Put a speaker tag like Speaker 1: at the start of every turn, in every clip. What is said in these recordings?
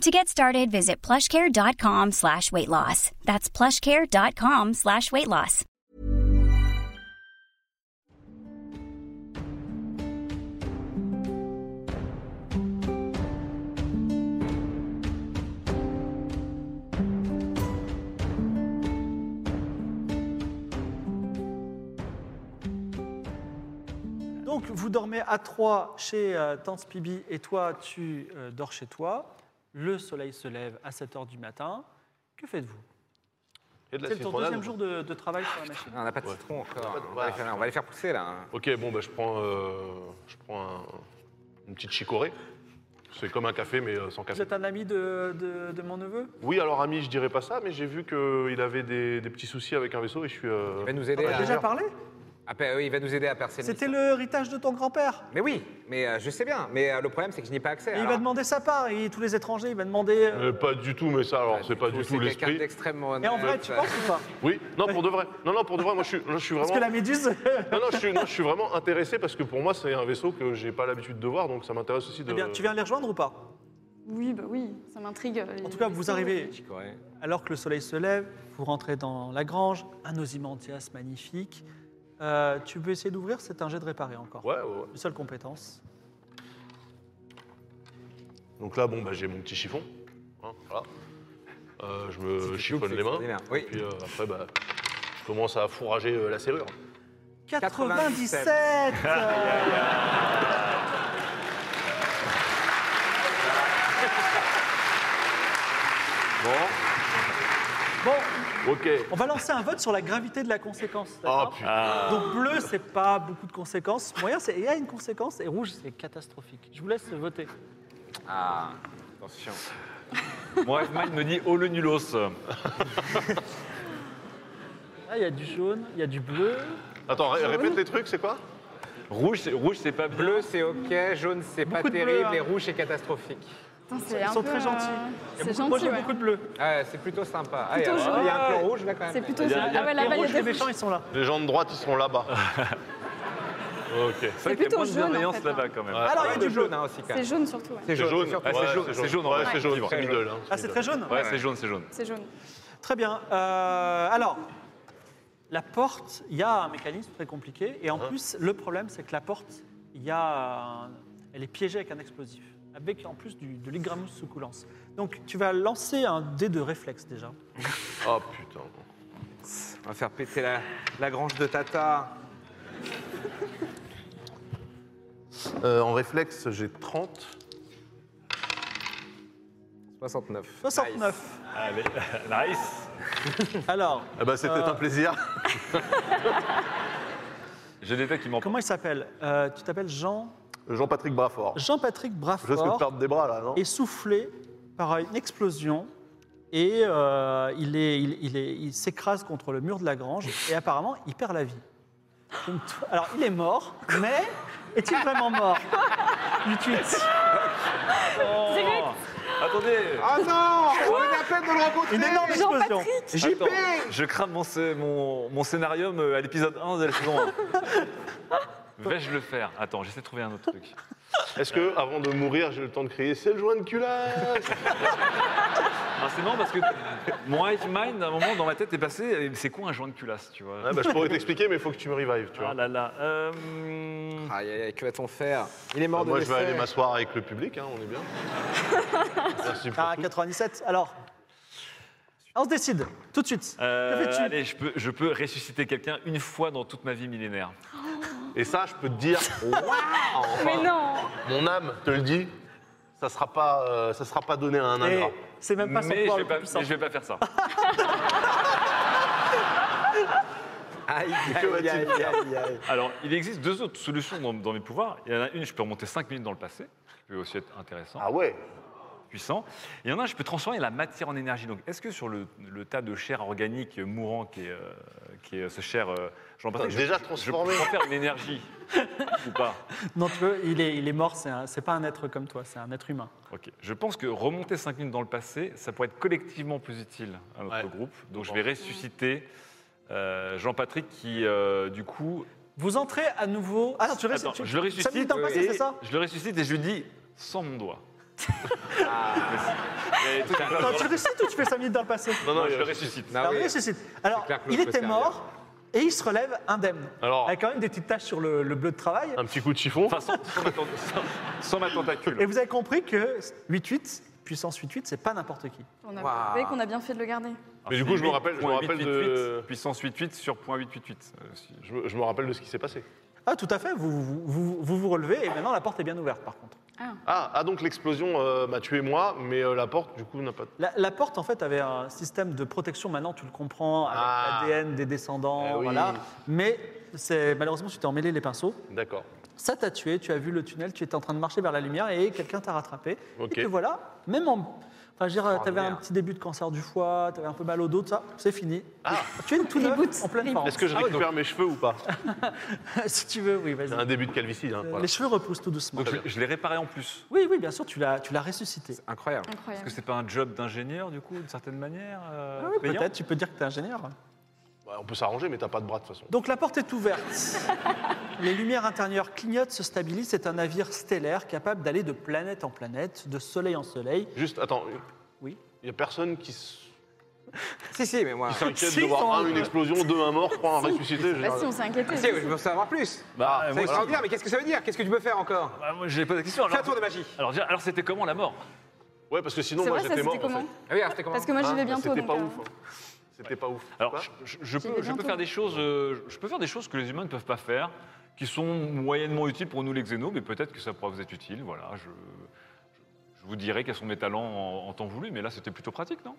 Speaker 1: To get started, visit plushcare.com slash weight loss. That's plushcare.com slash weight loss.
Speaker 2: Donc, vous dormez à trois chez euh, Tante Spibi et toi, tu euh, dors chez toi. Le soleil se lève à 7 h du matin. Que faites-vous
Speaker 3: Il y a de Bah, la Ah,
Speaker 2: C'est ton
Speaker 3: citronade.
Speaker 2: deuxième jour de, de travail sur la machine.
Speaker 4: On n'a pas de
Speaker 3: Ouais.
Speaker 4: citron encore.
Speaker 3: pas de-
Speaker 4: on, va
Speaker 3: voilà.
Speaker 4: les faire, on va les faire pousser là. hein.
Speaker 3: Ok, bon, bah, je prends, euh, je prends un- une petite chicorée. C'est comme un café, mais euh, sans
Speaker 2: Vous
Speaker 3: café.
Speaker 2: êtes un ami de, de- de mon neveu
Speaker 3: Oui, alors ami, je dirais pas ça, mais j'ai vu qu'il avait des, des petits soucis avec un vaisseau et je suis. euh,
Speaker 4: Il va nous
Speaker 2: On
Speaker 4: aider
Speaker 2: a
Speaker 4: à.
Speaker 2: Ah, déjà parlé
Speaker 4: à per- Ah, bah oui, il va nous aider à percer. le
Speaker 2: C'était
Speaker 4: mystère.
Speaker 2: le héritage de ton grand-père.
Speaker 4: Mais oui, mais euh, je sais bien. Mais euh, le problème, c'est que je n'y ai pas accès.
Speaker 2: Et il
Speaker 4: alors.
Speaker 2: va demander sa part. Et tous les étrangers, il va demander... euh,
Speaker 3: euh, pas du tout, mais ça, alors, c'est pas du tout
Speaker 4: C'est quelqu'un
Speaker 3: l'esprit.
Speaker 4: d'extrêmement.
Speaker 3: Euh,
Speaker 2: Et en
Speaker 4: honnête.
Speaker 2: vrai, tu penses ou pas
Speaker 3: Oui, non, pour de vrai. Non, non, pour de vrai, moi, je suis, je suis
Speaker 2: Parce que
Speaker 3: vraiment.
Speaker 2: la méduse... eh
Speaker 3: Non, non, je suis, non, je suis vraiment intéressé parce que pour moi, c'est un vaisseau que j'ai pas l'habitude de voir, donc ça m'intéresse aussi de.
Speaker 2: Eh bien, tu viens les rejoindre ou pas
Speaker 5: Oui, bah oui, ça m'intrigue. euh,
Speaker 2: En tout cas, vous arrivez...
Speaker 4: Ouais.
Speaker 2: Alors que le soleil se lève, vous rentrez dans la grange, un osimandias magnifique. Euh, tu peux essayer d'ouvrir, c'est un jet de réparer encore.
Speaker 3: Ouais, ouais, ouais.
Speaker 2: Une seule compétence.
Speaker 3: Donc là, bon, bah, j'ai mon petit chiffon. hein, voilà. Euh, je
Speaker 4: Si
Speaker 3: me
Speaker 4: tu
Speaker 3: chiffonne
Speaker 4: coupes,
Speaker 3: les mains.
Speaker 4: c'est extraordinaire.
Speaker 3: Et
Speaker 4: Oui.
Speaker 3: puis euh, après, bah, je commence à fourrager euh, la serrure.
Speaker 2: 97
Speaker 3: Bon.
Speaker 2: Bon,
Speaker 3: Ok.
Speaker 2: on va lancer un vote sur la gravité de la conséquence.
Speaker 3: Ah,
Speaker 2: d'accord
Speaker 3: putain.
Speaker 2: Donc bleu, c'est pas beaucoup de conséquences. Moyen, c'est- il y a une conséquence. Et rouge, c'est catastrophique. Je vous laisse voter.
Speaker 4: Ah, attention.
Speaker 6: Moi, Eveman me dit oh le nulos.
Speaker 2: Là, il y a du jaune, il y a du bleu.
Speaker 3: Attends, ré- répète les trucs, c'est quoi
Speaker 6: Rouge, c'est- rouge, c'est pas bleu.
Speaker 4: Bleu, c'est ok. Jaune, c'est pas
Speaker 2: Beaucoup de bleu,
Speaker 4: terrible.
Speaker 2: hein.
Speaker 4: Et rouge, c'est catastrophique.
Speaker 5: Putain, c'est
Speaker 2: Ils
Speaker 5: un
Speaker 2: sont
Speaker 5: peu,
Speaker 2: très
Speaker 5: euh,
Speaker 2: gentils. Il y a
Speaker 5: C'est
Speaker 2: beaucoup- moi, je
Speaker 5: gentil,
Speaker 2: vois
Speaker 5: ouais.
Speaker 2: beaucoup de bleu.
Speaker 4: Ah, c'est plutôt sympa. Ah, il y,
Speaker 5: Plutôt
Speaker 4: a-
Speaker 5: joli.
Speaker 4: il y a un plan rouge là quand même.
Speaker 5: C'est plutôt...
Speaker 6: Il y a-
Speaker 5: Ah
Speaker 6: il y a-
Speaker 5: ouais,
Speaker 2: Les
Speaker 5: là-bas, il y a
Speaker 2: rouges,
Speaker 5: des
Speaker 2: les
Speaker 5: rouges.
Speaker 2: méchants, ils sont là.
Speaker 3: Les gens de droite, ils sont là-bas.
Speaker 6: Ok.
Speaker 5: C'est plutôt
Speaker 6: moins de
Speaker 5: jaune, en
Speaker 6: bienveillance
Speaker 5: fait,
Speaker 6: là-bas
Speaker 5: hein.
Speaker 6: quand même.
Speaker 3: Ouais.
Speaker 2: Alors, il y a
Speaker 4: Ah,
Speaker 2: du
Speaker 4: de
Speaker 2: jaune.
Speaker 4: jaune hein, aussi quand
Speaker 5: C'est
Speaker 4: même.
Speaker 5: jaune surtout, ouais.
Speaker 4: C'est jaune. sûr.
Speaker 3: Ouais,
Speaker 4: Ouais,
Speaker 3: c'est jaune. C'est jaune. Ouais, c'est jaune.
Speaker 6: Ouais.
Speaker 3: C'est middle. hein,
Speaker 2: Ah, c'est
Speaker 3: middle.
Speaker 2: très jaune
Speaker 6: Ouais, c'est jaune, c'est jaune.
Speaker 5: C'est jaune.
Speaker 2: Très bien. Euh, alors, la porte, il y a un mécanisme très compliqué. Et en plus, le problème, c'est que la porte, il y a un- elle est piégée avec un explosif. Avec en plus du, de l'igramus sous coulance. Donc, tu vas lancer un dé de réflexe déjà.
Speaker 3: Oh putain.
Speaker 4: On va faire péter la, la grange de Tata.
Speaker 3: Euh, en réflexe, j'ai 30.
Speaker 4: 69.
Speaker 2: 69.
Speaker 6: Allez, nice.
Speaker 2: Alors,
Speaker 3: Eh ben, c'était
Speaker 2: Euh.
Speaker 3: un plaisir.
Speaker 6: Je détecte qu'il m'en
Speaker 2: comment il s'appelle Euh, Tu t'appelles Jean...
Speaker 3: Jean-Patrick Brafort.
Speaker 2: Jean-Patrick
Speaker 3: Je risque de
Speaker 2: Brafort
Speaker 3: perdre des bras là, non
Speaker 2: est soufflé par une explosion. Et euh, il est- il- il est- il s'écrase contre le mur de la grange et apparemment il perd la vie. Donc, toi- alors il est mort, mais est-il vraiment mort Du tweet.
Speaker 5: Oh.
Speaker 6: Attendez.
Speaker 4: Oh non On est à peine de le rencontrer
Speaker 2: Une énorme explosion.
Speaker 6: Attends, je crame mon, scé- mon, mon scénarium euh, à l'épisode 1 de la saison 1. Vais-je le faire Attends, j'essaie de trouver un autre truc.
Speaker 3: Est-ce que, avant de mourir, j'ai le temps de crier C'est le joint de culasse
Speaker 6: Ah, c'est marrant parce que mon hive mind, à un moment, dans ma tête, est passé euh, c'est quoi un joint de culasse, tu vois
Speaker 3: Ouais, bah, Je pourrais t'expliquer, mais il faut que tu me revives, tu vois.
Speaker 6: Ah là là. euh,
Speaker 4: Aïe, aïe, aïe, que va-t-on faire Il est mort
Speaker 3: Bah,
Speaker 4: de
Speaker 3: moi, je vais
Speaker 4: l'essai.
Speaker 3: aller m'asseoir avec le public, hein, on est bien. Merci pour
Speaker 2: Ah,
Speaker 3: tout.
Speaker 2: 97. Alors, on se décide tout de suite.
Speaker 6: euh,
Speaker 2: Que fais-tu
Speaker 6: allez, je peux, je peux ressusciter quelqu'un une fois dans toute ma vie millénaire.
Speaker 3: Et ça, je peux te dire, waouh
Speaker 5: Mais non
Speaker 3: Mon âme te le dit, ça sera pas, euh, ça sera pas donné à un
Speaker 2: Et
Speaker 3: ingrat.
Speaker 2: c'est même pas son
Speaker 6: Mais je,
Speaker 2: pouvoir
Speaker 6: vais
Speaker 2: le plus
Speaker 6: pas,
Speaker 2: puissant.
Speaker 6: mais je vais pas faire ça.
Speaker 4: Aïe,
Speaker 3: Que
Speaker 4: Eh, aïe,
Speaker 3: va-t-il
Speaker 4: aïe, aïe, aïe.
Speaker 6: Alors, il existe deux autres solutions dans, dans mes pouvoirs. Il y en a une, je peux remonter 5 minutes dans le passé, ce qui peut aussi être intéressant.
Speaker 3: Ah ouais
Speaker 7: puissant. Et il y en a un, je peux transformer la matière en énergie. Donc, est-ce que sur le, le tas de chair organique mourant qui est, euh, qui est ce chair euh, Jean-Baptiste,
Speaker 3: Putain, déjà
Speaker 7: je- je-
Speaker 3: transformé.
Speaker 7: je peux en faire une énergie ou pas
Speaker 2: Non, tu veux, il est, il est mort, c'est un- c'est pas un être comme toi, c'est un être humain.
Speaker 7: Ok. Je pense que remonter 5 minutes dans le passé, ça pourrait être collectivement plus utile à notre
Speaker 3: Ouais.
Speaker 7: groupe. Donc
Speaker 3: Je
Speaker 7: je vais ressusciter euh, Jean-Patrick qui, euh, du coup,
Speaker 2: Vous entrez à nouveau. Ah non, tu restes.
Speaker 7: Attends,
Speaker 2: tu-
Speaker 7: je le
Speaker 2: cinq
Speaker 7: ressuscite.
Speaker 2: minutes en passé,
Speaker 7: et
Speaker 2: c'est ça
Speaker 7: Je le ressuscite et je lui dis sans mon doigt.
Speaker 4: Ah. Et tout-
Speaker 2: Non, tu ressuscites ou tu fais 5 minutes dans le passé
Speaker 3: Non, non,
Speaker 4: Ouais,
Speaker 3: je le
Speaker 4: je-
Speaker 3: ressuscite.
Speaker 4: Non,
Speaker 2: Alors,
Speaker 4: Ah oui.
Speaker 2: il ressuscite. Alors,
Speaker 4: C'est clair que
Speaker 2: il
Speaker 4: l'autre
Speaker 2: était
Speaker 4: peut
Speaker 2: mort et il se relève indemne.
Speaker 3: Alors, Ah,
Speaker 2: Avec quand même des petites taches sur le, le bleu de travail.
Speaker 3: un petit coup de chiffon.
Speaker 7: Enfin, sans, sans ma tent- sans- sans ma tentacule.
Speaker 2: Et vous avez compris que 8-8, puissance 8-8, c'est pas n'importe qui.
Speaker 5: On a
Speaker 4: Waouh.
Speaker 5: prouvé qu'on a bien fait de le garder.
Speaker 3: Mais du coup, je me rappelle- je me rappelle de-
Speaker 7: 888, Puissance 88 sur point 888. euh, si-
Speaker 3: Je, me- je me rappelle de ce qui s'est passé.
Speaker 2: Ah, tout à fait, vous vous, vous- vous vous relevez et maintenant la porte est bien ouverte par contre.
Speaker 3: Ah, ah, donc l'explosion euh, m'a tué moi, mais euh, la porte, du coup, n'a pas.
Speaker 2: La, la porte en fait avait un système de protection, maintenant tu le comprends, avec
Speaker 3: Ah.
Speaker 2: l'ADN des descendants,
Speaker 3: Eh oui.
Speaker 2: voilà. Mais c'est malheureusement, tu t'es emmêlé les pinceaux.
Speaker 3: D'accord.
Speaker 2: Ça t'a tué, tu as vu le tunnel, tu étais en train de marcher vers la lumière et quelqu'un t'a rattrapé.
Speaker 3: Ok. Oh,
Speaker 2: Et te voilà, même en. Enfin, je veux dire, t'avais un
Speaker 4: Extraordinaire.
Speaker 2: petit début de cancer du foie, t'avais un peu mal au dos, tout ça, c'est fini. Tu es une toute neuve en Ah pleine forme.
Speaker 3: Ah. Est-ce que je récupère mes cheveux ou pas
Speaker 2: si tu veux, oui, vas-y.
Speaker 3: C'est un début de calvitie. hein,
Speaker 2: Euh,
Speaker 3: voilà.
Speaker 2: Les cheveux repoussent tout doucement.
Speaker 7: Donc je, je l'ai réparé en plus.
Speaker 2: Oui, oui, bien sûr, tu l'as, tu l'as ressuscité.
Speaker 4: Incroyable.
Speaker 7: Est-ce que
Speaker 5: Incroyable.
Speaker 7: c'est pas un job d'ingénieur, du coup, d'une certaine manière euh,
Speaker 2: Ah oui,
Speaker 7: payant
Speaker 2: peut-être, tu peux dire que t'es ingénieur.
Speaker 3: Bah, on peut s'arranger, mais t'as pas de bras de toute façon.
Speaker 2: Donc la porte est ouverte. Les lumières intérieures clignotent, se stabilisent. C'est un navire stellaire capable d'aller de planète en planète, de soleil en soleil.
Speaker 3: Juste, attends.
Speaker 2: Oui.
Speaker 3: Il y a personne qui s-
Speaker 4: Si, si, mais moi.
Speaker 3: qui s'inquiète
Speaker 2: Si,
Speaker 3: de voir
Speaker 2: sans-
Speaker 3: un, une explosion, deux, un mort, trois, un ressuscité. je veux
Speaker 5: Bah si,
Speaker 3: dire.
Speaker 5: on s'est inquiété.
Speaker 4: Ah, Si, oui, je veux savoir
Speaker 3: Ah,
Speaker 4: plus.
Speaker 7: Bah, euh,
Speaker 4: C'est
Speaker 7: moi,
Speaker 4: extraordinaire, mais qu'est-ce que ça veut dire Qu'est-ce que tu peux faire encore
Speaker 7: bah, moi, j'ai pas de question.
Speaker 4: Fais un
Speaker 7: Alors,
Speaker 4: tour de magie.
Speaker 7: alors, déjà, alors, c'était comment la mort
Speaker 3: Ouais, parce que sinon,
Speaker 5: C'est
Speaker 3: moi,
Speaker 5: vrai, ça
Speaker 3: j'étais mort.
Speaker 5: c'était
Speaker 3: en fait.
Speaker 5: comment
Speaker 4: Ah oui, alors c'était comment
Speaker 5: Parce que moi j'y
Speaker 3: Hein
Speaker 5: vais bientôt.
Speaker 3: C'était
Speaker 5: donc,
Speaker 3: pas
Speaker 5: euh,
Speaker 3: ouf. hein. C'était pas ouf.
Speaker 7: Alors,
Speaker 3: Quoi
Speaker 7: je, je- je
Speaker 5: J'y
Speaker 7: peux,
Speaker 5: vais
Speaker 7: je peux
Speaker 5: bientôt.
Speaker 7: faire des choses, euh, je peux faire des choses que les humains ne peuvent pas faire, qui sont moyennement utiles pour nous les xénos, mais peut-être que ça pourra vous être utile. Voilà, je, je- je vous dirai quels sont mes talents en, en temps voulu, mais là c'était plutôt pratique, non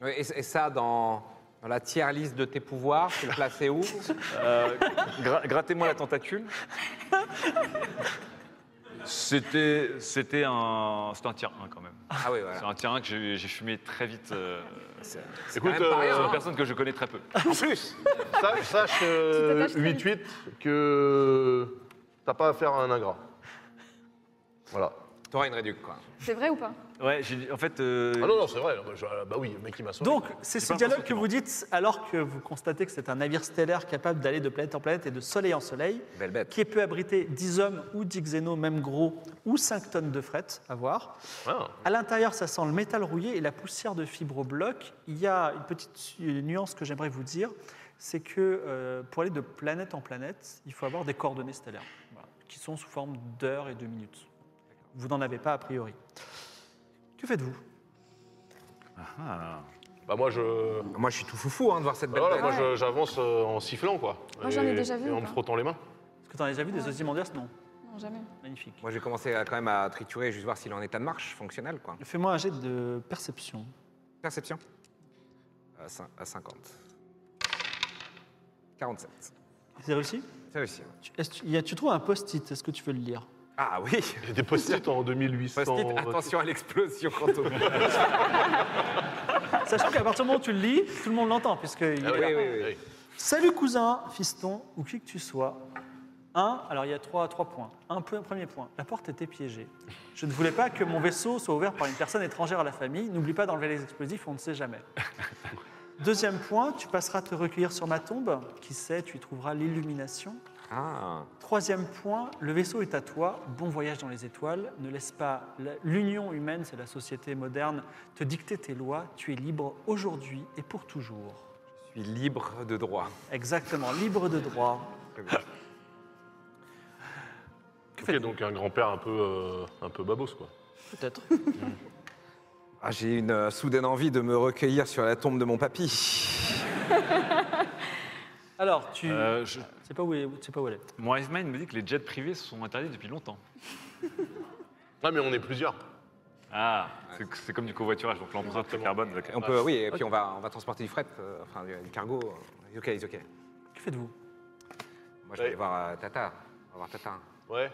Speaker 4: Oui, Et, et ça, dans, dans la tier liste de tes pouvoirs, tu le plaçais où
Speaker 7: Grattez-moi la tentacule. C'était c'était un c'était un tier 1 quand même.
Speaker 4: Ah oui,
Speaker 7: C'est
Speaker 4: voilà.
Speaker 7: un tier 1 que j'ai j'ai fumé très vite. euh,
Speaker 4: C'est- c'est
Speaker 3: Écoute,
Speaker 4: quand même pas
Speaker 3: euh,
Speaker 4: rien,
Speaker 7: sur une
Speaker 4: hein.
Speaker 7: personne que je connais très peu.
Speaker 4: En plus,
Speaker 3: Sa- Sache, euh,
Speaker 5: Tu t'attaches très
Speaker 3: 8-8, que t'as pas affaire à un ingrat. Voilà.
Speaker 4: t'auras une réduc, quoi.
Speaker 5: C'est vrai ou pas
Speaker 7: Ouais, j'ai dit- en fait. euh,
Speaker 3: Ah non, non, c'est vrai. Bah, je- bah oui, le mec, il m'a sauvé.
Speaker 2: Donc, c'est
Speaker 7: J'ai
Speaker 2: ce
Speaker 7: pas
Speaker 2: dialogue
Speaker 7: l'impression
Speaker 2: que
Speaker 7: qu'il
Speaker 2: vous dites alors que vous constatez que c'est un navire stellaire capable d'aller de planète en planète et de soleil en soleil,
Speaker 4: Belle bête.
Speaker 2: qui peut abriter 10 hommes ou 10 xénos, même gros, ou 5 tonnes de fret, à voir.
Speaker 3: Ah,
Speaker 2: À l'intérieur, ça sent le métal rouillé et la poussière de fibres au bloc. Il y a une petite nuance que j'aimerais vous dire, c'est que euh, pour aller de planète en planète, il faut avoir des coordonnées stellaires, voilà, qui sont sous forme d'heures et de minutes. Vous n'en avez pas a priori. Que faites-vous
Speaker 7: ah.
Speaker 3: bah moi, je...
Speaker 4: Moi, je suis tout foufou hein, de voir cette
Speaker 3: bah
Speaker 4: belle
Speaker 3: voilà,
Speaker 4: bête.
Speaker 3: moi, je- j'avance euh, en sifflant, quoi.
Speaker 5: Moi, j'en ai
Speaker 3: Et-
Speaker 5: déjà vu,
Speaker 3: Et
Speaker 5: ou
Speaker 3: en me
Speaker 5: pas
Speaker 3: frottant les mains.
Speaker 2: Est-ce que tu en as déjà vu des Ozymandias Non.
Speaker 5: Non, jamais.
Speaker 2: Magnifique.
Speaker 4: Moi, j'ai commencé à- quand même à triturer, juste voir s'il est en état de marche fonctionnel, quoi.
Speaker 2: Fais-moi un jet de perception.
Speaker 4: Perception à, cin- à 50. 47.
Speaker 2: C'est réussi
Speaker 4: C'est réussi.
Speaker 2: tu, est-ce que tu- il y a- tu trouves un post-it, est-ce que tu veux le lire
Speaker 4: Ah oui
Speaker 3: J'ai des post-it en 2800.
Speaker 4: Post-it, attention à l'explosion quand on...
Speaker 2: Sachant qu'à partir du moment où tu le lis, tout le monde l'entend, puisque il est
Speaker 3: Ah
Speaker 2: là.
Speaker 4: oui, oui,
Speaker 3: oui.
Speaker 2: Salut cousin, fiston, ou qui que tu sois. Un, alors il y a trois, trois points. Un peu- premier point, la porte était piégée. Je ne voulais pas que mon vaisseau soit ouvert par une personne étrangère à la famille. N'oublie pas d'enlever les explosifs, on ne sait jamais. Deuxième point, tu passeras te recueillir sur ma tombe. Qui sait, tu y trouveras l'illumination.
Speaker 4: Ah,
Speaker 2: Troisième point, le vaisseau est à toi, bon voyage dans les étoiles, ne laisse pas la- l'union humaine, c'est la société moderne, te dicter tes lois, tu es libre aujourd'hui et pour toujours.
Speaker 4: je suis libre de droit.
Speaker 2: Exactement, libre de droit.
Speaker 4: Très bien.
Speaker 3: Ok, donc un grand-père un peu, euh, un peu babos, quoi.
Speaker 2: Peut-être.
Speaker 4: Ah, j'ai une euh, soudaine envie de me recueillir sur la tombe de mon papy.
Speaker 2: Alors, tu...
Speaker 7: Euh, je-
Speaker 2: C'est pas où elle est. c'est pas où elle est.
Speaker 7: Mon Iceman me dit que les jets privés sont interdits depuis longtemps.
Speaker 3: Ah, mais on est plusieurs.
Speaker 7: Ah, c'est- c'est comme du covoiturage, donc l'empreinte carbone. ok.
Speaker 4: On
Speaker 2: Ah,
Speaker 4: peut, oui, et puis on va, on va transporter du fret, euh, enfin du, du cargo. It's ok, it's ok.
Speaker 2: Que faites-vous
Speaker 4: Moi, je vais
Speaker 3: Ouais.
Speaker 4: aller voir euh, Tata. On va voir Tata.
Speaker 3: Ouais.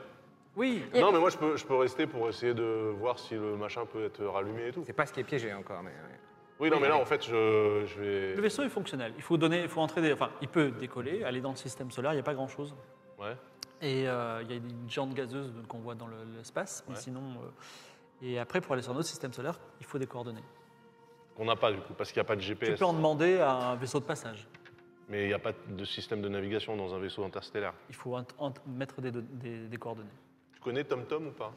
Speaker 2: Oui,
Speaker 5: Et-
Speaker 3: Non, mais moi, je peux, je peux rester pour essayer de voir si le machin peut être rallumé et tout.
Speaker 7: C'est pas ce qui est piégé encore, mais. ouais.
Speaker 3: Oui, non, mais là, en fait, je, je vais.
Speaker 2: le vaisseau est fonctionnel. Il faut donner, il faut entrer, des- enfin, il peut décoller, aller dans le système solaire. Il n'y a pas grand chose.
Speaker 3: Ouais.
Speaker 2: Et euh, il y a une géante gazeuse de- qu'on voit dans le- l'espace. Mais
Speaker 3: Ouais.
Speaker 2: sinon, euh, et après pour aller sur notre système solaire, il faut des coordonnées.
Speaker 3: Qu'on n'a pas, du coup, parce qu'il n'y a pas de
Speaker 2: Tu
Speaker 3: GPS.
Speaker 2: peux en demander à un vaisseau de passage.
Speaker 3: Mais il n'y a pas de système de navigation dans un vaisseau interstellaire.
Speaker 2: Il faut int- int- mettre des, don- des- des coordonnées.
Speaker 3: Tu connais TomTom ou pas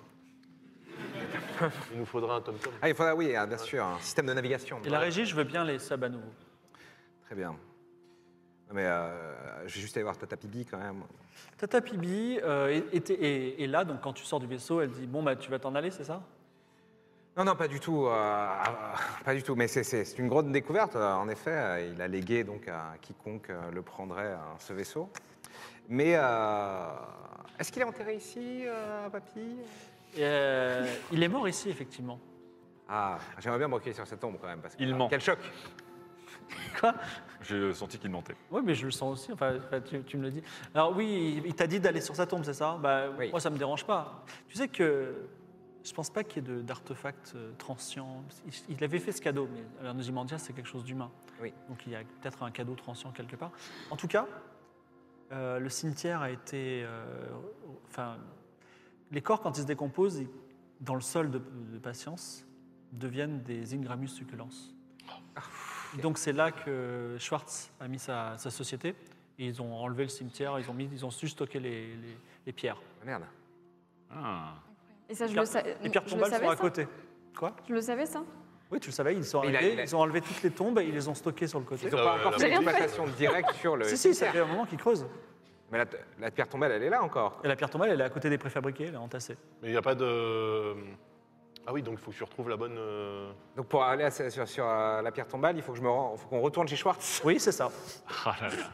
Speaker 3: Il nous faudra un TomTom.
Speaker 4: Ah, il faudra, oui, ah, bien sûr, un système de navigation.
Speaker 2: Et la régie, je veux bien les subs à nouveau.
Speaker 4: Très bien. Non, mais euh, je vais juste aller voir Tata Bibi quand même.
Speaker 2: Tata Pibi euh, est, est- est- est là, donc quand tu sors du vaisseau, elle dit Bon, bah, tu vas t'en aller, c'est ça
Speaker 4: Non, non, pas du tout. euh, ah, pas du tout. Mais c'est- c'est c'est une grosse découverte. euh, En effet, Euh, il a légué donc à quiconque euh, le prendrait euh, ce vaisseau. Mais euh, est-ce qu'il est enterré ici, euh, papy
Speaker 2: Et, euh, Il est mort ici, effectivement.
Speaker 4: Ah, j'aimerais bien me recueillir sur cette tombe quand même parce que
Speaker 6: Il
Speaker 4: ah,
Speaker 6: ment.
Speaker 4: Quel choc
Speaker 2: Quoi
Speaker 6: J'ai senti qu'il mentait.
Speaker 2: Oui, mais je le sens aussi, enfin, enfin, tu, tu me le dis. Alors, oui, il- il t'a dit d'aller sur sa tombe, c'est ça bah,
Speaker 4: Oui.
Speaker 2: Moi, ça me dérange pas. Tu sais que je pense pas qu'il y ait de- d'artefacts euh, transcients. Il, il avait fait ce cadeau, mais alors, nous Imandia, c'est quelque chose d'humain.
Speaker 4: Oui.
Speaker 2: Donc, il y a peut-être un cadeau transcient quelque part. En tout cas, euh, le cimetière a été. euh, enfin, les corps, quand ils se décomposent, ils- dans le sol de, de patience, deviennent des ingramus succulents. Donc c'est là que Schwartz a mis sa, sa société. Et ils ont enlevé le cimetière, ils ont, mis, ils ont su stocker les, les- les pierres.
Speaker 4: Ah, Merde.
Speaker 6: Ah.
Speaker 5: Et ça, je
Speaker 2: Pierre-
Speaker 5: le, sa-
Speaker 2: Les pierres
Speaker 5: je le
Speaker 2: tombales
Speaker 5: savais.
Speaker 2: sont à
Speaker 5: ça.
Speaker 2: côté. Quoi
Speaker 5: Je le savais, ça.
Speaker 2: Oui, tu le savais, ils sont
Speaker 4: Mais il a-
Speaker 2: arrivés,
Speaker 4: il a-
Speaker 2: ils ont enlevé toutes les tombes et ils les ont stockées sur le côté.
Speaker 4: Ils n'ont pas
Speaker 3: Euh,
Speaker 4: encore
Speaker 3: la
Speaker 4: fait
Speaker 5: J'ai rien
Speaker 4: l'exploitation directe sur le.
Speaker 2: Si, si, ça
Speaker 4: cimetière.
Speaker 2: fait un moment qu'ils creusent.
Speaker 4: Mais la, la pierre tombale, elle est là encore.
Speaker 2: Et la pierre tombale, elle est à côté des préfabriqués, elle est entassée.
Speaker 3: Mais il n'y a pas de. euh, Ah oui, donc il faut que tu retrouves la bonne. euh,
Speaker 4: Donc pour aller à- sur, sur, euh, la pierre tombale, il faut que je me rende- faut qu'on retourne chez Schwartz.
Speaker 2: Oui, c'est ça.
Speaker 6: Ah là là.
Speaker 4: Ok.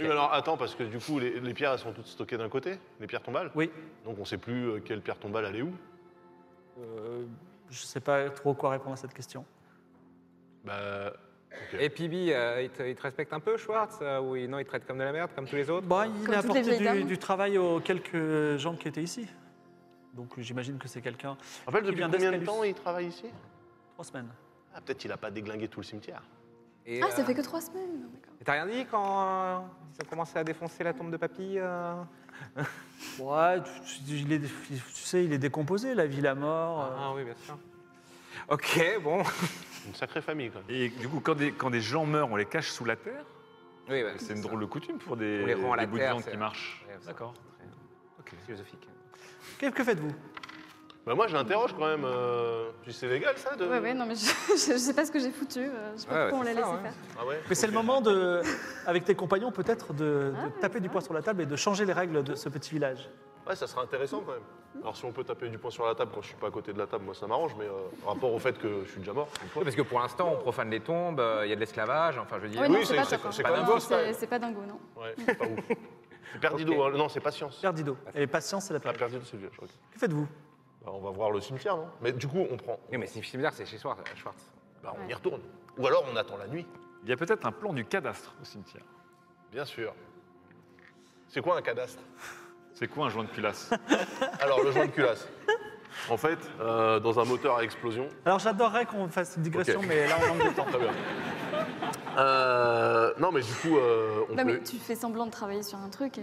Speaker 3: Oui, mais alors attends, parce que du coup, les, les pierres, elles sont toutes stockées d'un côté, les pierres tombales.
Speaker 2: Oui.
Speaker 3: Donc on ne sait plus euh, quelle pierre tombale, elle est où.
Speaker 2: Euh, je sais pas trop quoi répondre à cette question.
Speaker 3: Bah. ok.
Speaker 4: Et Pibi, euh, il, te, il te respecte un peu, Schwartz euh, Ou il- non, il te traite comme de la merde, comme tous les autres
Speaker 2: Bah, il
Speaker 5: Comme
Speaker 2: a
Speaker 5: toutes les
Speaker 2: apporté
Speaker 5: vieilles
Speaker 2: du,
Speaker 5: dames.
Speaker 2: du travail aux quelques gens qui étaient ici. Donc j'imagine que c'est quelqu'un.
Speaker 3: En fait, depuis
Speaker 2: vient
Speaker 3: combien de
Speaker 2: d'Ascalus.
Speaker 3: temps il travaille ici
Speaker 2: Trois semaines.
Speaker 3: Ah, peut-être qu'il n'a pas déglingué tout le cimetière.
Speaker 4: Et,
Speaker 5: Ah, ça
Speaker 4: euh,
Speaker 5: fait que trois semaines. D'accord.
Speaker 4: et T'as rien dit quand euh, ils ont commencé à défoncer la tombe de papy euh
Speaker 2: Ouais, tu, tu- il est- tu sais, il est décomposé, la vie, la mort. euh.
Speaker 4: Ah oui, bien sûr. Ok, bon.
Speaker 3: Une sacrée famille, quand même.
Speaker 6: Et du coup, quand des, quand des gens meurent, on les cache sous la terre
Speaker 4: Oui, bah,
Speaker 6: C'est une drôle de coutume pour des,
Speaker 4: On les rend à
Speaker 6: des
Speaker 4: la
Speaker 6: bouts
Speaker 4: terre,
Speaker 6: de viande
Speaker 4: c'est-
Speaker 6: qui marchent.
Speaker 4: Ouais, c'est-
Speaker 6: D'accord.
Speaker 4: philosophique.
Speaker 2: Que, que faites-vous
Speaker 3: Bah, moi, je l'interroge quand même. euh, puis C'est légal, ça de...
Speaker 5: Ouais, ouais, non, mais je, je sais pas ce que j'ai foutu. euh, Je sais pas
Speaker 4: Ouais,
Speaker 5: pourquoi on
Speaker 4: ouais,
Speaker 5: l'a
Speaker 4: c'est ça,
Speaker 5: laissé
Speaker 4: ouais.
Speaker 5: faire.
Speaker 3: Ah ouais
Speaker 2: Mais c'est le
Speaker 3: Ok.
Speaker 2: moment, de, avec tes compagnons, peut-être de, de
Speaker 5: Ah, ouais,
Speaker 2: taper du
Speaker 5: ouais.
Speaker 2: poing sur la table et de changer les règles de ce petit village.
Speaker 3: Ouais, ça sera intéressant quand même. Alors, si on peut taper du poing sur la table quand je suis pas à côté de la table, moi ça m'arrange, mais euh, rapport au fait que je suis déjà mort. une fois.
Speaker 4: parce que pour l'instant, on profane les tombes, euh, il y a de l'esclavage, enfin, je veux dire.
Speaker 5: Ouais, non,
Speaker 3: Oui,
Speaker 5: c'est
Speaker 3: c'est-
Speaker 5: pas
Speaker 3: c'est-
Speaker 5: top, hein.
Speaker 3: c'est quand
Speaker 5: Non,
Speaker 3: même beau,
Speaker 5: c'est-
Speaker 3: ça.
Speaker 5: C'est pas dingo, non.
Speaker 3: Ouais, c'est pas ouf. C'est Perdido,
Speaker 4: Ok.
Speaker 3: hein. non, c'est pas science.
Speaker 2: Perdido. Et patience, c'est la
Speaker 3: Ah,
Speaker 2: période.
Speaker 3: Perdido, c'est le village, ok.
Speaker 2: Que faites-vous
Speaker 3: Bah, on va voir le cimetière, non Mais du coup, on prend.
Speaker 4: Oui, mais c'est c'est bizarre, c'est chez Schwartz. euh, Schwartz.
Speaker 3: Bah, on y retourne. Ou alors on attend la nuit,
Speaker 6: Il y a peut-être un plan du cadastre au cimetière.
Speaker 3: bien sûr. C'est quoi un cadastre
Speaker 6: C'est quoi un joint de culasse
Speaker 3: Alors, le joint de culasse. En fait, euh, dans un moteur à explosion,
Speaker 2: Alors j'adorerais qu'on fasse une digression,
Speaker 3: Ok.
Speaker 2: mais là on manque de temps.
Speaker 3: Très bien. Euh, non, mais du coup, euh, on peut-
Speaker 5: Non, mais tu fais semblant de travailler sur un truc et.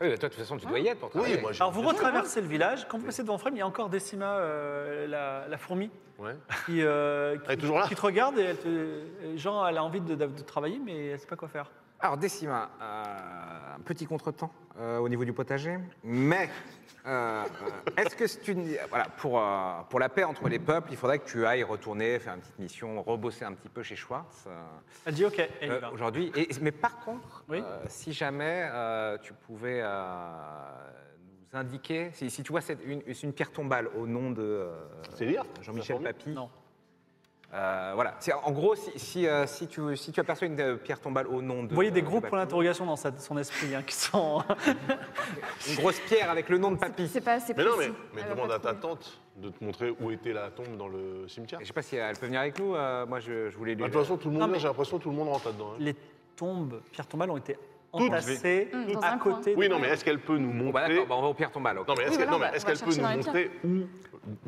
Speaker 4: Oui, bah, toi, de toute façon, tu dois y être pour travailler.
Speaker 3: Oui, moi j'ai.
Speaker 2: Alors vous retraversez le village. Quand vous passez devant Frame, il y a encore Décima, euh, la, la fourmi,
Speaker 3: Ouais.
Speaker 2: qui, euh,
Speaker 3: Elle est
Speaker 2: qui,
Speaker 3: toujours là
Speaker 2: qui te regarde et elle te, euh, Jean, elle a envie de, de- de travailler, mais elle sait pas quoi faire.
Speaker 4: Alors, Décima, euh, un petit contretemps euh, au niveau du potager, mais euh, euh, est-ce que c'est une. Voilà, pour, euh, pour la paix entre les peuples, il faudrait que tu ailles retourner, faire une petite mission, rebosser un petit peu chez Schwartz euh,
Speaker 2: Elle dit OK, et elle y
Speaker 4: euh,
Speaker 2: va.
Speaker 4: aujourd'hui. Et- Mais par contre,
Speaker 2: Oui.
Speaker 4: euh, si jamais euh, tu pouvais euh, nous indiquer, si, si tu vois cette- une, une pierre tombale au nom de euh,
Speaker 3: C'est lire
Speaker 4: Jean-Michel Papy.
Speaker 2: Non.
Speaker 4: Euh, voilà. C'est- En gros, si, si, euh, si tu, si tu aperçois une euh, pierre tombale au nom de. euh,
Speaker 2: Vous voyez des
Speaker 4: de
Speaker 2: gros points
Speaker 4: Papy,
Speaker 2: d'interrogation dans sa- son esprit hein, qui sont.
Speaker 4: Une grosse pierre avec le nom de Papy.
Speaker 5: C'est pas assez
Speaker 3: Mais
Speaker 5: précis.
Speaker 3: non, mais, mais
Speaker 5: Elle va
Speaker 3: demande
Speaker 5: pas
Speaker 3: à ta
Speaker 5: trouver.
Speaker 3: tante de te montrer où était la tombe dans le cimetière.
Speaker 4: Je sais pas si elle peut venir avec nous. euh, moi, je, je voulais lui.
Speaker 3: Bah, de toute façon, tout le
Speaker 2: Non,
Speaker 3: monde,
Speaker 2: mais-
Speaker 3: j'ai l'impression que tout le monde rentre là-dedans. hein.
Speaker 2: Les tombes, pierres tombales ont été entassés
Speaker 5: Mm, dans
Speaker 2: à
Speaker 5: un coin.
Speaker 2: côté.
Speaker 3: Oui, non, mais est-ce qu'elle peut nous
Speaker 4: Bon, bah d'accord,
Speaker 3: montrer
Speaker 4: bah, on va au pierre tombale. ok.
Speaker 3: Non, mais est-ce
Speaker 5: Oui,
Speaker 3: qu'elle
Speaker 5: voilà,
Speaker 3: non, mais
Speaker 5: on va-
Speaker 3: est-ce
Speaker 5: on va
Speaker 3: qu'elle peut
Speaker 5: chercher
Speaker 3: nous
Speaker 5: dans les
Speaker 3: montrer où,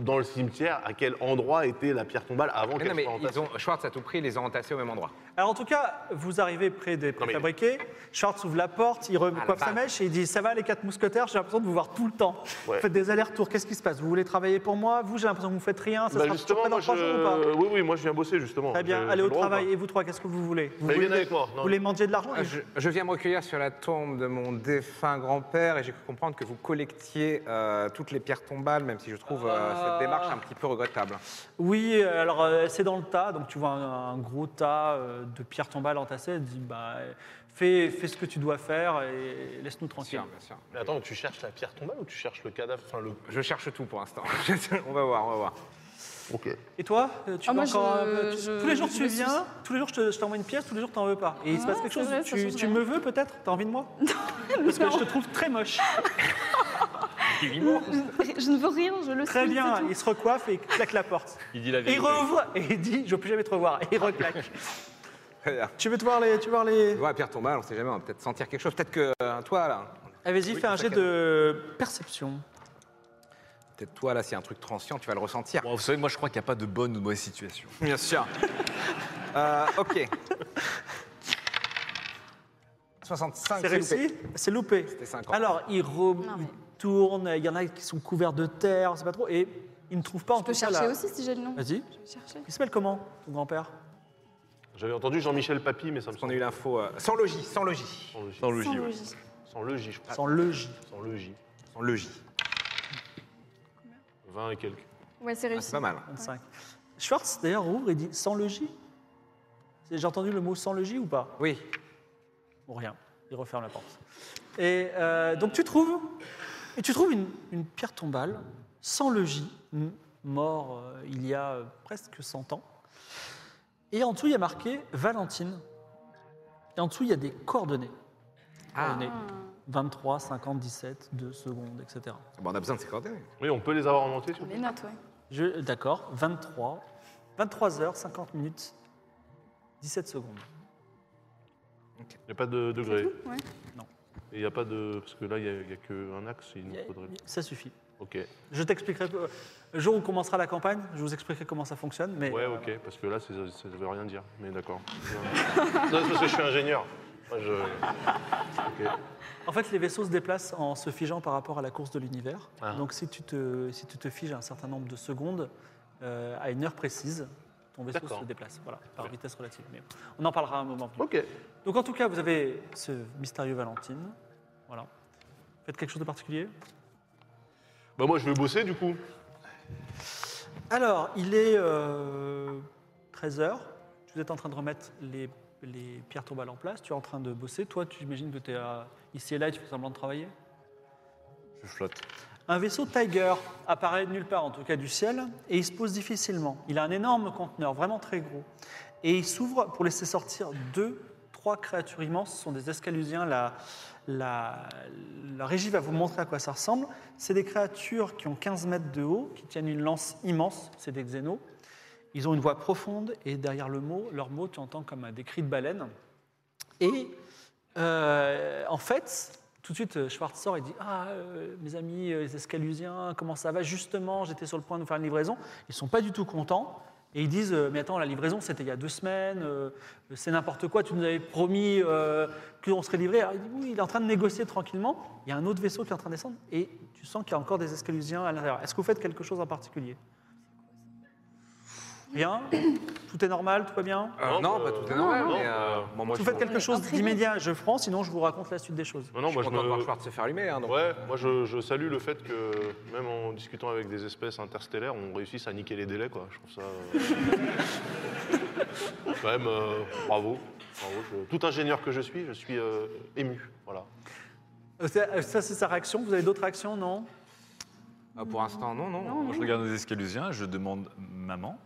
Speaker 3: dans le cimetière, à quel endroit était la pierre tombale avant
Speaker 4: Mais
Speaker 3: qu'elle
Speaker 4: non, mais
Speaker 3: soit
Speaker 4: ils
Speaker 3: entassée
Speaker 4: ont, Schwartz, à tout prix, les a entassés au même endroit.
Speaker 2: Alors en tout cas, vous arrivez près des
Speaker 3: mais- Ah,
Speaker 2: préfabriqués, Schwartz ouvre la porte, il
Speaker 4: la
Speaker 2: recoiffe sa
Speaker 4: vache.
Speaker 2: mèche et il dit « Ça va les quatre mousquetaires, j'ai l'impression de vous voir tout le temps.
Speaker 3: Ouais.
Speaker 2: Vous faites des allers-retours, qu'est-ce qui se passe Vous voulez travailler pour moi Vous, j'ai l'impression que vous faites rien, ça sera
Speaker 3: Bah,
Speaker 2: toujours
Speaker 3: justement,
Speaker 2: pas dans
Speaker 3: moi,
Speaker 2: trois jours ou pas
Speaker 3: je... Oui, oui, moi je viens bosser justement.
Speaker 2: Très bien,
Speaker 3: J'ai-
Speaker 2: allez
Speaker 3: j'ai
Speaker 2: au
Speaker 3: le droit ou
Speaker 2: travail.
Speaker 3: pas
Speaker 2: Et vous trois, qu'est-ce que vous voulez Vous
Speaker 3: Mais
Speaker 2: voulez,
Speaker 3: viens avec moi, non.
Speaker 2: vous voulez manger de l'argent
Speaker 4: Ah, Je, je viens me recueillir sur la tombe de mon défunt grand-père et j'ai cru comprendre que vous collectiez euh, toutes les pierres tombales, même si je trouve euh,
Speaker 2: Ah.
Speaker 4: cette démarche un petit peu regrettable.
Speaker 2: Oui, euh, alors euh, c'est dans le tas, donc tu vois un, un gros tas euh, de pierres tombales entassées, elle dit bah, fais, fais ce que tu dois faire et laisse-nous tranquille.
Speaker 4: bien sûr.
Speaker 3: Mais attends, tu cherches la pierre tombale ou tu cherches le cadavre Enfin, le.
Speaker 4: Je cherche tout pour l'instant. on va voir, on va voir.
Speaker 3: Ok.
Speaker 2: Et toi, euh, tu
Speaker 5: Ah,
Speaker 2: vas
Speaker 5: moi,
Speaker 2: encore
Speaker 5: je-
Speaker 2: un peu- tu-
Speaker 5: je-
Speaker 2: tous les jours
Speaker 5: je
Speaker 2: tu
Speaker 5: me
Speaker 2: viens,
Speaker 5: soucie.
Speaker 2: tous les jours je te- je t'envoie une pièce, tous les jours t'en veux pas. Et il se
Speaker 5: Ah,
Speaker 2: passe quelque
Speaker 5: c'est
Speaker 2: chose,
Speaker 5: vrai, ça
Speaker 2: tu,
Speaker 5: change
Speaker 2: tu
Speaker 5: rien.
Speaker 2: me veux peut-être T'as envie de moi Parce que je te trouve très moche.
Speaker 5: Je, je ne veux rien, je le sais.
Speaker 2: Très bien, il se recoiffe et claque la porte.
Speaker 6: Il dit la
Speaker 2: Et il
Speaker 6: vérité.
Speaker 2: rouvre et il dit je veux plus jamais te revoir. Et il reclaque.
Speaker 4: Très bien.
Speaker 2: tu veux te voir les. Tu veux voir les...
Speaker 4: Tu vois, la pierre tombale, on sait jamais, on va peut-être sentir quelque chose. Peut-être que euh, toi, là,
Speaker 2: Allez, Ah, vas-y,
Speaker 4: Oui,
Speaker 2: fais un jet
Speaker 4: chacun.
Speaker 2: de perception.
Speaker 4: peut-être toi, là, s'il y a un truc transient, tu vas le ressentir.
Speaker 7: Bon, vous savez, moi je crois qu'il n'y a pas de bonne ou de mauvaise situation.
Speaker 4: Bien sûr. Euh, ok. 65,
Speaker 2: C'est réussi C'est loupé.
Speaker 4: C'était 50.
Speaker 2: Alors, il, re-
Speaker 5: Non, mais-
Speaker 2: il tourne, il y en a qui sont couverts de terre, on sait pas trop, et ils ne trouvent pas en
Speaker 5: Je peux
Speaker 2: tout cas
Speaker 5: chercher
Speaker 2: la-
Speaker 5: aussi si j'ai le nom.
Speaker 2: Vas-y.
Speaker 5: Je vais chercher.
Speaker 2: Il s'appelle comment, ton grand-père
Speaker 3: J'avais entendu Jean-Michel Papy, mais ça me
Speaker 4: On a
Speaker 3: semble.
Speaker 4: eu l'info. euh, sans logis, sans logis.
Speaker 3: Sans logis.
Speaker 7: Dans le
Speaker 5: Sans
Speaker 7: J, ouais.
Speaker 5: logis.
Speaker 3: Sans logis, je crois.
Speaker 2: Sans le J.
Speaker 3: Sans logis.
Speaker 4: Sans logis.
Speaker 3: 20 et quelques.
Speaker 5: Ouais, c'est
Speaker 4: Ah,
Speaker 5: réussi.
Speaker 4: c'est pas mal.
Speaker 2: 25. Schwartz, d'ailleurs, ouvre et dit sans le J C'est- J'ai entendu le mot sans le J ou pas
Speaker 4: Oui.
Speaker 2: Bon, Rien. Il referme la porte. Et euh, donc, tu trouves, et tu trouves une, une pierre tombale sans le J, m- mort euh, il y a euh, presque 100 ans. Et en dessous, il y a marqué Valentine. Et en dessous, il y a des coordonnées.
Speaker 4: Ah.
Speaker 2: Coordonnées. 23, 50, 17, 2 secondes, etc.
Speaker 4: Bon, Ah bah, on a besoin de ces coordonnées.
Speaker 3: Oui, on peut les avoir remontés. s'il vous
Speaker 5: Les notes, ouais.
Speaker 2: Je- D'accord, 23, 23 heures, 50 minutes, 17 secondes.
Speaker 3: plaît Il n'y a pas de degré. Et
Speaker 5: Ouais.
Speaker 3: il n'y a pas de. Parce que là, il n'y a, qu'un axe, il nous faudrait.
Speaker 2: Ça suffit.
Speaker 3: Ok.
Speaker 2: Je t'expliquerai, euh, le jour où commencera la campagne, je vous expliquerai comment ça fonctionne, mais
Speaker 3: Ouais, ok, parce que là, c'est- ça ne veut rien dire. Mais d'accord. non, c'est parce que je suis ingénieur. Moi, je. Ok.
Speaker 2: en fait les vaisseaux se déplacent en se figeant par rapport à la course de l'univers.
Speaker 3: Ah.
Speaker 2: Donc si tu, te, si tu te figes un certain nombre de secondes, euh, à une heure précise, ton vaisseau
Speaker 3: D'accord.
Speaker 2: se déplace, voilà, par vitesse relative. Mais on en parlera à un moment. plus.
Speaker 3: Ok.
Speaker 2: Donc en tout cas, vous avez ce mystérieux Valentine, voilà. Faites quelque chose de particulier
Speaker 3: Bah, moi, je vais bosser du coup.
Speaker 2: Alors, il est 13h. Vous êtes en train de remettre les, les pierres tombales en place. Tu es en train de bosser. Toi, tu imagines que tu es ici et là et tu fais semblant de travailler
Speaker 7: Je flotte.
Speaker 2: Un vaisseau Tiger apparaît de nulle part, en tout cas du ciel, et il se pose difficilement. Il a un énorme conteneur, vraiment très gros. Et il s'ouvre pour laisser sortir deux, trois créatures immenses. Ce sont des escalusiens. La, la, la régie va vous montrer à quoi ça ressemble. C'est des créatures qui ont 15 mètres de haut, qui tiennent une lance immense. C'est des xénos. Ils ont une voix profonde, et derrière le mot, leur mot, tu entends comme des cris de baleine. Et euh, en fait, tout de suite, euh, Schwartz sort et dit Ah, euh, mes amis, euh, les escalusiens, comment ça va Justement, j'étais sur le point de vous faire une livraison. Ils sont pas du tout contents. Et ils disent euh, Mais attends, la livraison, c'était il y a deux semaines, euh, c'est n'importe quoi, tu nous avais promis euh, qu'on serait livré. Alors il dit Oui, il est en train de négocier tranquillement. Il y a un autre vaisseau qui est en train de descendre et tu sens qu'il y a encore des escalusiens à l'intérieur. Est-ce que vous faites quelque chose en particulier Rien Tout est normal Tout va bien
Speaker 4: Euh,
Speaker 3: Non,
Speaker 4: non,
Speaker 3: bah,
Speaker 4: pas tout est
Speaker 3: non,
Speaker 4: normal,
Speaker 3: non,
Speaker 4: mais euh,
Speaker 3: bah,
Speaker 4: bon, moi,
Speaker 2: Si
Speaker 4: je
Speaker 2: vous faites
Speaker 4: suis
Speaker 2: quelque
Speaker 5: Oui,
Speaker 2: chose
Speaker 5: intrigué.
Speaker 2: d'immédiat, je prends, sinon je vous raconte la suite des choses.
Speaker 3: Non, non, moi, je
Speaker 4: content de voir
Speaker 3: me.
Speaker 4: Schwartz se faire allumer. hein, donc.
Speaker 3: Ouais, moi je, je salue le fait que même en discutant avec des espèces interstellaires, on réussisse à niquer les délais, quoi. Je trouve ça. euh, Quand même, euh, bravo. bravo. Je- Tout ingénieur que je suis, je suis euh, ému. Voilà.
Speaker 2: Euh, c'est- euh, Ça, c'est sa réaction. Vous avez d'autres réactions, non
Speaker 4: Ah, pour l'instant, non, non.
Speaker 5: Non,
Speaker 6: Moi, je regarde les escalusiens, je demande maman.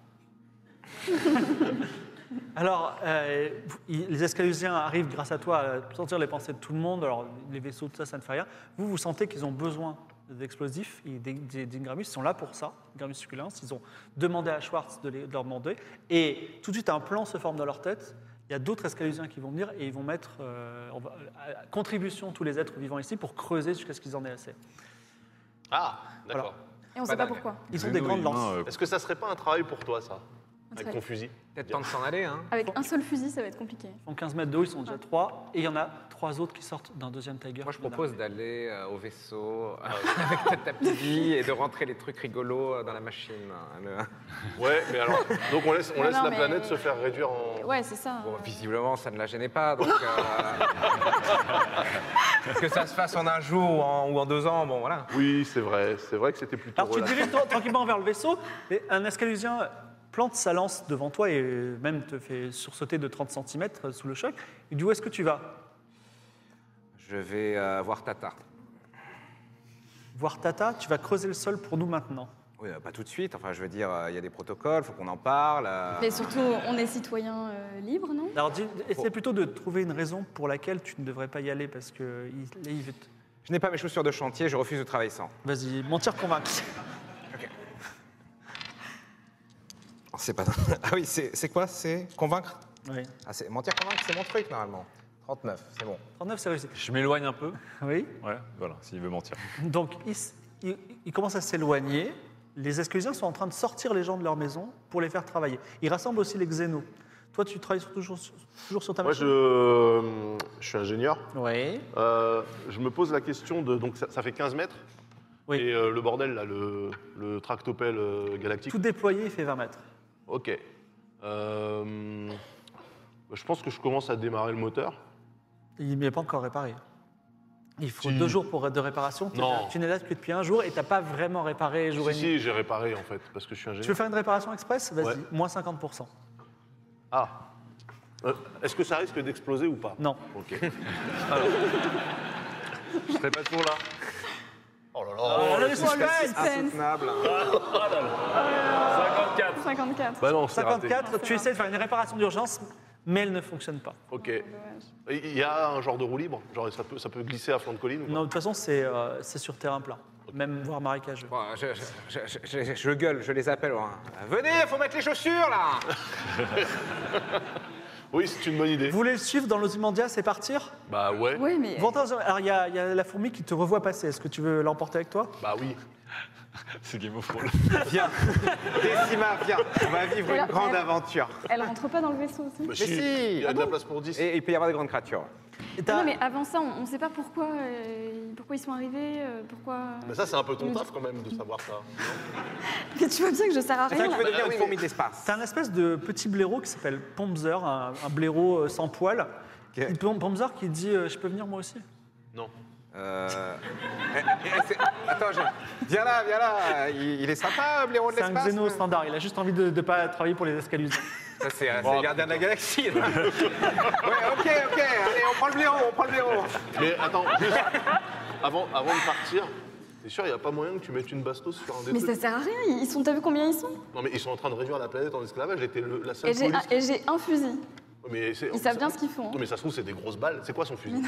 Speaker 2: Alors, euh, il- les escalusiens arrivent grâce à toi à sentir les pensées de tout le monde. Alors, les vaisseaux, tout ça, ça ne fait rien. Vous, vous sentez qu'ils ont besoin d'explosifs. Et des, des, des Ingramus sont là pour ça, Ingramus succulents. Ils ont demandé à Schwartz de, les- de leur demander. Et tout de suite, un plan se forme dans leur tête. il y a d'autres escalusiens qui vont venir et ils vont mettre euh, on va- à- à contribution tous les êtres vivants ici pour creuser jusqu'à ce qu'ils en aient assez.
Speaker 3: Ah, d'accord.
Speaker 5: Et on sait pas pourquoi.
Speaker 2: Ils ont des grandes
Speaker 7: euh,
Speaker 2: lances.
Speaker 6: euh,
Speaker 3: Est-ce que ça serait pas un travail pour toi, ça
Speaker 5: On
Speaker 3: Avec
Speaker 5: serait-
Speaker 3: ton fusil
Speaker 4: Peut-être temps de s'en aller, hein.
Speaker 5: Avec un seul fusil, ça va être compliqué.
Speaker 2: Ils font 15 mètres de haut, ils sont déjà trois. Et il y en a trois autres qui sortent d'un deuxième Tiger.
Speaker 4: Moi, je
Speaker 2: qui vient
Speaker 4: propose
Speaker 2: d'arriver.
Speaker 4: d'aller euh, au vaisseau
Speaker 3: Ah
Speaker 4: euh, avec ta tapis et de rentrer les trucs rigolos euh, dans la machine. hein, le-
Speaker 3: Ouais, mais alors. Donc on laisse, on
Speaker 5: Non,
Speaker 3: laisse
Speaker 5: non,
Speaker 3: la
Speaker 5: mais-
Speaker 3: planète se faire réduire en.
Speaker 5: Ouais, c'est ça.
Speaker 3: Ah.
Speaker 5: hein.
Speaker 4: Bon, visiblement, ça ne la gênait pas. Donc, euh, que ça se fasse en un jour ou en, ou en deux ans, bon, voilà.
Speaker 3: Oui, c'est vrai, c'est vrai que c'était plutôt.
Speaker 2: Alors tu te
Speaker 3: relax.
Speaker 2: diriges tra- tranquillement vers le vaisseau et un escalusien plante sa lance devant toi et même te fait sursauter de 30 cm sous le choc. Il dit où est-ce que tu vas
Speaker 4: Je vais euh, voir Tata.
Speaker 2: Voir Tata, tu vas creuser le sol pour nous maintenant.
Speaker 4: Oui, euh, pas tout de suite. Enfin, je veux dire, euh, il y a des protocoles, faut qu'on en parle. euh.
Speaker 5: Mais surtout, on est citoyen euh, libre, non
Speaker 2: Alors dis- essaie plutôt de trouver une raison pour laquelle tu ne devrais pas y aller parce que il- il veut te-
Speaker 4: Je n'ai pas mes chaussures de chantier, je refuse de travailler sans.
Speaker 2: Vas-y, mentir convaincre.
Speaker 4: Oh, C'est pas. ah oui, c'est c'est quoi C'est convaincre
Speaker 2: Oui.
Speaker 4: ah, c'est- Mentir, convaincre, c'est mon truc normalement. 39, c'est bon.
Speaker 2: 39, c'est réussi.
Speaker 7: Je m'éloigne un peu.
Speaker 2: Oui.
Speaker 7: Ouais, voilà, s'il veut mentir.
Speaker 2: Donc, ils, ils- ils commencent à s'éloigner. Les escalusiens sont en train de sortir les gens de leur maison pour les faire travailler. Ils rassemblent aussi les xénos. Toi, tu travailles sur- toujours, sur- toujours sur ta
Speaker 3: Moi,
Speaker 2: machine
Speaker 3: je, je suis ingénieur.
Speaker 2: Oui.
Speaker 3: Euh, je me pose la question de. Donc, ça, ça fait 15 mètres.
Speaker 2: Oui.
Speaker 3: Et euh, le bordel, là, le, le tractopelle euh, galactique.
Speaker 2: Tout déployé, il fait 20 mètres.
Speaker 3: Ok. Euh, je pense que je commence à démarrer le moteur.
Speaker 2: Il n'est pas encore réparé. Il faut
Speaker 3: Si.
Speaker 2: deux jours pour, de réparation. Tu-
Speaker 3: Non.
Speaker 2: Tu n'es là que depuis un jour et tu n'as pas vraiment réparé jour
Speaker 3: Si,
Speaker 2: et nuit.
Speaker 3: si, j'ai réparé, en fait, parce que je suis
Speaker 2: Tu veux
Speaker 3: ingénieur.
Speaker 2: faire une réparation express Vas-y,
Speaker 3: Ouais.
Speaker 2: moins 50%.
Speaker 3: Ah. Euh, Est-ce que ça risque d'exploser ou pas
Speaker 2: Non.
Speaker 3: Ok.
Speaker 7: Je serai pas toujours là.
Speaker 3: Oh là là.
Speaker 2: Oh, le
Speaker 5: suspense.
Speaker 4: Insoutenable.
Speaker 7: 54
Speaker 5: 54.
Speaker 3: Bah non, c'est raté.
Speaker 2: 54, tu essaies de faire une réparation d'urgence, mais elle ne fonctionne pas.
Speaker 3: Ok. Il y a un genre de roue libre Genre, ça peut, ça peut glisser à flanc de colline ou pas
Speaker 2: Non, de toute façon, c'est euh, c'est sur terrain plat, même voire marécageux.
Speaker 4: Bon, je, je- je- je- je- je gueule, je les appelle. hein. Venez, faut mettre les chaussures là
Speaker 3: Oui, c'est une bonne idée.
Speaker 2: Vous voulez le suivre dans l'osimandias et partir
Speaker 3: Bah ouais.
Speaker 5: Oui, mais.
Speaker 2: Vous rentrez dans- Alors, il y, a- il y a la fourmi qui te revoit passer. Est-ce que tu veux l'emporter avec toi
Speaker 3: Bah oui.
Speaker 7: C'est Game of Thrones.
Speaker 4: Viens, Décima, viens, on va vivre une
Speaker 5: Alors,
Speaker 4: grande
Speaker 5: elle-
Speaker 4: aventure.
Speaker 5: Elle rentre pas dans le vaisseau aussi
Speaker 3: Mais
Speaker 4: si.
Speaker 3: Il y a
Speaker 4: Ah
Speaker 3: de la
Speaker 4: bon
Speaker 3: place pour 10.
Speaker 4: Et il peut y avoir des grandes créatures.
Speaker 2: Et t'as-
Speaker 5: Non, mais avant ça, on, on sait pas pourquoi, euh, pourquoi ils sont arrivés, euh, pourquoi.
Speaker 3: Mais Bah, ça, c'est un peu ton taf quand même de savoir ça.
Speaker 5: Mais tu vois bien que je sers à
Speaker 4: C'est vrai
Speaker 5: rien.
Speaker 4: que
Speaker 5: là.
Speaker 4: tu peux devenir
Speaker 3: oui,
Speaker 4: une fourmi de l'espace.
Speaker 2: T'as un espèce de petit blaireau qui s'appelle Pompzer, un, un blaireau euh, sans poil.
Speaker 4: Ok.
Speaker 2: Il- Pom- Pompzer qui dit euh, Je peux venir moi aussi
Speaker 3: Non.
Speaker 4: Euh, eh, eh, c'est- Attends, je- viens là, viens là. Il, il est sympa, Bléron de
Speaker 2: C'est un
Speaker 4: l'espace.
Speaker 2: xéno standard, il a juste envie de ne pas travailler pour les escalusiens.
Speaker 4: Ça, C'est c'est le gardien de la galaxie. là. ouais, ok, ok. Allez, on prend le Bléron, on prend le Bléron.
Speaker 3: Mais attends, juste avant, avant de partir, t'es sûr, il n'y a pas moyen que tu mettes une bastos sur un des
Speaker 5: Mais ça
Speaker 3: trucs
Speaker 5: sert à rien, ils- ils sont, t'as vu combien ils sont
Speaker 3: Non, mais ils sont en train de réduire la planète en esclavage. J'étais le- la seule
Speaker 5: Et j'ai
Speaker 3: police.
Speaker 5: un- Et j'ai un fusil.
Speaker 3: Mais c'est-
Speaker 5: Ils savent bien ce qu'ils font. hein.
Speaker 3: Non, mais ça se trouve, c'est des grosses balles. C'est quoi son fusil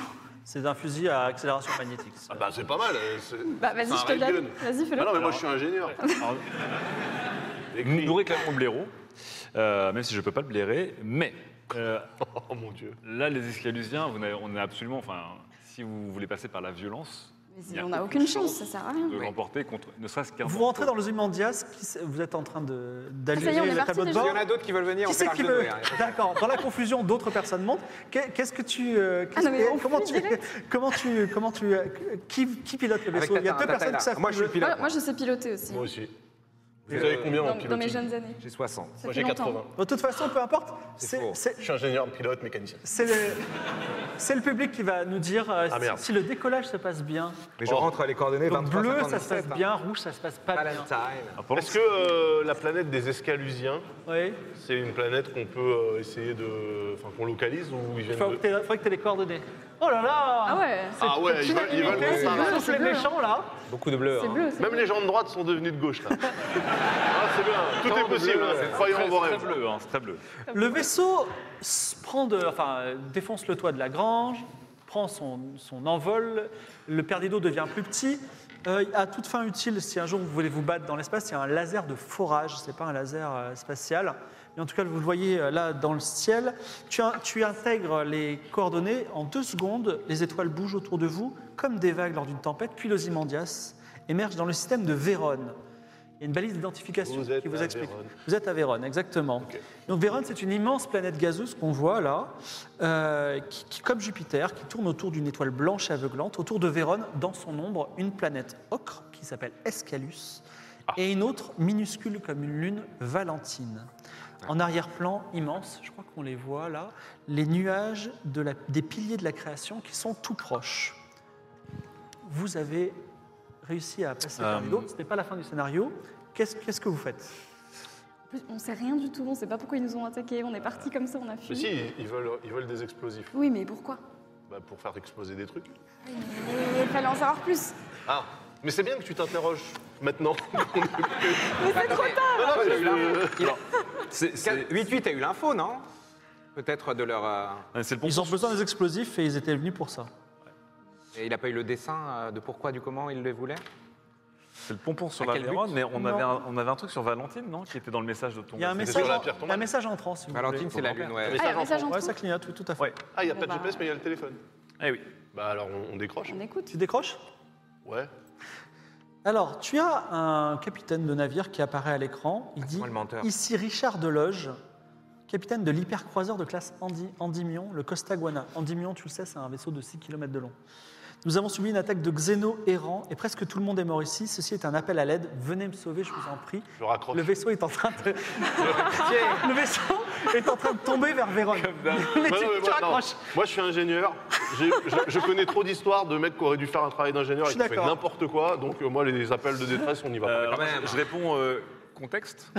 Speaker 2: C'est un fusil à accélération magnétique.
Speaker 3: Ah bah, c'est pas mal. euh, c'est-
Speaker 5: Bah, vas-y,
Speaker 3: c'est un
Speaker 5: je te le donne.
Speaker 3: railgun.
Speaker 5: Vas-y, fais-le.
Speaker 3: Bah non, mais moi, je suis ingénieur.
Speaker 7: Nous nous réclamons Blaireau, euh, même si je peux pas le blairer, mais euh,
Speaker 3: Oh mon dieu.
Speaker 7: là, les escalusiens, vous n'avez- on est absolument. Enfin, si vous voulez passer par la violence,
Speaker 5: Mais
Speaker 7: Il y
Speaker 5: si,
Speaker 7: a
Speaker 5: on n'a
Speaker 7: aucune
Speaker 5: aucune chance,
Speaker 7: chance.
Speaker 5: ça sert à rien.
Speaker 7: de l'emporter contre ne serait-ce qu'un.
Speaker 2: Vous rentrez dans l'osimandias, qui s- vous êtes en train de-
Speaker 5: Ah, ça y est, on
Speaker 2: d'allumer
Speaker 5: est
Speaker 2: le
Speaker 5: parti
Speaker 2: tableau de
Speaker 5: déjà
Speaker 4: Il y
Speaker 2: bord.
Speaker 4: en a d'autres qui veulent
Speaker 2: Qui
Speaker 4: venir. on fait
Speaker 2: c'est
Speaker 4: marche
Speaker 2: qui
Speaker 4: de
Speaker 2: veut
Speaker 4: deux, hein.
Speaker 2: D'accord. Dans la confusion, d'autres personnes montent. Qu'est- Qu'est-ce que tu euh, qu'est-ce
Speaker 5: Ah non, mais
Speaker 2: que-
Speaker 5: on
Speaker 2: comment,
Speaker 5: fuit
Speaker 2: tu,
Speaker 5: direct.
Speaker 2: comment tu comment tu euh, qui, qui pilote le
Speaker 4: Avec
Speaker 2: vaisseau Il y a
Speaker 4: Tata,
Speaker 2: deux
Speaker 4: Tata est
Speaker 2: personnes
Speaker 4: là.
Speaker 2: qui savent.
Speaker 4: Moi, je suis
Speaker 2: pilote.
Speaker 4: pilote.
Speaker 5: Moi, moi, je sais piloter aussi.
Speaker 3: Moi aussi. Vous
Speaker 4: Euh,
Speaker 3: savez combien en
Speaker 5: Dans, dans mes
Speaker 3: pilote
Speaker 5: jeunes années.
Speaker 4: J'ai 60.
Speaker 5: Ça
Speaker 3: Moi,
Speaker 5: fait
Speaker 3: j'ai
Speaker 5: longtemps.
Speaker 3: 80.
Speaker 2: De toute façon, peu importe. C'est
Speaker 4: faux.
Speaker 2: c'est-
Speaker 3: Je suis ingénieur, pilote, mécanicien.
Speaker 2: c'est le c'est le public qui va nous dire euh,
Speaker 3: Ah,
Speaker 2: si-
Speaker 3: merde.
Speaker 2: si, le décollage se passe bien.
Speaker 4: Mais je
Speaker 3: Oh.
Speaker 4: rentre les coordonnées
Speaker 2: Donc
Speaker 4: 23,
Speaker 2: bleu, ça se
Speaker 4: 57,
Speaker 2: passe
Speaker 4: hein.
Speaker 2: bien. Rouge, ça se passe pas bien.
Speaker 4: Valentine.
Speaker 7: Ah,
Speaker 3: Est-ce que euh, la planète des Escalusiens,
Speaker 2: Oui.
Speaker 3: c'est une planète qu'on peut euh, essayer de. Enfin, qu'on localise ou ils
Speaker 2: Il
Speaker 3: viennent
Speaker 2: faut
Speaker 3: de.
Speaker 2: que t'aies- faut que t'aies les coordonnées. Oh là là.
Speaker 5: Ah ouais.
Speaker 3: Ah ouais, ils veulent, ils veulent qu'on
Speaker 5: c'est
Speaker 3: s'arrête.
Speaker 5: bleu,
Speaker 2: Sauf les
Speaker 5: bleu, hein.
Speaker 2: méchants là.
Speaker 4: Beaucoup de bleu.
Speaker 5: C'est
Speaker 4: hein.
Speaker 5: bleu, c'est
Speaker 3: Même les gens de droite sont devenus de gauche, là. ah, c'est bien, tout
Speaker 7: Tant
Speaker 3: est
Speaker 7: de
Speaker 3: possible,
Speaker 7: bleu,
Speaker 3: hein.
Speaker 7: c'est
Speaker 3: croyons
Speaker 7: très,
Speaker 3: en vos
Speaker 7: c'est
Speaker 3: rêves.
Speaker 7: très bleu, hein, c'est très bleu.
Speaker 2: Le vaisseau s- prend de, enfin, euh, défonce le toit de la grange, prend son, son envol, le perdido devient plus petit. Euh, à toute fin utile, si un jour vous voulez vous battre dans l'espace, il y a un laser de forage, c'est pas un laser euh, spatial, Et en tout cas, vous le voyez euh, là dans le ciel. Tu, in- tu intègres les coordonnées. En deux secondes, les étoiles bougent autour de vous comme des vagues lors d'une tempête. Puis l'Ozymandias émerge dans le système de Vérone. Il y a une balise d'identification
Speaker 3: Vous êtes
Speaker 2: qui vous
Speaker 3: à
Speaker 2: explique.
Speaker 3: Vérone.
Speaker 2: Vous êtes à Vérone, exactement. Donc Vérone, c'est une immense planète gazeuse qu'on voit là, euh, qui, qui, comme Jupiter, qui tourne autour d'une étoile blanche aveuglante. Autour de Vérone, dans son ombre, une planète ocre qui s'appelle Escalus et une autre minuscule comme une lune, Valentine. En arrière-plan, immense, je crois qu'on les voit là, les nuages de la- des piliers de la création qui sont tout proches. Vous avez réussi à passer par les
Speaker 6: Euh,
Speaker 2: dos, ce n'est pas la fin du scénario. Qu'est-ce qu'est-ce que vous faites
Speaker 5: En plus, On sait rien du tout, on sait pas pourquoi ils nous ont attaqués, on est parti comme ça, on a
Speaker 3: Mais
Speaker 5: fui.
Speaker 3: si, ils- ils veulent, ils veulent des explosifs
Speaker 5: Oui, mais pourquoi
Speaker 3: Bah, pour faire exploser des trucs.
Speaker 5: Il fallait en savoir plus.
Speaker 3: Ah, mais c'est bien que tu t'interroges maintenant.
Speaker 5: Mais c'est trop tard
Speaker 4: Ah,
Speaker 3: Non, non, mais je-
Speaker 6: C'est c'est-
Speaker 4: 8-8 a eu l'info, non Peut-être de leur. euh,
Speaker 6: ouais, c'est le bon
Speaker 2: Ils ont besoin des explosifs et ils étaient venus pour ça.
Speaker 4: Et il n'a pas eu le dessin euh, de pourquoi, du comment il le voulait
Speaker 6: C'est le pompon sur
Speaker 4: À
Speaker 6: la
Speaker 4: quel but
Speaker 6: Vérone, mais on
Speaker 2: Non.
Speaker 6: avait, un, on avait un truc sur Valentine, non Qui était dans le message de ton.
Speaker 2: Il y a un
Speaker 6: c'était
Speaker 2: message,
Speaker 3: bah, sur la
Speaker 2: en-
Speaker 3: pierre
Speaker 2: il y a un
Speaker 3: tombale.
Speaker 2: message entrant, si vous
Speaker 4: Valentine,
Speaker 2: voulez.
Speaker 4: c'est la lune, ouais.
Speaker 3: Mais
Speaker 5: Ah, il y a un
Speaker 3: ça,
Speaker 5: message
Speaker 3: j'en
Speaker 5: en
Speaker 2: Ouais,
Speaker 5: dessous.
Speaker 2: ça clignote, oui, tout à fait.
Speaker 6: Ouais.
Speaker 3: Ah, il n'y a
Speaker 5: Bon,
Speaker 3: pas de
Speaker 5: bah.
Speaker 3: GPS, mais il y a le téléphone.
Speaker 6: Eh oui.
Speaker 3: Bah alors, on, on décroche.
Speaker 5: On écoute.
Speaker 2: Tu décroches
Speaker 3: Ouais.
Speaker 2: Alors, tu as un capitaine de navire qui apparaît à l'écran. Il
Speaker 4: Ah, c'est
Speaker 2: dit
Speaker 4: moi le menteur.
Speaker 2: Ici Richard Deloge, capitaine de l'hypercroiseur de classe Andi- Endymion, le Costaguana. Endymion, tu le sais, c'est un vaisseau de 6 km de long. Nous avons subi une attaque de xénos errants et presque tout le monde est mort ici. Ceci est un appel à l'aide. Venez me sauver, je vous en prie.
Speaker 3: Je raccroche.
Speaker 2: Le vaisseau est en train de. le vaisseau est en train de tomber vers Vérone. Mais
Speaker 3: Ouais,
Speaker 2: tu-
Speaker 3: non, mais
Speaker 2: tu
Speaker 3: moi, non.
Speaker 2: raccroches.
Speaker 3: Moi, je suis ingénieur. J'ai- Je, je connais trop d'histoires de mecs qui auraient dû faire un travail d'ingénieur
Speaker 2: Je
Speaker 3: et
Speaker 2: suis
Speaker 3: qui fait
Speaker 2: d'accord.
Speaker 3: n'importe quoi. Donc, euh, moi, les appels de détresse, on y va.
Speaker 6: Euh,
Speaker 3: pas.
Speaker 6: alors,
Speaker 4: même.
Speaker 6: je réponds euh, contexte.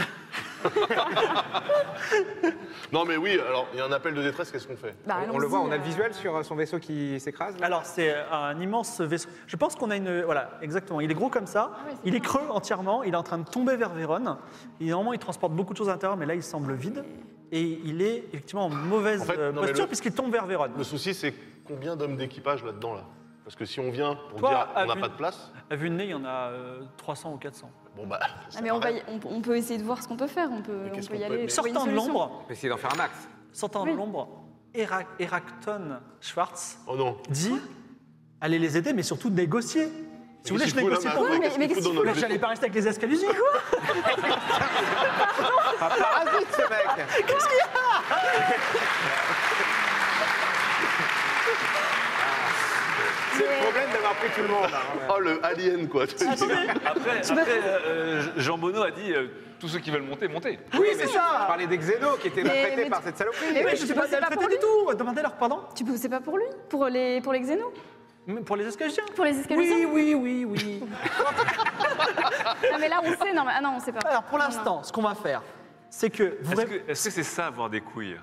Speaker 3: Non, mais oui, alors, il y a un appel de détresse, qu'est-ce qu'on fait
Speaker 5: Bah,
Speaker 4: On le
Speaker 5: allons-y,
Speaker 4: voit, on a
Speaker 5: euh,
Speaker 4: le visuel sur euh, son vaisseau qui s'écrase. là
Speaker 2: Alors, c'est euh, un immense vaisseau. Je pense qu'on a une. Voilà, exactement. Il est gros comme ça.
Speaker 5: Ah ouais, c'est
Speaker 2: il est
Speaker 5: bien.
Speaker 2: creux entièrement. Il est en train de tomber vers Vérone. Et normalement, il transporte beaucoup de choses à l'intérieur, mais là, il semble vide. Et il est effectivement en mauvaise
Speaker 3: En fait,
Speaker 2: euh,
Speaker 3: non, mais
Speaker 2: posture
Speaker 3: le-
Speaker 2: puisqu'il tombe vers Vérone.
Speaker 3: Le souci, c'est combien d'hommes d'équipage là-dedans, là Parce que si on vient pour
Speaker 2: Toi,
Speaker 3: dire
Speaker 2: à
Speaker 3: on n'a
Speaker 2: vue-
Speaker 3: pas de place,
Speaker 2: À vue de nez, il y en a euh, 300 ou 400.
Speaker 3: bon, bah. ça
Speaker 5: Ah, mais on, va
Speaker 3: m'arrête.
Speaker 5: y- on, peut- on peut essayer de voir ce qu'on peut faire, on peut, on
Speaker 3: qu'est-ce
Speaker 5: peut y
Speaker 3: qu'on peut-
Speaker 5: aller.
Speaker 3: mais-
Speaker 5: trouver une
Speaker 2: Sortant de
Speaker 5: solution.
Speaker 2: l'ombre,
Speaker 4: On peut essayer d'en faire un max.
Speaker 2: sortant de
Speaker 5: Oui.
Speaker 2: l'ombre, Héra- Héracton Schwartz
Speaker 3: Oh non.
Speaker 2: dit allez les aider, mais surtout négocier. Si vous voulez, je
Speaker 3: Qu'est-ce qu'il
Speaker 2: négocie
Speaker 3: fout,
Speaker 2: pour
Speaker 3: là,
Speaker 2: vous.
Speaker 5: mais-
Speaker 3: qu'est-ce qu'il
Speaker 5: mais
Speaker 3: fout
Speaker 5: qu'est-ce
Speaker 3: dans
Speaker 5: qu'il
Speaker 3: notre
Speaker 2: Là, j'allais pas rester avec les escalusiers.
Speaker 4: Ah, parasite, ce mec Qu'est-ce qu'il y a C'est le problème d'avoir pris tout le monde.
Speaker 3: vaisseau Oh, le alien, quoi. Tu vois,
Speaker 6: Après, après, euh, Jean Bonneau a dit euh, tous ceux qui veulent monter, montez.
Speaker 4: Oui, mais ça Je parlais des Xénos qui étaient
Speaker 5: Mais-
Speaker 4: maltraités
Speaker 5: mais
Speaker 4: par
Speaker 5: tu-
Speaker 4: cette saloperie.
Speaker 5: Mais
Speaker 2: Mais
Speaker 5: oui,
Speaker 2: je
Speaker 5: tu
Speaker 2: sais pas
Speaker 5: bossais pas
Speaker 2: traiter
Speaker 5: pour
Speaker 2: du
Speaker 5: lui
Speaker 2: tout. Oh, Demandez leur pardon.
Speaker 5: Tu bossais pas pour lui Pour les, pour les xénos
Speaker 2: Mais Pour les escalusiers
Speaker 5: Pour les escalopins
Speaker 2: Oui, oui, oui, oui.
Speaker 5: Ah, mais là, on sait, non, mais, ah, non on sait pas.
Speaker 2: Alors pour
Speaker 5: Non, non.
Speaker 2: l'instant, ce qu'on va faire, c'est que, vous
Speaker 6: Est-ce que est-ce que c'est ça avoir des couilles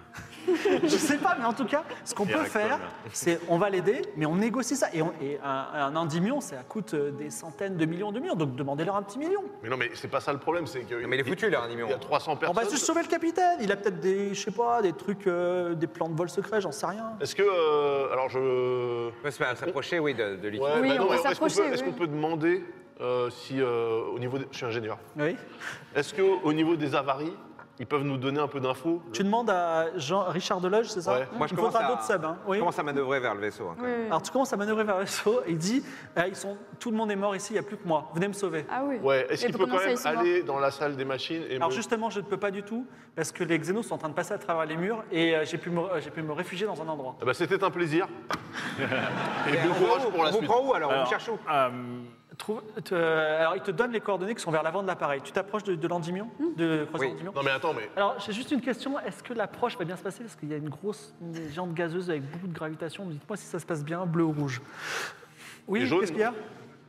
Speaker 2: je sais pas, mais en tout cas, ce qu'on peut
Speaker 6: Direct,
Speaker 2: faire,
Speaker 6: voilà.
Speaker 2: c'est on va l'aider, mais on négocie ça. Et, on- et un, un endymion, ça coûte euh, des centaines de millions de millions, donc demandez-leur un petit million.
Speaker 3: Mais non, mais c'est pas ça le problème, c'est que.
Speaker 4: Non, mais il est foutu, leur
Speaker 3: Il
Speaker 4: animaux.
Speaker 3: y a 300
Speaker 2: On
Speaker 3: personnes.
Speaker 2: va juste sauver le capitaine. Il a peut-être des, je sais pas, des trucs, euh, des plans de vol secrets, j'en sais rien.
Speaker 3: Est-ce que. euh, alors, je.
Speaker 4: On peut se- s'approcher, oui, de, de l'issue.
Speaker 3: Ouais,
Speaker 5: Oui,
Speaker 3: bah
Speaker 5: on
Speaker 3: non, alors,
Speaker 5: va
Speaker 3: Est-ce qu'on peut,
Speaker 5: s'approcher,
Speaker 3: est-ce
Speaker 5: oui.
Speaker 3: qu'on peut demander euh, si, euh, au niveau. des- Je suis ingénieur.
Speaker 2: Oui.
Speaker 3: Est-ce qu'au niveau des avaries, ils peuvent nous donner un peu d'infos
Speaker 2: Tu demandes à Jean Richard Deloge, c'est ça
Speaker 3: Ouais.
Speaker 4: Moi, je
Speaker 2: Il
Speaker 4: commence,
Speaker 2: faudra
Speaker 4: à,
Speaker 2: d'autres subs. hein.
Speaker 4: je
Speaker 2: Oui.
Speaker 4: commence à manœuvrer vers le vaisseau. hein, quand
Speaker 5: Oui,
Speaker 4: même.
Speaker 5: oui.
Speaker 2: Alors tu commences à manœuvrer vers le vaisseau et il dit, Ah, ils sont, tout le monde est mort ici, il n'y a plus que moi. Venez me sauver.
Speaker 5: Ah oui.
Speaker 3: Ouais, est-ce
Speaker 5: Mais
Speaker 3: qu'il peut
Speaker 5: comment
Speaker 3: quand
Speaker 5: ça,
Speaker 3: même
Speaker 5: ils sont
Speaker 3: aller dans la salle des machines et
Speaker 2: Alors
Speaker 3: me-
Speaker 2: justement, je ne peux pas du tout, parce que les xénos sont en train de passer à travers les murs et euh, j'ai pu, me- euh, j'ai pu me réfugier dans un endroit.
Speaker 3: Ah bah, C'était un plaisir. et
Speaker 4: Et
Speaker 3: bon
Speaker 4: on va
Speaker 3: courage
Speaker 4: où
Speaker 3: pour la
Speaker 4: on vous
Speaker 3: suite.
Speaker 4: prend où alors, On
Speaker 6: Alors,
Speaker 4: vous cherche où
Speaker 6: euh,
Speaker 2: Trouve- te- euh, alors il te donne les coordonnées qui sont vers l'avant de l'appareil. Tu t'approches de, de l'Endymion,
Speaker 4: Hmm.
Speaker 2: de croiseur
Speaker 4: Oui.
Speaker 2: Endymion
Speaker 3: Non, mais attends, mais.
Speaker 2: Alors j'ai juste une question, est-ce que l'approche va bien se passer Parce qu'il y a une grosse une géante gazeuse avec beaucoup de gravitation. Dites-moi si ça se passe bien, bleu ou rouge.
Speaker 3: Et
Speaker 2: Oui,
Speaker 3: jaune,
Speaker 2: qu'est-ce qu'il y a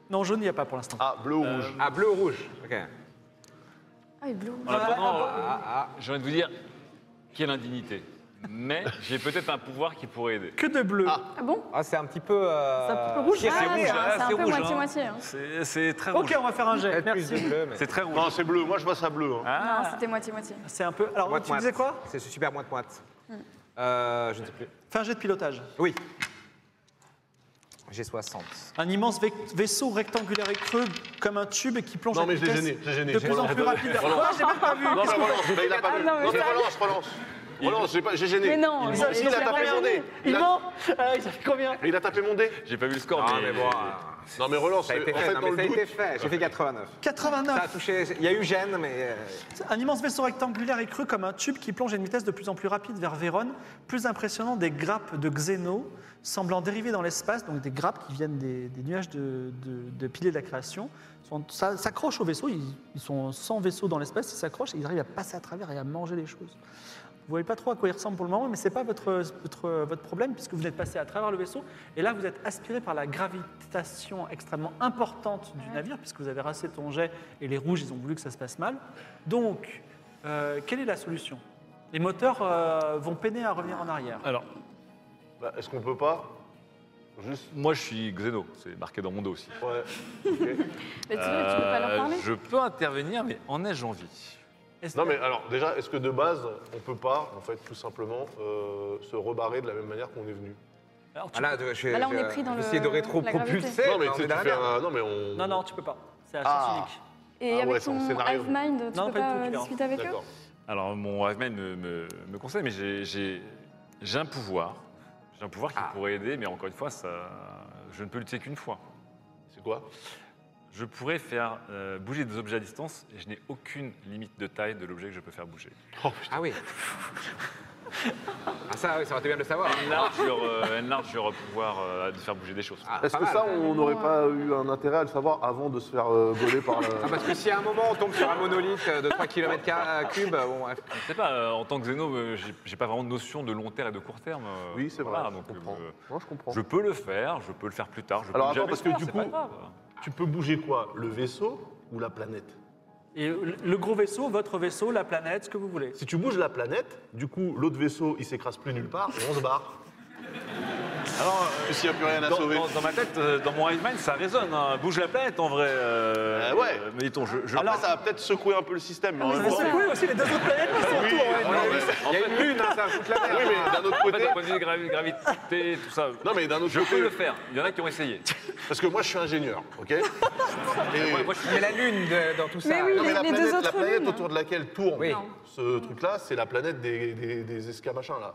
Speaker 2: Non, jaune, il n'y a pas pour l'instant.
Speaker 3: Ah, bleu ou rouge
Speaker 4: Ah, bleu ou rouge Ok.
Speaker 5: Ah, il est bleu.
Speaker 6: en attendant, euh,
Speaker 4: Ah,
Speaker 6: j'ai envie de vous dire quelle indignité. Mais j'ai peut-être un pouvoir qui pourrait aider.
Speaker 2: Que de bleu.
Speaker 5: Ah bon
Speaker 4: ah, c'est un petit peu. euh,
Speaker 2: C'est un petit peu
Speaker 5: rouge.
Speaker 4: chier,
Speaker 5: Ah,
Speaker 4: c'est
Speaker 5: ouais,
Speaker 4: rouge,
Speaker 5: ouais.
Speaker 4: hein.
Speaker 5: c'est un peu
Speaker 6: rouge,
Speaker 5: moitié-moitié, hein.
Speaker 6: C'est- C'est très
Speaker 2: Ok,
Speaker 6: rouge.
Speaker 2: on va faire un jet.
Speaker 4: Peut-être plus
Speaker 2: Merci.
Speaker 4: de bleu, mais.
Speaker 6: C'est très rouge.
Speaker 3: Non, c'est bleu. Moi, je vois ça bleu. hein.
Speaker 5: Non, c'était moitié-moitié.
Speaker 2: C'est un peu... Alors
Speaker 4: Moite,
Speaker 2: tu disais
Speaker 4: moite.
Speaker 2: quoi
Speaker 4: C'est super moite moite. Euh, je ne sais plus.
Speaker 2: Fais un jet de pilotage.
Speaker 4: Oui.
Speaker 8: J'ai 60.
Speaker 2: Un immense vais- vaisseau rectangulaire et creux comme un tube et qui plonge
Speaker 3: Non,
Speaker 2: à
Speaker 3: mais
Speaker 2: une
Speaker 3: je l'ai
Speaker 2: vitesse
Speaker 3: gêné, je l'ai gêné.
Speaker 2: de
Speaker 3: Je
Speaker 2: plus en
Speaker 3: relance.
Speaker 2: plus rapide.
Speaker 3: Je relance.
Speaker 2: Quoi, j'ai même pas vu.
Speaker 3: Non, mais relance, mais il a pas
Speaker 5: Ah,
Speaker 3: vu.
Speaker 5: non, mais
Speaker 3: Je
Speaker 5: ça-
Speaker 3: Relance, relance. Relance, j'ai pas- j'ai
Speaker 5: Mais
Speaker 3: gêné.
Speaker 5: non,
Speaker 3: Ça aussi, il a tapé mon dé.
Speaker 2: Il
Speaker 3: Il a-
Speaker 2: ment. Ah, Il a fait combien
Speaker 3: Il a tapé mon dé.
Speaker 7: J'ai pas vu le score,
Speaker 4: Ah,
Speaker 7: mais,
Speaker 4: mais bon,
Speaker 3: Non, mais relance.
Speaker 4: ça a été
Speaker 3: euh, en
Speaker 4: fait,
Speaker 3: fait,
Speaker 4: non,
Speaker 3: dans
Speaker 4: mais ça
Speaker 3: le
Speaker 4: a été
Speaker 3: doute.
Speaker 4: fait. J'ai fait 89. Ça a
Speaker 2: 89.
Speaker 4: touché. Il y a eu gêne, mais. euh,
Speaker 2: Un immense vaisseau rectangulaire et creux comme un tube qui plonge à une vitesse de plus en plus rapide vers Vérone. Plus impressionnant, des grappes de xéno semblant dériver dans l'espace, donc des grappes qui viennent des, des nuages de, de- de piliers de la création, sont- s'a- s'accrochent au vaisseau. Ils, ils sont 100 vaisseaux dans l'espace, ils s'accrochent et ils arrivent à passer à travers et à manger les choses. Vous voyez pas trop à quoi ils ressemblent pour le moment, mais c'est pas votre, votre, votre problème puisque vous êtes passé à travers le vaisseau et là vous êtes aspiré par la gravitation extrêmement importante du navire puisque vous avez rassé ton jet et les rouges ils ont voulu que ça se passe mal. Donc, euh, quelle est la solution Les moteurs euh, vont peiner à revenir en arrière.
Speaker 7: Alors,
Speaker 3: Bah, Est-ce qu'on peut pas
Speaker 7: juste, moi je suis Xeno, c'est marqué dans mon dos aussi.
Speaker 3: Ouais.
Speaker 5: Mais tu, vois, tu peux pas leur
Speaker 7: Euh,
Speaker 5: parler
Speaker 7: je peux intervenir, mais en ai-je envie
Speaker 2: Est-ce-
Speaker 3: Non mais alors déjà, est-ce que de base, on peut pas en fait tout simplement euh, se rebarrer de la même manière qu'on est venu
Speaker 2: Alors, tu-
Speaker 4: Ah là, je, je,
Speaker 5: Bah là, on
Speaker 4: je-
Speaker 5: est pris dans
Speaker 4: je vais essayer
Speaker 5: le-
Speaker 4: de
Speaker 5: la
Speaker 4: rétro-propulser.
Speaker 5: gravité.
Speaker 3: Non mais
Speaker 4: bah, on
Speaker 3: tu
Speaker 4: est
Speaker 3: sais, tu
Speaker 4: dans la
Speaker 3: fais
Speaker 4: merde.
Speaker 3: un... Non mais on...
Speaker 2: Non, non, tu peux pas. C'est à
Speaker 3: Ah.
Speaker 2: sens unique.
Speaker 5: Et
Speaker 3: Ah ouais,
Speaker 5: avec
Speaker 3: c'est en
Speaker 5: ton
Speaker 3: scénario.
Speaker 5: Hive-Mind, tu
Speaker 2: Non, pas du tout, tu
Speaker 5: peux pas euh,
Speaker 2: verras.
Speaker 5: discuter avec eux
Speaker 3: D'accord.
Speaker 7: Alors, mon Raveman me, me, me conseille, mais j'ai- j'ai j'ai un pouvoir. J'ai un pouvoir qui
Speaker 6: Ah.
Speaker 7: pourrait aider, mais encore une fois, ça, je ne peux l'utiliser qu'une fois.
Speaker 3: C'est quoi
Speaker 7: Je pourrais faire euh, bouger des objets à distance et je n'ai aucune limite de taille de l'objet que je peux faire bouger.
Speaker 2: Oh,
Speaker 4: Ah oui. ah ça, oui, ça aurait été bien de le savoir.
Speaker 7: Enlarge sur, euh, enlarge sur pouvoir euh, de faire bouger des choses.
Speaker 4: Ah,
Speaker 3: Est-ce
Speaker 4: pas
Speaker 3: que
Speaker 4: mal.
Speaker 3: ça, on n'aurait pas eu un intérêt à le savoir avant de se faire euh, gauler par la...
Speaker 4: Ah, parce que si à un moment on tombe sur un monolithe de 3 km euh, cubes, bon, ouais.
Speaker 7: Je sais pas, euh, en tant que Xeno, euh, j'ai- j'ai pas vraiment de notion de long terme et de court terme. euh,
Speaker 3: Oui, c'est
Speaker 7: voilà,
Speaker 3: vrai,
Speaker 7: donc,
Speaker 3: je comprends.
Speaker 7: euh,
Speaker 3: Non, je comprends.
Speaker 7: je peux le faire, je peux le faire plus tard. Je
Speaker 3: Alors,
Speaker 7: peux
Speaker 3: attends,
Speaker 7: jamais
Speaker 3: parce
Speaker 7: le faire,
Speaker 3: que du
Speaker 7: c'est pas
Speaker 3: coup-
Speaker 7: grave.
Speaker 3: Tu peux bouger quoi Le vaisseau ou la planète
Speaker 2: Et le le gros vaisseau, votre vaisseau, la planète, ce que vous voulez.
Speaker 3: Si tu bouges la planète, du coup, l'autre vaisseau, il s'écrase plus nulle part et on se barre.
Speaker 7: Alors, euh,
Speaker 3: S'il n'y a plus rien à
Speaker 7: Dans, dans- dans ma tête, euh, dans mon hive mind, ça résonne. hein. Bouge la planète en vrai. euh,
Speaker 3: Euh, ouais.
Speaker 7: euh, mais dit-on, je. je-
Speaker 3: Alors, ça va peut-être secouer un peu le système, mais en même
Speaker 2: Vous
Speaker 3: temps...
Speaker 2: secouez aussi les deux autres planètes qui sont
Speaker 3: Oui,
Speaker 2: autour. ouais.
Speaker 3: non, mais-
Speaker 4: il y a une lune, hein, ça fout la merde.
Speaker 3: oui, mais d'un autre
Speaker 7: en fait,
Speaker 3: côté...
Speaker 7: d'un point de vue gravi- gravité, tout ça.
Speaker 3: Non, mais d'un autre
Speaker 7: je
Speaker 3: côté- euh,
Speaker 7: peux le faire. Il y en a qui ont essayé.
Speaker 3: Parce que moi, je suis ingénieur, OK Et-
Speaker 7: Ouais, moi, je suis-
Speaker 4: Mais la lune de- dans tout ça.
Speaker 5: Mais oui,
Speaker 3: Non, mais
Speaker 5: les-
Speaker 3: la
Speaker 5: les deux
Speaker 3: planète, la
Speaker 5: autres
Speaker 3: planète
Speaker 5: lunes.
Speaker 3: autour de laquelle tourne
Speaker 4: Oui.
Speaker 3: ce truc-là, c'est la planète des, des, des escamachins, là.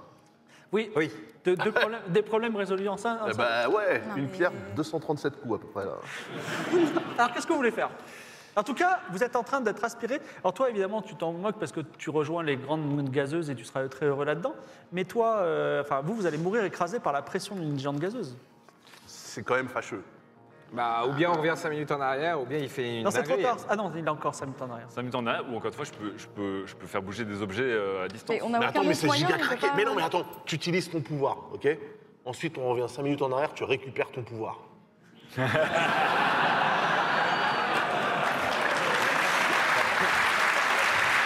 Speaker 2: Oui,
Speaker 4: Oui.
Speaker 2: de- deux problèmes- des problèmes résolus en ça. en
Speaker 3: Eh
Speaker 2: ça.
Speaker 3: bah ouais, une
Speaker 5: Ah, mais-
Speaker 3: pierre, 237 coups à peu près, là.
Speaker 2: Alors, qu'est-ce que vous voulez faire En tout cas, vous êtes en train d'être aspiré. Alors, toi, évidemment, tu t'en moques parce que tu rejoins les grandes mondes gazeuses et tu seras très heureux là-dedans. Mais toi, euh, enfin, vous, vous allez mourir écrasé par la pression d'une géante gazeuse.
Speaker 3: C'est quand même fâcheux.
Speaker 4: Bah, ou bien on revient 5 minutes en arrière, ou bien il fait une.
Speaker 2: Non, c'est trop
Speaker 4: dinguerie.
Speaker 2: tard. Ah non, il a encore 5 minutes en arrière.
Speaker 7: Ça me tente à ou encore une fois, je peux, je peux, je peux faire bouger des objets euh, à distance.
Speaker 5: Mais on a
Speaker 3: Mais
Speaker 5: aucun
Speaker 3: attends, mais
Speaker 5: autre
Speaker 3: c'est
Speaker 5: moyen,
Speaker 3: giga
Speaker 5: on peut
Speaker 3: craqué.
Speaker 5: pas-
Speaker 3: Mais non, mais attends, tu utilises ton pouvoir, ok Ensuite, on revient 5 minutes en arrière, tu récupères ton pouvoir.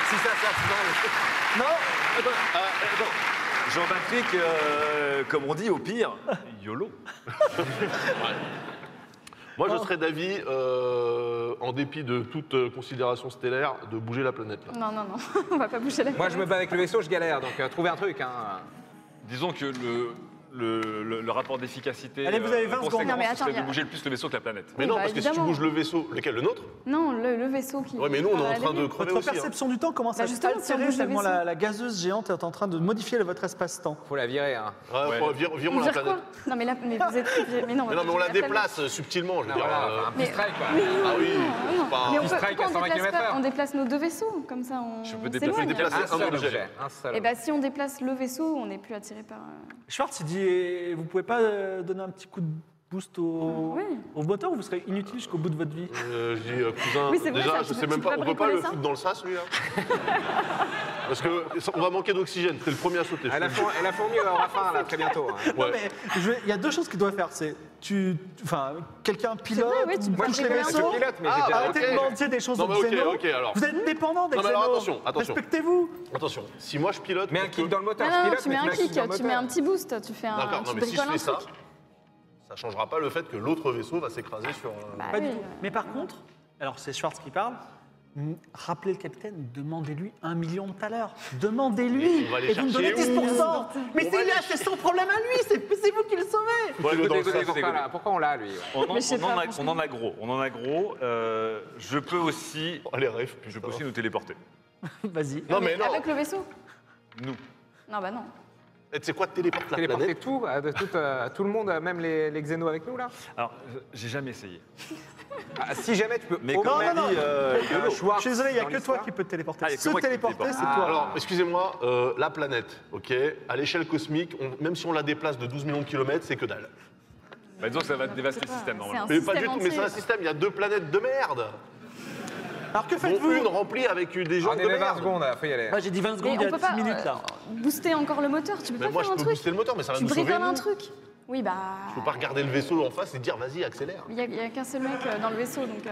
Speaker 4: Si ça sert
Speaker 7: Jean-Patrick, euh, comme on dit, au pire, YOLO.
Speaker 3: Moi,
Speaker 5: Oh.
Speaker 3: je serais d'avis, euh, en dépit de toute euh, considération stellaire, de bouger la planète. Là.
Speaker 5: Non, non, non, on va pas bouger la
Speaker 4: Moi, je me bats avec le vaisseau, je galère, donc euh, trouvez un truc. Hein.
Speaker 7: Disons que le. Le, le- le rapport d'efficacité. euh,
Speaker 2: Allez, vous avez 20
Speaker 7: conséquence,
Speaker 2: secondes.
Speaker 5: Non, mais attends,
Speaker 7: serait
Speaker 5: il y
Speaker 7: de
Speaker 5: a-
Speaker 7: bouger le plus le vaisseau que la planète.
Speaker 3: Mais
Speaker 5: Oui,
Speaker 3: non,
Speaker 5: bah,
Speaker 3: parce que si tu
Speaker 5: évidemment.
Speaker 3: bouges le vaisseau, lequel le nôtre
Speaker 5: Non, le, le vaisseau qui.
Speaker 3: Ouais, mais nous, on est en train de crever
Speaker 2: Votre
Speaker 3: aussi. hein.
Speaker 2: perception du temps commence
Speaker 5: Bah,
Speaker 2: à
Speaker 5: justement, si on
Speaker 2: s'altérer
Speaker 5: bouge le
Speaker 2: tellement la,
Speaker 5: vaisseau.
Speaker 2: la gazeuse géante est en train de modifier votre espace-temps.
Speaker 4: Faut la virer. Hein.
Speaker 3: Ouais,
Speaker 7: Ouais.
Speaker 3: faut- vir- virons
Speaker 5: Vous
Speaker 3: la
Speaker 5: dire quoi
Speaker 3: planète.
Speaker 5: Non, mais, là, mais vous êtes. Mais non,
Speaker 3: Mais non, mais on la
Speaker 5: planète.
Speaker 3: déplace euh, subtilement, je veux
Speaker 4: Ah,
Speaker 3: dire.
Speaker 4: voilà,
Speaker 3: euh,
Speaker 4: un petit
Speaker 5: Mais-
Speaker 4: strike, quoi.
Speaker 3: Ah oui,
Speaker 5: Non,
Speaker 3: pas un-
Speaker 5: mais on,
Speaker 4: Il
Speaker 5: peut,
Speaker 4: strike à
Speaker 5: pourquoi on
Speaker 4: 120
Speaker 5: déplace
Speaker 4: km/h.
Speaker 5: pas- on déplace nos deux vaisseaux, comme ça on.
Speaker 7: Je peux
Speaker 5: on
Speaker 7: déplacer-
Speaker 5: s'éloigne.
Speaker 7: déplacer-
Speaker 4: Un
Speaker 3: un
Speaker 4: seul
Speaker 3: objet.
Speaker 4: objet. Un seul.
Speaker 5: Eh ben, si on déplace le vaisseau, on n'est plus attiré par. euh,
Speaker 2: Schwartz, il dit eh, Vous pouvez pas euh, donner un petit coup de boost au,
Speaker 5: Oui.
Speaker 2: au moteur ou vous serez inutile jusqu'au bout de votre vie
Speaker 3: Euh, je dis, euh, cousin,
Speaker 5: Oui, c'est vrai,
Speaker 3: déjà,
Speaker 5: ça,
Speaker 3: je
Speaker 5: tu
Speaker 3: sais
Speaker 5: peux-
Speaker 3: même
Speaker 5: tu
Speaker 3: pas,
Speaker 5: peux
Speaker 3: on
Speaker 5: pas
Speaker 3: peut pas le
Speaker 5: bricoler ça
Speaker 3: foutre dans le sas, lui, là Parce que ça- on va manquer d'oxygène, t'es le premier à sauter. je
Speaker 4: Elle a,
Speaker 3: te
Speaker 4: fourni, elle a fourni aura faim, là, très bientôt. hein.
Speaker 3: le dis. Ouais.
Speaker 2: Mais je vais- il y a deux choses qu'il doit faire. C'est tu, enfin, quelqu'un pilote,
Speaker 5: vrai, ouais, tu
Speaker 2: ou
Speaker 5: peux
Speaker 2: touche
Speaker 5: faire
Speaker 2: les
Speaker 5: des
Speaker 4: Je
Speaker 2: vaisseaux.
Speaker 4: pilote, mais
Speaker 3: Ah,
Speaker 4: j'ai déjà.
Speaker 2: Arrêtez de
Speaker 3: ok.
Speaker 2: mentir des choses
Speaker 3: Non,
Speaker 2: aux
Speaker 3: mais ok,
Speaker 2: xénos.
Speaker 3: ok, alors.
Speaker 2: Vous êtes dépendant des
Speaker 3: Non, mais alors,
Speaker 2: xénos.
Speaker 3: attention, attention.
Speaker 2: Respectez-vous.
Speaker 3: Attention, si moi je pilote.
Speaker 4: Mets un
Speaker 3: pour
Speaker 4: kick
Speaker 3: que-
Speaker 4: dans le moteur.
Speaker 5: Ah Non, non,
Speaker 4: je
Speaker 5: non,
Speaker 4: pilote,
Speaker 5: tu mets
Speaker 4: mais
Speaker 5: un
Speaker 4: je mets
Speaker 5: kick,
Speaker 4: dans le
Speaker 5: tu
Speaker 4: moteur.
Speaker 5: mets un petit boost, tu fais un.
Speaker 3: D'accord,
Speaker 5: Ah, tu
Speaker 3: non, mais si je
Speaker 5: bricoles un
Speaker 3: fais ça,
Speaker 5: truc.
Speaker 3: ça changera pas le fait que l'autre vaisseau va s'écraser sur. euh,
Speaker 5: Bah
Speaker 2: Pas
Speaker 5: oui,
Speaker 2: du tout. Mais par contre, alors c'est Schwartz qui parle, Mm, Rappelez le capitaine, demandez-lui un million de talers. Demandez-lui
Speaker 3: On va les
Speaker 2: Et vous me donnez
Speaker 3: chercher
Speaker 2: 10%. Mais c'est là, c'est son problème à lui, c'est c'est vous qui le sauvez.
Speaker 3: Fais-le dans le
Speaker 4: Désolé,
Speaker 3: sas,
Speaker 4: pourquoi,
Speaker 3: Ségolène.
Speaker 4: là- pourquoi on l'a, lui ouais.
Speaker 7: On en,
Speaker 5: Mais je sais
Speaker 7: on en
Speaker 5: pas,
Speaker 7: a,
Speaker 5: franchement.
Speaker 7: on en a gros, on en a gros. euh, je peux aussi,
Speaker 3: Oh, les rêves,
Speaker 7: je
Speaker 3: putain.
Speaker 7: peux aussi nous téléporter.
Speaker 2: Vas-y.
Speaker 3: Non, mais non.
Speaker 5: Avec le vaisseau
Speaker 7: Nous.
Speaker 5: Non, bah non.
Speaker 3: Eh, Tu sais quoi, téléporte la
Speaker 4: Téléporter
Speaker 3: planète.
Speaker 4: tout, euh, de tout, euh, tout le monde, euh, même les, les xénos avec nous, là
Speaker 7: Alors, euh, j'ai jamais essayé.
Speaker 4: Ah, Si jamais tu peux.
Speaker 7: Mais
Speaker 4: au
Speaker 7: quand
Speaker 4: moins-
Speaker 7: même, euh,
Speaker 4: il y a un choix
Speaker 2: Je suis désolé, il n'y a
Speaker 4: dans
Speaker 2: que toi
Speaker 4: l'histoire.
Speaker 2: qui peux te téléporter.
Speaker 7: Ah, il y a que
Speaker 2: Se
Speaker 7: moi qui me
Speaker 2: téléporter,
Speaker 7: téléporte.
Speaker 2: c'est toi.
Speaker 3: Ah, Alors, excusez-moi, euh, la planète, ok À l'échelle cosmique, on- même si on la déplace de 12 millions de kilomètres, c'est que dalle.
Speaker 7: bah, disons que ça va dévaster le
Speaker 5: pas,
Speaker 7: système
Speaker 5: c'est
Speaker 7: normalement.
Speaker 5: un-
Speaker 3: Mais pas
Speaker 5: système
Speaker 3: du tout, mais c'est un
Speaker 5: entier.
Speaker 3: système, il y a deux planètes de merde
Speaker 2: Alors que
Speaker 3: Dont une
Speaker 2: faites-vous
Speaker 3: remplie avec des gens
Speaker 4: On
Speaker 3: de
Speaker 4: est les 20
Speaker 3: merde
Speaker 4: secondes, il faut y aller.
Speaker 2: Moi, J'ai dit 20 secondes,
Speaker 5: Mais
Speaker 2: il y
Speaker 5: on
Speaker 2: a
Speaker 5: peut pas
Speaker 2: 10 minutes là.
Speaker 5: euh, booster encore le moteur. Tu peux
Speaker 3: Mais
Speaker 5: pas
Speaker 3: moi, je
Speaker 5: faire un
Speaker 3: peux
Speaker 5: truc.
Speaker 3: booster le moteur, mais ça va
Speaker 5: Tu
Speaker 3: nous sauver.
Speaker 5: bricoles un
Speaker 3: nous.
Speaker 5: truc. Oui, bah.
Speaker 3: Je peux pas regarder le vaisseau en face et dire vas-y, accélère.
Speaker 5: Il n'y a, qu'un seul mec euh, dans le vaisseau, donc euh,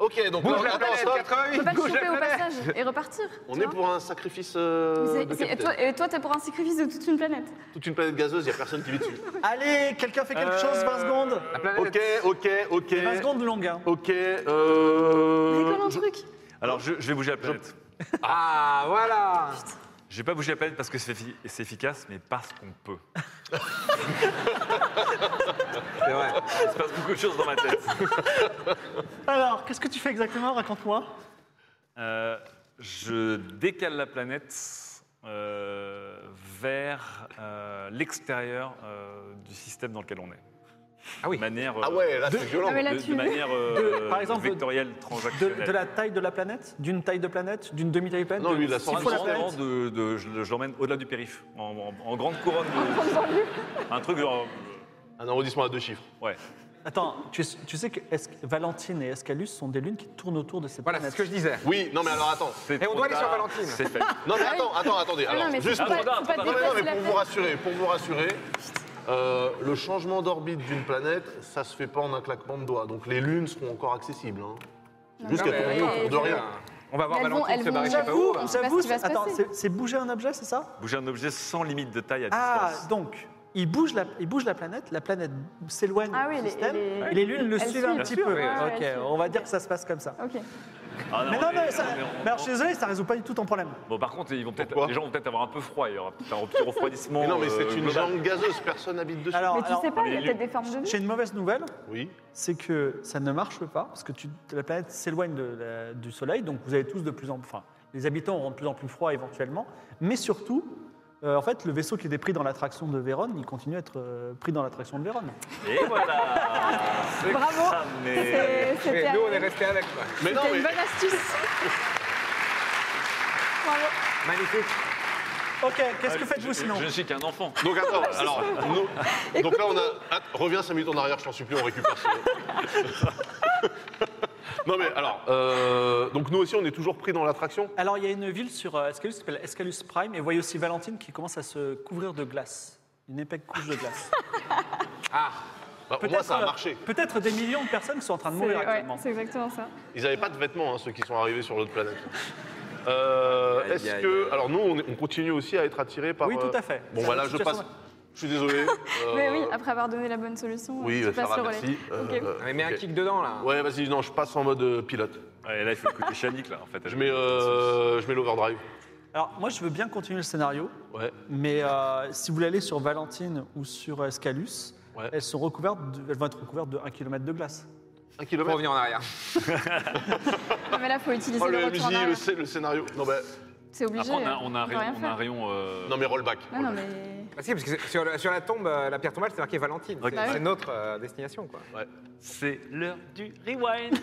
Speaker 3: Ok, donc
Speaker 4: Bouge
Speaker 3: alors,
Speaker 4: la
Speaker 3: attends,
Speaker 4: planète,
Speaker 3: stop.
Speaker 4: 88
Speaker 5: on peut pas le
Speaker 4: bouge la
Speaker 5: choper au
Speaker 4: planète.
Speaker 5: passage et repartir.
Speaker 3: On
Speaker 5: tu
Speaker 3: est
Speaker 5: vois.
Speaker 3: pour un sacrifice euh,
Speaker 5: C'est-
Speaker 3: de
Speaker 5: c'est- et
Speaker 3: capitaine.
Speaker 5: toi- Et toi, t'es pour un sacrifice de toute une planète.
Speaker 3: Toute une planète gazeuse, il n'y a personne qui vit dessus.
Speaker 2: Allez, quelqu'un fait quelque chose, 20 secondes.
Speaker 4: La planète.
Speaker 3: ok, ok, ok.
Speaker 2: 20 Euh, secondes longues. hein.
Speaker 3: Ok,
Speaker 5: Bricole un
Speaker 3: euh...
Speaker 5: truc.
Speaker 7: Alors, je, je vais bouger la planète.
Speaker 4: Ah, voilà
Speaker 7: Je vais pas bouger la planète parce que c'est effi- c'est efficace, mais parce qu'on peut.
Speaker 4: C'est vrai.
Speaker 7: Il se passe beaucoup de choses dans ma tête.
Speaker 2: Alors, qu'est-ce que tu fais exactement Raconte-moi.
Speaker 7: Euh, je décale la planète euh, vers euh, l'extérieur euh, du système dans lequel on est.
Speaker 4: Ah oui.
Speaker 7: De manière, euh,
Speaker 3: Ah ouais, là, c'est violent.
Speaker 5: Ah ouais, là,
Speaker 7: de, de
Speaker 5: tu-
Speaker 7: manière euh,
Speaker 2: De- par exemple,
Speaker 7: vectorielle,
Speaker 2: De,
Speaker 7: transactionnelle.
Speaker 2: de la taille de la planète D'une taille de planète D'une demi-taille de planète
Speaker 3: Non, lui, il a
Speaker 2: S'il
Speaker 7: En
Speaker 3: sans-
Speaker 2: faut la
Speaker 7: grand-
Speaker 2: planète.
Speaker 7: grand de- de- je le- je l'emmène au-delà du périph, en, en- en grande couronne. un truc genre.
Speaker 3: Un arrondissement à deux chiffres.
Speaker 7: Ouais.
Speaker 2: Attends, tu, tu sais que Esc- Valentine et Escalus sont des lunes qui tournent autour de cette
Speaker 4: Voilà, c'est
Speaker 2: planète.
Speaker 4: ce que je disais.
Speaker 3: Oui, non mais alors attends.
Speaker 7: c'est
Speaker 4: Et on
Speaker 7: trop
Speaker 4: doit aller sur
Speaker 7: tard,
Speaker 4: Valentine.
Speaker 7: C'est fait.
Speaker 3: Non mais attends, attends, attendez.
Speaker 5: Ah
Speaker 3: Alors,
Speaker 5: non, mais
Speaker 3: juste
Speaker 5: faut
Speaker 3: pour...
Speaker 5: pas,
Speaker 7: attends,
Speaker 5: faut pas
Speaker 7: attends,
Speaker 3: Non mais, non, mais
Speaker 5: dépasser la
Speaker 3: pour vous
Speaker 5: planète.
Speaker 3: rassurer, pour vous rassurer, euh, le changement d'orbite d'une planète, ça se fait pas en un claquement de doigts. Donc les lunes seront encore accessibles. hein. C'est Juste
Speaker 5: non,
Speaker 3: qu'elles
Speaker 5: mais-
Speaker 3: tournent autour de rien.
Speaker 4: On va voir
Speaker 5: Elles vont-
Speaker 4: Valentine
Speaker 5: elles
Speaker 4: se
Speaker 5: vont-
Speaker 4: barrer, je sais pas
Speaker 5: j'avoue,
Speaker 4: où.
Speaker 5: on
Speaker 2: On
Speaker 5: sait pas
Speaker 2: s'avoue,
Speaker 5: ce qui va se
Speaker 2: attends,
Speaker 5: passer.
Speaker 2: c'est- c'est bouger un objet, c'est ça
Speaker 7: Bouger un objet sans limite de taille à
Speaker 2: Ah,
Speaker 7: distance.
Speaker 2: donc, il bouge la, il bouge la planète, la planète s'éloigne
Speaker 5: Ah oui,
Speaker 2: du
Speaker 5: les-
Speaker 2: système,
Speaker 5: les-
Speaker 2: et les lunes le
Speaker 5: elles
Speaker 2: suivent un
Speaker 5: suivent,
Speaker 2: petit
Speaker 5: bien
Speaker 2: peu.
Speaker 5: sûr, ouais,
Speaker 2: ok,
Speaker 5: elles
Speaker 2: on va dire que ça se passe comme ça.
Speaker 5: Ok.
Speaker 7: Ah
Speaker 2: Mais
Speaker 7: on
Speaker 2: non,
Speaker 7: est-
Speaker 2: mais, ça,
Speaker 7: on est-
Speaker 2: mais alors, je suis désolé, ça résout pas du tout ton problème.
Speaker 7: Bon, par contre, ils vont peut-être,
Speaker 3: Pourquoi
Speaker 7: les gens vont peut-être avoir un peu froid. Il y aura peut-être un petit refroidissement.
Speaker 3: Mais non mais c'est
Speaker 7: euh,
Speaker 3: une
Speaker 7: global.
Speaker 3: jambe gazeuse, personne n'habite dessus.
Speaker 2: Alors,
Speaker 5: Mais tu
Speaker 2: alors,
Speaker 5: sais pas, il y a
Speaker 7: les
Speaker 5: peut-être des formes de vie.
Speaker 2: j'ai une mauvaise nouvelle,
Speaker 3: Oui.
Speaker 2: c'est que ça ne marche pas, parce que tu- la planète s'éloigne de la- du Soleil, donc vous avez tous de plus en plus... Enfin, les habitants auront de plus en plus froid éventuellement, mais surtout, euh, en fait, le vaisseau qui était pris dans l'attraction de Vérone, il continue à être euh, pris dans l'attraction de Vérone.
Speaker 7: Et voilà C'est
Speaker 5: Bravo.
Speaker 7: ça, mais-
Speaker 5: C'est-
Speaker 4: Mais
Speaker 5: C'était
Speaker 4: nous, on est
Speaker 5: c'était
Speaker 4: restés avec. quoi.
Speaker 3: Mais non
Speaker 5: une
Speaker 3: mais
Speaker 5: bonne astuce. Bravo.
Speaker 4: Magnifique.
Speaker 2: Ok, qu'est-ce que faites-vous
Speaker 7: Je-
Speaker 2: sinon
Speaker 7: Je ne suis qu'un enfant.
Speaker 3: donc attends, alors nous- donc là on a att- reviens 5 minutes en arrière, je t'en supplie, on récupère. ce- non mais alors euh, donc nous aussi on est toujours pris dans l'attraction.
Speaker 2: Alors, il y a une ville sur euh, Escalus qui s'appelle Escalus Prime, et vous voyez aussi Valentine qui commence à se couvrir de glace. Une épais couche de glace.
Speaker 4: Ah,
Speaker 3: Bah, au moins ça a marché.
Speaker 2: euh, Peut-être des millions de personnes qui sont en train de
Speaker 5: C'est
Speaker 2: mourir
Speaker 5: ouais,
Speaker 2: actuellement.
Speaker 5: c'est exactement ça.
Speaker 3: Ils n'avaient pas de vêtements, hein, ceux qui sont arrivés sur l'autre planète. Euh,
Speaker 4: Aïe,
Speaker 3: Est-ce
Speaker 4: aïe,
Speaker 3: que.
Speaker 4: aïe.
Speaker 3: Alors, nous, on, est- on continue aussi à être attirés par.
Speaker 2: Oui, tout
Speaker 3: euh,
Speaker 2: à fait.
Speaker 3: Bon,
Speaker 2: Ça,
Speaker 3: voilà,
Speaker 2: la
Speaker 3: je passe.
Speaker 2: situation-
Speaker 3: Je suis désolé. euh,
Speaker 5: Mais oui, après avoir donné la bonne solution,
Speaker 3: Oui,
Speaker 5: tu
Speaker 3: euh,
Speaker 5: passes
Speaker 3: Sarah,
Speaker 5: le relais.
Speaker 3: merci. Euh,
Speaker 5: Ok.
Speaker 3: euh,
Speaker 4: Mais mets un
Speaker 3: ok.
Speaker 4: kick dedans, là.
Speaker 3: Ouais, vas-y, non, je passe en mode euh, pilote.
Speaker 7: Ouais, là, il faut le côté chianique, là, en fait.
Speaker 3: Je mets, euh, je mets l'overdrive.
Speaker 2: Alors, moi, je veux bien continuer le scénario,
Speaker 3: Ouais.
Speaker 2: mais euh, si vous voulez aller sur Valentine ou sur Escalus,
Speaker 3: Ouais.
Speaker 2: elles, sont recouvertes de- elles vont être recouvertes de 1 km de glace.
Speaker 3: Un
Speaker 4: Pour
Speaker 3: kilomètre.
Speaker 4: revenir en arrière.
Speaker 5: Non, Ah, mais là, faut utiliser
Speaker 3: Oh,
Speaker 5: le
Speaker 3: le
Speaker 5: retour en
Speaker 3: MJ, le,
Speaker 5: arrière.
Speaker 3: sc- le scénario. Non, bah,
Speaker 5: C'est obligé.
Speaker 7: Après, on a, on a un
Speaker 5: on peut rien
Speaker 7: rayon. On a un
Speaker 5: faire.
Speaker 7: rayon euh,
Speaker 3: non mais rollback.
Speaker 5: Non, non, mais.
Speaker 4: Bah si, parce que c'est- sur, le- sur la tombe, euh, la pierre tombale, c'est marqué Valentine.
Speaker 7: Ok.
Speaker 4: C'est-
Speaker 7: Bah
Speaker 5: Ah
Speaker 4: C'est
Speaker 7: oui.
Speaker 4: notre euh, destination, quoi.
Speaker 7: C'est l'heure du rewind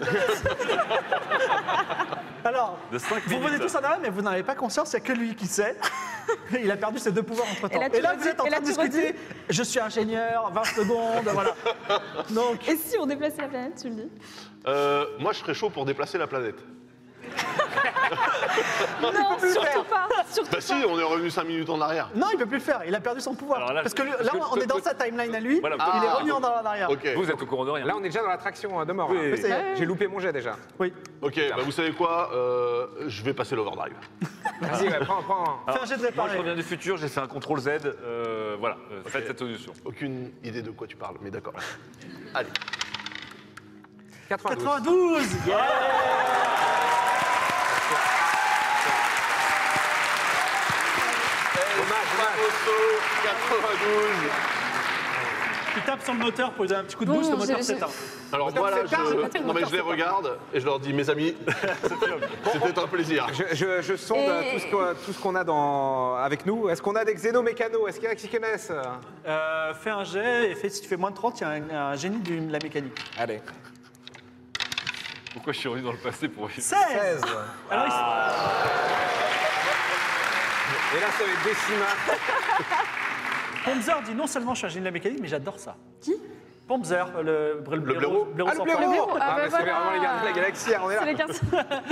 Speaker 2: Alors,
Speaker 7: de 5
Speaker 2: vous
Speaker 7: minutes.
Speaker 2: venez tous en arrière, mais vous n'en avez pas conscience, il n'y a que lui qui sait. Il a perdu ses deux pouvoirs entre temps.
Speaker 5: Et là, tu
Speaker 2: vous
Speaker 5: redis-
Speaker 2: êtes en
Speaker 5: et là,
Speaker 2: train de
Speaker 5: tu redis.
Speaker 2: discuter. Je suis ingénieur, 20 secondes, voilà. Donc,
Speaker 5: Et si on déplaçait la planète, tu le dis
Speaker 3: Euh, moi, je serais chaud pour déplacer la planète.
Speaker 5: Non, surtout pas Surtout
Speaker 3: Bah, si, on est revenu 5 minutes en arrière.
Speaker 2: Non, il peut plus le faire. Il a perdu son pouvoir.
Speaker 7: Alors là,
Speaker 2: parce que lui-
Speaker 7: parce
Speaker 2: là,
Speaker 7: que-
Speaker 2: on est dans sa timeline à lui.
Speaker 7: Voilà,
Speaker 2: il est
Speaker 3: ah,
Speaker 2: revenu en en arrière.
Speaker 3: Ok,
Speaker 7: Vous êtes au courant de rien.
Speaker 4: Là, on est déjà dans l'attraction euh, de mort.
Speaker 7: Oui.
Speaker 4: hein.
Speaker 7: Mais ça
Speaker 5: Ah
Speaker 2: y
Speaker 4: J'ai loupé mon jet déjà.
Speaker 2: Oui.
Speaker 3: ok, bah vous savez quoi Euh, Je vais passer l'overdrive.
Speaker 4: Vas-y, ouais, prends, prends.
Speaker 2: Fais un jet de
Speaker 7: Moi, je
Speaker 2: réparer.
Speaker 7: reviens du futur, j'ai fait un contrôle Z. euh, voilà, euh, faites cette solution.
Speaker 3: Aucune idée de quoi tu parles, mais d'accord. Allez.
Speaker 4: 92.
Speaker 2: 92 yeah Tu tapes sur le moteur pour lui donner un petit coup de boost,
Speaker 5: Bon,
Speaker 2: le moteur
Speaker 5: je-
Speaker 2: s'éteint.
Speaker 3: Alors
Speaker 4: Attends,
Speaker 3: moi là,
Speaker 4: c'est tard, j'ai pas
Speaker 3: je...
Speaker 4: fait le
Speaker 3: Non, mais je
Speaker 4: moteur,
Speaker 3: les
Speaker 4: c'est
Speaker 3: regarde et je leur dis, mes amis, c'était un plaisir.
Speaker 4: Je, je- je sonde
Speaker 5: Et-
Speaker 4: tout ce qu'on- tout ce qu'on a dans, avec nous. Est-ce qu'on a des xénomécanos Est-ce qu'il y en a qui connaissent
Speaker 2: Euh, fais un jet, et fais- si tu fais moins de 30, il y a un, un génie de la mécanique.
Speaker 4: Allez.
Speaker 6: Pourquoi je suis revenu dans le passé pour
Speaker 2: 16
Speaker 4: 16 Et
Speaker 2: Alors, il-
Speaker 4: là, ça va être décima.
Speaker 2: Pomzer dit non seulement je suis un génie de la mécanique, mais j'adore ça. Qui Pomzer, le, le,
Speaker 3: blaireau.
Speaker 4: Ah, le
Speaker 2: sans
Speaker 4: blaireau
Speaker 5: blaireau, ah
Speaker 4: Ah,
Speaker 5: bah
Speaker 4: bah, c'est
Speaker 5: voilà.
Speaker 4: vraiment les gardiens de la galaxie, on est là.
Speaker 5: C'est les cartes.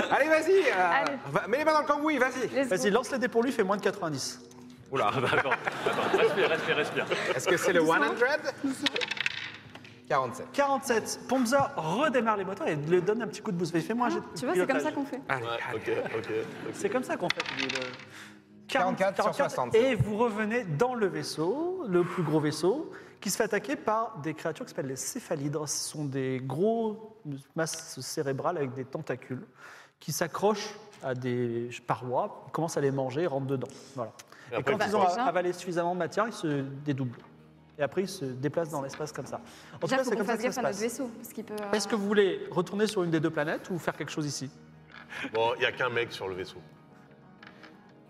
Speaker 4: Allez, vas-y euh,
Speaker 5: Allez.
Speaker 4: va- Mets les mains dans le cambouis, vas-y
Speaker 5: Let's
Speaker 2: Vas-y,
Speaker 5: go.
Speaker 2: lance les dés pour lui, fais moins de 90.
Speaker 4: Oula,
Speaker 6: Attends, attends, respire, respire, respire.
Speaker 4: est-ce que c'est le 100 47.
Speaker 2: 47, Pomzer redémarre les moteurs et le donne un petit coup de boost. Fais-moi un jet de
Speaker 5: Ah, Tu vois, c'est comme
Speaker 2: pilotage.
Speaker 5: ça qu'on fait.
Speaker 4: Allez,
Speaker 3: Ouais,
Speaker 4: allez.
Speaker 3: ok, ok. ok.
Speaker 2: C'est comme ça qu'on fait. lui, le-
Speaker 4: 44 sur 60.
Speaker 2: Et vous revenez dans le vaisseau, le plus gros vaisseau, qui se fait attaquer par des créatures qui s'appellent les céphalidres. Ce sont des gros masses cérébrales avec des tentacules qui s'accrochent à des parois, commencent à les manger et rentrent dedans. Voilà.
Speaker 3: Et
Speaker 2: Et
Speaker 3: après,
Speaker 2: quand
Speaker 5: bah,
Speaker 2: ils ont
Speaker 5: déjà-
Speaker 2: avalé suffisamment de matière, ils se dédoublent. Et après, ils se déplacent dans l'espace comme ça. En tout
Speaker 5: Déjà,
Speaker 2: cas,
Speaker 5: faut
Speaker 2: c'est
Speaker 5: qu'on
Speaker 2: comme ça
Speaker 5: fasse
Speaker 2: que ça
Speaker 5: gaffe
Speaker 2: se
Speaker 5: à notre
Speaker 2: passe.
Speaker 5: vaisseau. Parce qu'il peut. euh,
Speaker 2: Est-ce que vous voulez retourner sur une des deux planètes ou faire quelque chose ici
Speaker 3: Bon, il n'y a qu'un mec sur le vaisseau.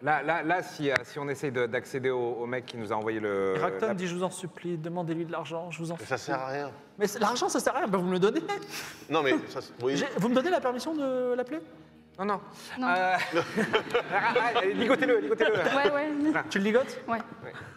Speaker 4: Là, là, là si, euh, si on essaye de- d'accéder au, au mec qui nous a envoyé le...
Speaker 2: Rakton
Speaker 4: la-
Speaker 2: dit, je vous en supplie, demandez-lui de l'argent, je vous en
Speaker 3: Mais
Speaker 2: supplie.
Speaker 3: Euh, ça sert à rien.
Speaker 2: Mais c'est- l'argent, ça sert à rien, ben, vous me le donnez.
Speaker 3: Non, mais ça... c'est- Oui.
Speaker 2: J'ai- Vous me donnez la permission de l'appeler
Speaker 4: Non, non.
Speaker 5: Non.
Speaker 4: Euh, allez, Ligotez-le, ligotez-le.
Speaker 5: Ouais, ouais.
Speaker 2: Tu le ligotes
Speaker 5: ouais.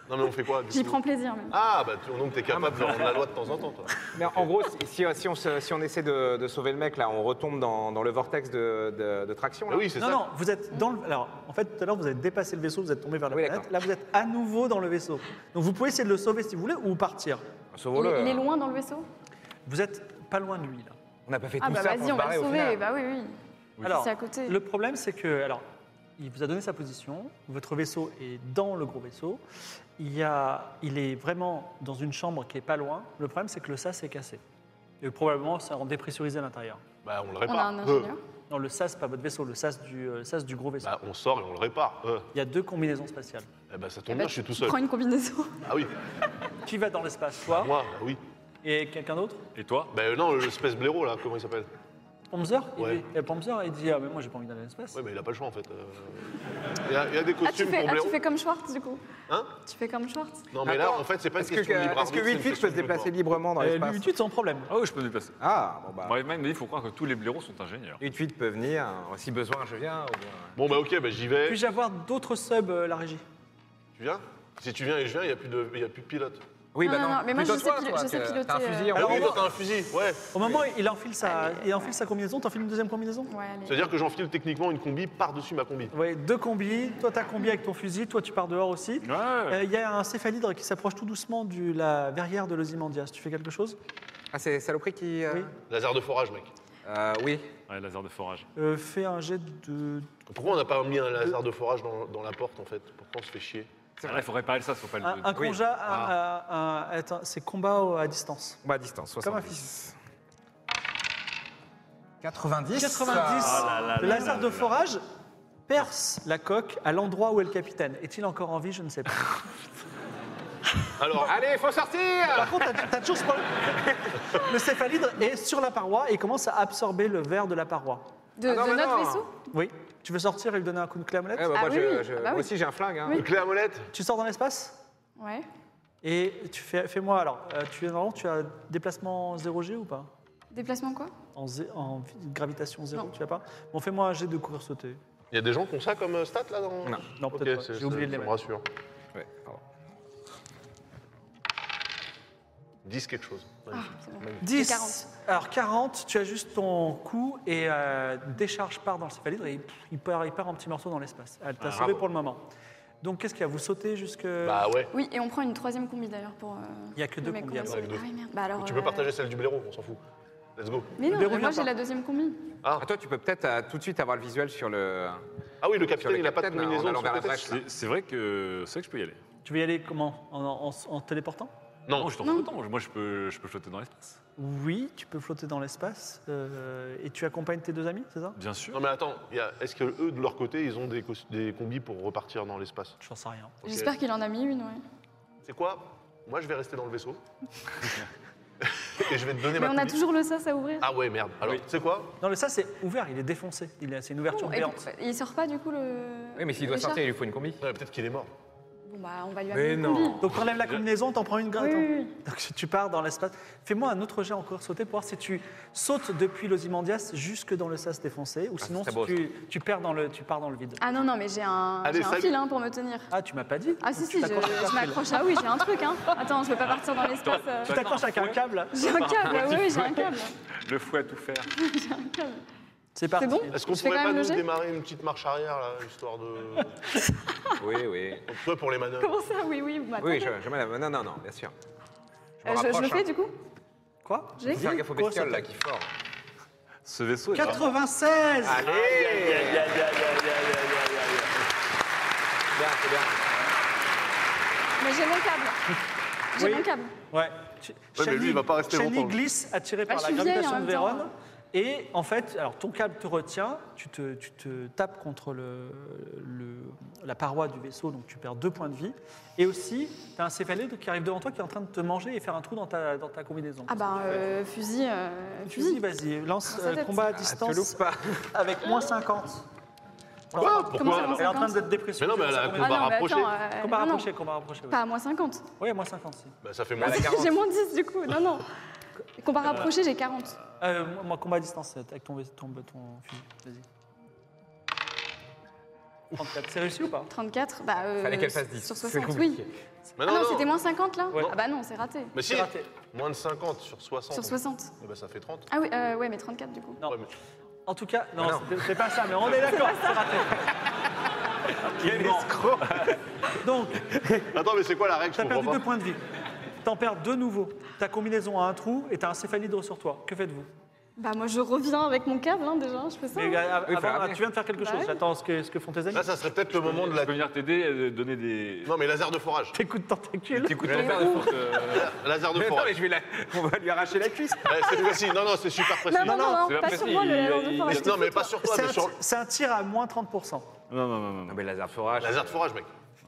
Speaker 3: Non, mais on fait quoi du
Speaker 5: J'y
Speaker 3: coup
Speaker 5: prends plaisir même.
Speaker 3: Ah, bah tu- donc t'es capable de
Speaker 4: bah.
Speaker 3: rendre la loi de temps en temps, toi.
Speaker 4: Mais en gros, si- si, si on, se- si on essaie de, de sauver le mec, là, on retombe dans, dans le vortex de, de- de traction.
Speaker 3: Mais
Speaker 4: Là.
Speaker 3: oui, c'est
Speaker 2: Non,
Speaker 3: ça.
Speaker 2: non, vous êtes dans le. Alors, en fait, tout à l'heure, vous avez dépassé le vaisseau, vous êtes tombé vers la
Speaker 4: Oui,
Speaker 2: planète. Là, vous êtes à nouveau dans le vaisseau. Donc, vous pouvez essayer de le sauver si vous voulez ou partir.
Speaker 5: Il,
Speaker 4: Sauvons-le.
Speaker 5: il est loin dans le vaisseau
Speaker 2: Vous êtes pas loin de lui, là.
Speaker 4: On n'a pas fait
Speaker 5: Ah
Speaker 4: tout
Speaker 5: bah
Speaker 4: ça pour
Speaker 5: vas-y,
Speaker 4: se
Speaker 5: on va
Speaker 4: barrer
Speaker 5: le
Speaker 4: au final.
Speaker 5: sauver. Bah oui, oui.
Speaker 2: Alors,
Speaker 5: C'est à côté.
Speaker 2: le problème, c'est que. Alors, il vous a donné sa position, votre vaisseau est dans le gros vaisseau. Il, y a, il est vraiment dans une chambre qui est pas loin. Le problème, c'est que le sas est cassé. Et probablement, ça en dépressurisé à l'intérieur.
Speaker 3: Bah on le
Speaker 5: On a
Speaker 3: répare.
Speaker 5: un
Speaker 3: Euh,
Speaker 5: ingénieur. Eh
Speaker 2: Non, le sas, pas votre vaisseau, le sas du, euh, sas du gros vaisseau.
Speaker 3: Bah on sort et on le répare. Euh,
Speaker 2: Il y a deux combinaisons spatiales.
Speaker 3: Eh bah ça
Speaker 5: Eh
Speaker 3: tombe
Speaker 5: bah,
Speaker 3: bien, je suis tout
Speaker 5: tu
Speaker 3: seul.
Speaker 5: Prends une Oh. combinaison.
Speaker 3: Ah oui,
Speaker 2: Qui va dans l'espace Toi
Speaker 3: moi, bah oui.
Speaker 2: et quelqu'un d'autre
Speaker 6: Et toi
Speaker 3: Bah euh, non, l'espèce blaireau, là, comment il s'appelle
Speaker 2: Pomzer
Speaker 3: Ouais.
Speaker 2: il, dit, et Pomzer, il dit Ah, mais moi, j'ai pas envie d'aller dans l'espace.
Speaker 3: Ouais, mais il a pas le choix, en fait. euh. Il y, a- il y a des
Speaker 5: Ah, tu
Speaker 3: costumes
Speaker 5: fais,
Speaker 3: pour
Speaker 5: ah, tu
Speaker 3: blaireau.
Speaker 5: fais comme Schwartz du coup.
Speaker 3: Hein
Speaker 5: Tu fais comme Schwartz.
Speaker 3: Non, mais là,
Speaker 4: Attends,
Speaker 3: en fait, c'est pas une
Speaker 4: Est-ce que, euh,
Speaker 3: question de libre
Speaker 4: est-ce que
Speaker 3: arbitre, c'est une
Speaker 4: 8-8 peut se
Speaker 3: question de
Speaker 4: déplacer
Speaker 3: pouvoir.
Speaker 4: librement dans
Speaker 2: Euh,
Speaker 4: l'espace
Speaker 2: lui, tu sans problème.
Speaker 6: Ah oui, je peux me déplacer.
Speaker 4: Ah, bon bah.
Speaker 6: Brave Man m'a dit il faut croire que tous les blaireaux sont ingénieurs.
Speaker 4: 8-8 peut venir. hein. Si besoin, je viens. ou bien-
Speaker 3: Bon, bah ok, bah j'y vais.
Speaker 2: Puis-je avoir d'autres subs, euh, la régie
Speaker 3: Tu viens Si tu viens et je viens, il n'y a, plus de- il y a plus de pilote.
Speaker 4: Oui,
Speaker 5: Non,
Speaker 4: bah
Speaker 5: non,
Speaker 4: non.
Speaker 5: non, mais moi,
Speaker 4: Plutôt
Speaker 5: je sais
Speaker 4: toi,
Speaker 5: pil-
Speaker 4: toi,
Speaker 5: je sais
Speaker 4: t'as-
Speaker 5: piloter,
Speaker 4: T'as un
Speaker 5: euh,
Speaker 4: fusil, on
Speaker 3: Ah
Speaker 4: va
Speaker 3: oui, toi,
Speaker 4: voir.
Speaker 3: t'as un fusil, ouais.
Speaker 2: Au moment où il enfile sa, il enfile sa combinaison, t'enfiles une deuxième combinaison
Speaker 5: Ouais, allez.
Speaker 3: C'est-à-dire que j'enfile techniquement une combi par-dessus ma combi.
Speaker 2: Oui, deux combis. Toi, t'as combi avec ton fusil. Toi, tu pars dehors aussi. Euh,
Speaker 6: Ouais.
Speaker 2: Il y a un céphalidre qui s'approche tout doucement de la verrière de l'Ozymandias. Tu fais quelque chose
Speaker 4: Ah, c'est Saloperie qui. euh,
Speaker 2: Oui.
Speaker 3: Laser de forage, mec.
Speaker 4: euh, oui.
Speaker 6: Ouais, laser de forage.
Speaker 2: Euh, Fais un jet de.
Speaker 3: Pourquoi on n'a pas mis un laser de forage dans, dans la porte, en fait Pourquoi on se fait chier
Speaker 4: C'est
Speaker 6: Ah,
Speaker 4: vrai.
Speaker 6: là, il faut réparer ça, il faut pas le.
Speaker 2: Un, un
Speaker 4: Oui.
Speaker 2: conja
Speaker 3: Ah.
Speaker 2: à- à- à- attends, c'est combat au- à distance.
Speaker 4: Combat à distance, 70.
Speaker 2: Comme un
Speaker 4: 90.
Speaker 2: 90,
Speaker 4: Ah,
Speaker 2: le laser de forage perce la coque à l'endroit où est le capitaine. Est-il encore en vie Je ne sais pas.
Speaker 3: Alors,
Speaker 4: Allez, faut sortir
Speaker 2: Par contre, Oh, t'as- t'as toujours ce problème. Le céphalidre est sur la paroi et commence à absorber le verre de la paroi.
Speaker 5: De,
Speaker 4: Ah non,
Speaker 5: de
Speaker 4: mais
Speaker 5: notre
Speaker 4: non.
Speaker 5: vaisseau
Speaker 2: Oui. Tu veux sortir et lui donner un coup de clé à molette
Speaker 4: Eh, bah,
Speaker 5: Ah
Speaker 4: moi,
Speaker 5: oui,
Speaker 4: je-
Speaker 5: oui.
Speaker 4: je-
Speaker 5: Bah
Speaker 4: moi
Speaker 5: oui.
Speaker 4: aussi, j'ai un flingue. hein.
Speaker 3: clé à molette
Speaker 2: Tu sors dans l'espace
Speaker 5: Ouais.
Speaker 2: et tu fais, fais-moi alors. euh, tu normalement, tu as déplacement 0G ou pas
Speaker 5: Déplacement quoi
Speaker 2: en, zé- en gravitation 0,
Speaker 5: Non.
Speaker 2: tu as pas Bon, fais-moi un jet de courir sauter.
Speaker 3: Il y a des gens qui ont ça comme euh, stat, là dans...
Speaker 4: Non.
Speaker 2: Non,
Speaker 3: Ok,
Speaker 2: peut-être
Speaker 3: c'est-
Speaker 2: pas. J'ai
Speaker 3: ça-
Speaker 2: oublié de les
Speaker 3: ça me
Speaker 2: mettre.
Speaker 3: rassure.
Speaker 4: Ouais, pardon.
Speaker 3: 10 quelque chose. Ouais.
Speaker 5: Ah, c'est bon.
Speaker 2: 10.
Speaker 5: J'ai 40.
Speaker 2: Alors 40, tu as juste ton coup et euh, décharge part dans le céphalidre et il, il part, il part en petits morceaux dans l'espace. Elle t'a sauvé
Speaker 3: Ah, bravo.
Speaker 2: pour le moment. Donc qu'est-ce qu'il y a Vous sautez jusque.
Speaker 3: Bah ouais.
Speaker 5: Oui, et on prend une troisième combi d'ailleurs pour. euh,
Speaker 2: Il n'y a que
Speaker 5: le
Speaker 2: deux
Speaker 5: mec
Speaker 2: combis
Speaker 5: qu'on
Speaker 2: à
Speaker 5: va
Speaker 2: bord.
Speaker 5: sauver. Ah oui, merde. Bah, alors,
Speaker 3: Tu
Speaker 5: euh,
Speaker 3: peux partager celle du blaireau, on s'en fout. Let's go.
Speaker 5: Mais non,
Speaker 2: Le
Speaker 5: mais
Speaker 2: verrou,
Speaker 5: moi
Speaker 2: il
Speaker 5: j'ai
Speaker 2: part.
Speaker 5: la deuxième combi.
Speaker 3: Ah,
Speaker 4: Ah, toi, tu peux peut-être euh, tout de suite avoir le visuel sur le. euh,
Speaker 3: ah oui, le
Speaker 4: Sur
Speaker 3: capitaine,
Speaker 4: le
Speaker 3: il n'a pas de
Speaker 4: capitaine, en
Speaker 3: combinaison.
Speaker 4: allant
Speaker 3: sur
Speaker 4: vers la
Speaker 3: le
Speaker 4: brèche,
Speaker 3: tête.
Speaker 4: là.
Speaker 6: C'est- C'est vrai que c'est vrai que je peux y aller.
Speaker 2: Tu veux y aller comment en, en- en- en téléportant
Speaker 3: Non.
Speaker 7: Non, je t'en
Speaker 5: Non.
Speaker 7: autant. Moi, je peux, je peux flotter dans l'espace.
Speaker 2: Oui, tu peux flotter dans l'espace. euh, et tu accompagnes tes deux amis, c'est ça
Speaker 7: Bien sûr.
Speaker 3: Non, mais attends, il y a- est-ce que eux, de leur côté, ils ont des, cos- des combis pour repartir dans l'espace
Speaker 2: J'en sais rien.
Speaker 3: Ok.
Speaker 5: J'espère qu'il en a mis une, ouais.
Speaker 3: C'est quoi Moi, je vais rester dans le vaisseau. Et je vais te donner
Speaker 5: Mais
Speaker 3: ma
Speaker 5: on a
Speaker 3: combi.
Speaker 5: toujours le sas à ouvrir.
Speaker 3: Ah ouais, merde. Alors,
Speaker 7: Oui.
Speaker 3: tu sais quoi
Speaker 2: Non, le ça c'est ouvert, il est défoncé. Il a- C'est une ouverture
Speaker 5: Et
Speaker 2: béante.
Speaker 5: puis, bah, il sort pas du coup le.
Speaker 4: Oui, mais s'il doit
Speaker 5: le char
Speaker 4: sortir, il lui faut une combi.
Speaker 3: Non, mais Peut-être qu'il est mort.
Speaker 5: Bon bah on va lui
Speaker 4: Mais
Speaker 5: amener une
Speaker 4: non.
Speaker 5: combi.
Speaker 2: Donc t'enlèves la combinaison, t'en prends une gratte.
Speaker 5: Oui, oui, oui.
Speaker 2: Donc tu pars dans l'espace. Fais-moi un autre jet encore sauter pour voir si tu sautes depuis l'Ozymandias jusque dans le sas défoncé ou sinon
Speaker 4: Ah, c'est
Speaker 2: si
Speaker 4: beau,
Speaker 2: tu, tu perds dans le, tu pars dans le vide.
Speaker 5: Ah non, non, mais j'ai un,
Speaker 3: Allez,
Speaker 5: j'ai un
Speaker 3: ça-
Speaker 5: fil hein, pour me tenir.
Speaker 2: Ah, tu m'as pas dit
Speaker 5: Ah si,
Speaker 2: Donc,
Speaker 5: si,
Speaker 2: tu
Speaker 5: je,
Speaker 2: t'accroches à un
Speaker 5: je
Speaker 2: fil.
Speaker 5: m'accroche. Ah oui, j'ai un truc, hein. Attends, je veux pas partir dans l'espace. euh.
Speaker 2: Tu t'accroches avec un câble
Speaker 5: J'ai un câble, ah oui, oui, j'ai un câble.
Speaker 7: Le fouet à tout faire.
Speaker 5: J'ai un câble.
Speaker 2: C'est parti.
Speaker 5: bon
Speaker 3: Est-ce qu'on
Speaker 5: Je fais
Speaker 3: pourrait
Speaker 5: quand
Speaker 3: pas
Speaker 5: même le
Speaker 3: nous
Speaker 5: jet
Speaker 3: démarrer une petite marche arrière, là, histoire de.
Speaker 4: Oui, oui.
Speaker 3: Tu vois, pour les manœuvres.
Speaker 5: Comment ça Oui, oui, bah,
Speaker 4: Oui,
Speaker 5: attendez.
Speaker 4: je, je mets la. Non, non, non, bien sûr. Je,
Speaker 5: Euh,
Speaker 4: me
Speaker 5: je- je
Speaker 4: rapproche,
Speaker 5: le
Speaker 4: hein.
Speaker 5: fais du coup
Speaker 2: Quoi
Speaker 5: J'ai
Speaker 4: Faire gaffe aux
Speaker 2: Quoi,
Speaker 4: bestioles,
Speaker 2: ça
Speaker 4: là, qui fort.
Speaker 7: Ce vaisseau est
Speaker 2: 96
Speaker 4: Allez Bien, c'est bien. Ah,
Speaker 5: Mais j'ai mon câble. J'ai
Speaker 2: Oui.
Speaker 5: mon câble.
Speaker 2: Ouais. Tu-
Speaker 3: Ouais, mais lui, il va pas rester
Speaker 2: Shani
Speaker 3: longtemps, lui.
Speaker 2: glisse attiré
Speaker 5: Bah,
Speaker 2: par
Speaker 5: je
Speaker 2: la
Speaker 5: suis vieille, en
Speaker 2: gravitation de
Speaker 5: même temps.
Speaker 2: Vérone. Et en fait, alors ton câble te retient, tu te, tu te tapes contre le, le- la paroi du vaisseau, donc tu perds deux points de vie. Et aussi, tu as un céphalide qui arrive devant toi qui est en train de te manger et faire un trou dans ta, dans ta combinaison.
Speaker 5: Ah bah, euh, fusil, euh,
Speaker 2: Tu dis,
Speaker 5: fusil.
Speaker 2: vas-y, lance
Speaker 5: Dans sa
Speaker 2: euh,
Speaker 5: tête.
Speaker 2: combat à
Speaker 4: Ah, tu loupes
Speaker 2: distance
Speaker 4: pas.
Speaker 2: avec moins 50.
Speaker 3: Quoi
Speaker 5: Comment ça
Speaker 3: Pourquoi
Speaker 5: avance
Speaker 2: Elle est en train d'être dépressive.
Speaker 3: Mais non, mais elle a un
Speaker 5: Ah
Speaker 3: Combat
Speaker 5: non, mais
Speaker 3: rapproché.
Speaker 5: attends.
Speaker 2: Combat
Speaker 5: euh, non, non,
Speaker 2: rapproché, combat rapproché.
Speaker 5: Pas à moins 50.
Speaker 2: Oui, ouais, moins 50. si.
Speaker 3: Bah, ça fait moins
Speaker 4: Elle a 40.
Speaker 5: j'ai moins 10 du coup. Non, non. Combat rapproché, j'ai 40.
Speaker 2: Euh, moi, moi, combat à distance avec ton, ton, ton fusil. Vas-y. 34. C'est réussi ou pas
Speaker 5: 34, bah. euh,
Speaker 4: Fallait qu'elle fasse 10.
Speaker 5: Sur
Speaker 4: C'est
Speaker 5: 60, oui.
Speaker 4: compliqué.
Speaker 3: Mais
Speaker 5: Ah non, c'était moins 50 là
Speaker 2: Ouais.
Speaker 5: Ah bah non, c'est raté.
Speaker 3: Mais si,
Speaker 2: C'est raté.
Speaker 3: moins de 50 sur 60.
Speaker 5: Sur 60.
Speaker 3: Eh ben, ça fait 30.
Speaker 5: Ah oui, euh, ouais, mais 34 du coup.
Speaker 2: Non.
Speaker 3: Ouais, mais-
Speaker 2: En tout cas, non,
Speaker 4: Ah non.
Speaker 2: c'est- c'est pas ça, mais on est d'accord. c'est raté.
Speaker 7: Quel escroc
Speaker 2: Donc,
Speaker 3: Attends, mais c'est quoi la règle Je
Speaker 2: t'as perdu
Speaker 3: comprends
Speaker 2: deux
Speaker 3: pas.
Speaker 2: points de vie. T'en perds deux nouveaux. Ta combinaison a un trou et t'as un céphalidre sur toi. Que faites-vous
Speaker 5: Bah moi je reviens avec mon câble hein, déjà, je fais ça.
Speaker 2: Mais,
Speaker 5: hein.
Speaker 2: euh,
Speaker 4: Oui,
Speaker 2: avant,
Speaker 4: faire
Speaker 2: Tu viens de faire quelque
Speaker 5: Bah
Speaker 2: chose.
Speaker 5: oui.
Speaker 2: J'attends ce que, ce que font tes amis.
Speaker 3: Là, ça serait peut-être le moment de la.
Speaker 7: Je peux venir t'aider, euh, donner des.
Speaker 3: Non, mais laser de forage.
Speaker 2: T'écoutes tentacule.
Speaker 4: Tu coûtes
Speaker 7: Mais
Speaker 4: ton père
Speaker 7: où
Speaker 4: de fou.
Speaker 3: Laser de
Speaker 4: Mais non, mais
Speaker 3: forage.
Speaker 4: je vais la- On va lui arracher la cuisse.
Speaker 3: Ouais, C'est précis. Non, non, c'est super précis.
Speaker 5: Non, non,
Speaker 7: non,
Speaker 5: non,
Speaker 7: c'est
Speaker 5: pas
Speaker 7: pas
Speaker 5: sur
Speaker 7: possible,
Speaker 5: moi le
Speaker 7: il-
Speaker 5: laser de
Speaker 7: il-
Speaker 5: forage.
Speaker 7: mais
Speaker 3: Non, mais pas sur toi,
Speaker 2: C'est
Speaker 3: mais
Speaker 2: un,
Speaker 3: sur.
Speaker 2: c'est un tir à moins 30%.
Speaker 7: Non, non, non, non.
Speaker 4: Non,
Speaker 7: non.
Speaker 4: mais laser forage.
Speaker 3: Laser de forage, mec.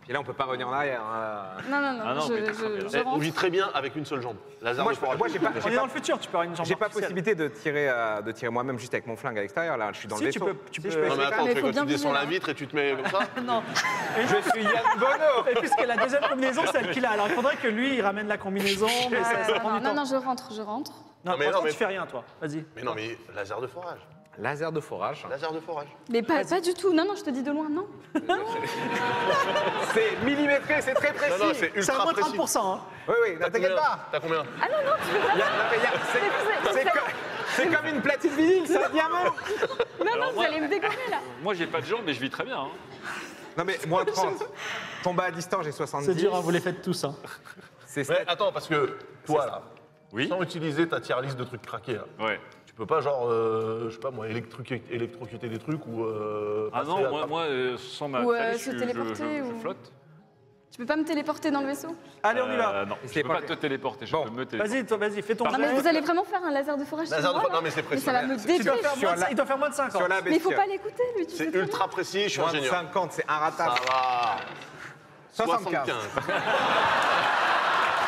Speaker 4: Et là, on peut pas revenir en arrière. hein.
Speaker 5: Non, non, non,
Speaker 7: Ah non,
Speaker 5: je,
Speaker 7: mais
Speaker 5: je,
Speaker 7: t'es frappé, là.
Speaker 5: je
Speaker 3: Eh, on
Speaker 5: rentre.
Speaker 3: vit très bien avec une seule jambe. Laser
Speaker 4: Moi,
Speaker 3: de
Speaker 4: je-
Speaker 3: forage.
Speaker 4: moi, j'ai pas-
Speaker 2: On est
Speaker 4: pas-
Speaker 2: dans le futur, tu perds une jambe
Speaker 4: J'ai pas
Speaker 2: artificielle.
Speaker 4: possibilité de tirer, euh, de tirer moi-même juste avec mon flingue à l'extérieur. Là, je suis dans
Speaker 2: Si,
Speaker 4: le
Speaker 2: tu
Speaker 4: vaisseau.
Speaker 2: peux- tu peux-
Speaker 3: Non, mais
Speaker 4: essayer.
Speaker 3: attends,
Speaker 5: mais
Speaker 3: tu fais
Speaker 5: faut
Speaker 3: quoi
Speaker 5: bien
Speaker 3: Tu descends
Speaker 5: bouger,
Speaker 3: la
Speaker 5: là.
Speaker 3: vitre et tu te mets comme ça
Speaker 2: Non. Et
Speaker 4: Je suis Yann Bono.
Speaker 2: Et puisque la deuxième combinaison, c'est celle qu'il a. Alors il faudrait que lui, il ramène la combinaison. mais
Speaker 5: Ah,
Speaker 2: ça, ça prend
Speaker 5: non,
Speaker 2: du
Speaker 5: non,
Speaker 2: temps.
Speaker 5: non, je rentre, je rentre.
Speaker 2: Non, pour
Speaker 3: mais non,
Speaker 2: l'instant,
Speaker 3: mais-
Speaker 2: tu fais rien, toi. Vas-y.
Speaker 3: Mais non, mais laser de forage.
Speaker 4: Laser de forage.
Speaker 3: Laser de forage.
Speaker 5: Mais pas, pas du tout, non, non, je te dis de loin, non.
Speaker 4: C'est millimétré, c'est très précis.
Speaker 3: Non, non, c'est
Speaker 2: C'est à
Speaker 3: ultra
Speaker 2: moins
Speaker 3: précis.
Speaker 2: 30%. hein.
Speaker 4: Oui, oui, ne t'inquiète pas.
Speaker 3: T'as combien
Speaker 5: Ah non, non, tu veux pas.
Speaker 4: Il y a- non, mais il y a- c'est-
Speaker 5: Mais vous
Speaker 4: C'est
Speaker 5: êtes-
Speaker 4: comme, c'est comme une platine vinyle, c'est un diamant.
Speaker 5: Non, non, vous allez me dégommer là.
Speaker 7: Moi, j'ai pas de jambes, mais je vis très bien. hein.
Speaker 4: Non, mais moins 30. Tomba à distance, j'ai 70.
Speaker 2: C'est dur, hein, vous les faites tous. hein.
Speaker 4: C'est
Speaker 3: Ouais, attends, parce que toi, là,
Speaker 7: Oui.
Speaker 3: sans utiliser ta tier list de trucs craqués, là,
Speaker 7: Ouais.
Speaker 3: tu peux pas, genre, euh, je sais pas moi, électrocu- électrocuter des trucs ou. euh,
Speaker 7: Ah
Speaker 3: passer
Speaker 7: non,
Speaker 3: à-
Speaker 7: moi, moi, euh, sans ma
Speaker 5: Ou, euh,
Speaker 7: calèche,
Speaker 5: se
Speaker 7: je- je-
Speaker 5: téléporter,
Speaker 7: je, je
Speaker 5: ou-
Speaker 7: flotte.
Speaker 5: Tu peux pas me téléporter dans le vaisseau
Speaker 2: Allez, on y va.
Speaker 7: Euh, non,
Speaker 4: Et
Speaker 7: je
Speaker 4: c'est
Speaker 7: peux
Speaker 4: pas-
Speaker 7: pas te téléporter, je
Speaker 4: Bon.
Speaker 7: peux me téléporter.
Speaker 2: Vas-y, toi, vas-y, fais ton
Speaker 5: Non, mais
Speaker 2: jet.
Speaker 5: vous allez vraiment faire un laser de forage
Speaker 3: Laser
Speaker 5: sur
Speaker 3: de
Speaker 5: moi,
Speaker 3: forage,
Speaker 5: là
Speaker 3: non, mais c'est précis.
Speaker 5: ça va
Speaker 4: Tu
Speaker 5: me
Speaker 4: dois
Speaker 2: Il doit
Speaker 5: détruire.
Speaker 2: faire
Speaker 4: Sur
Speaker 2: moins-
Speaker 4: la-
Speaker 2: Il doit faire moins de hein. 50.
Speaker 4: sur la
Speaker 5: Mais il faut
Speaker 4: bestiole.
Speaker 5: pas l'écouter, lui, tu sais.
Speaker 3: C'est
Speaker 5: très
Speaker 3: ultra précis, je suis
Speaker 4: Moins Ah, de
Speaker 3: ingénieur.
Speaker 4: 50, c'est un
Speaker 3: Ça
Speaker 4: ratable.
Speaker 3: va.
Speaker 4: 75.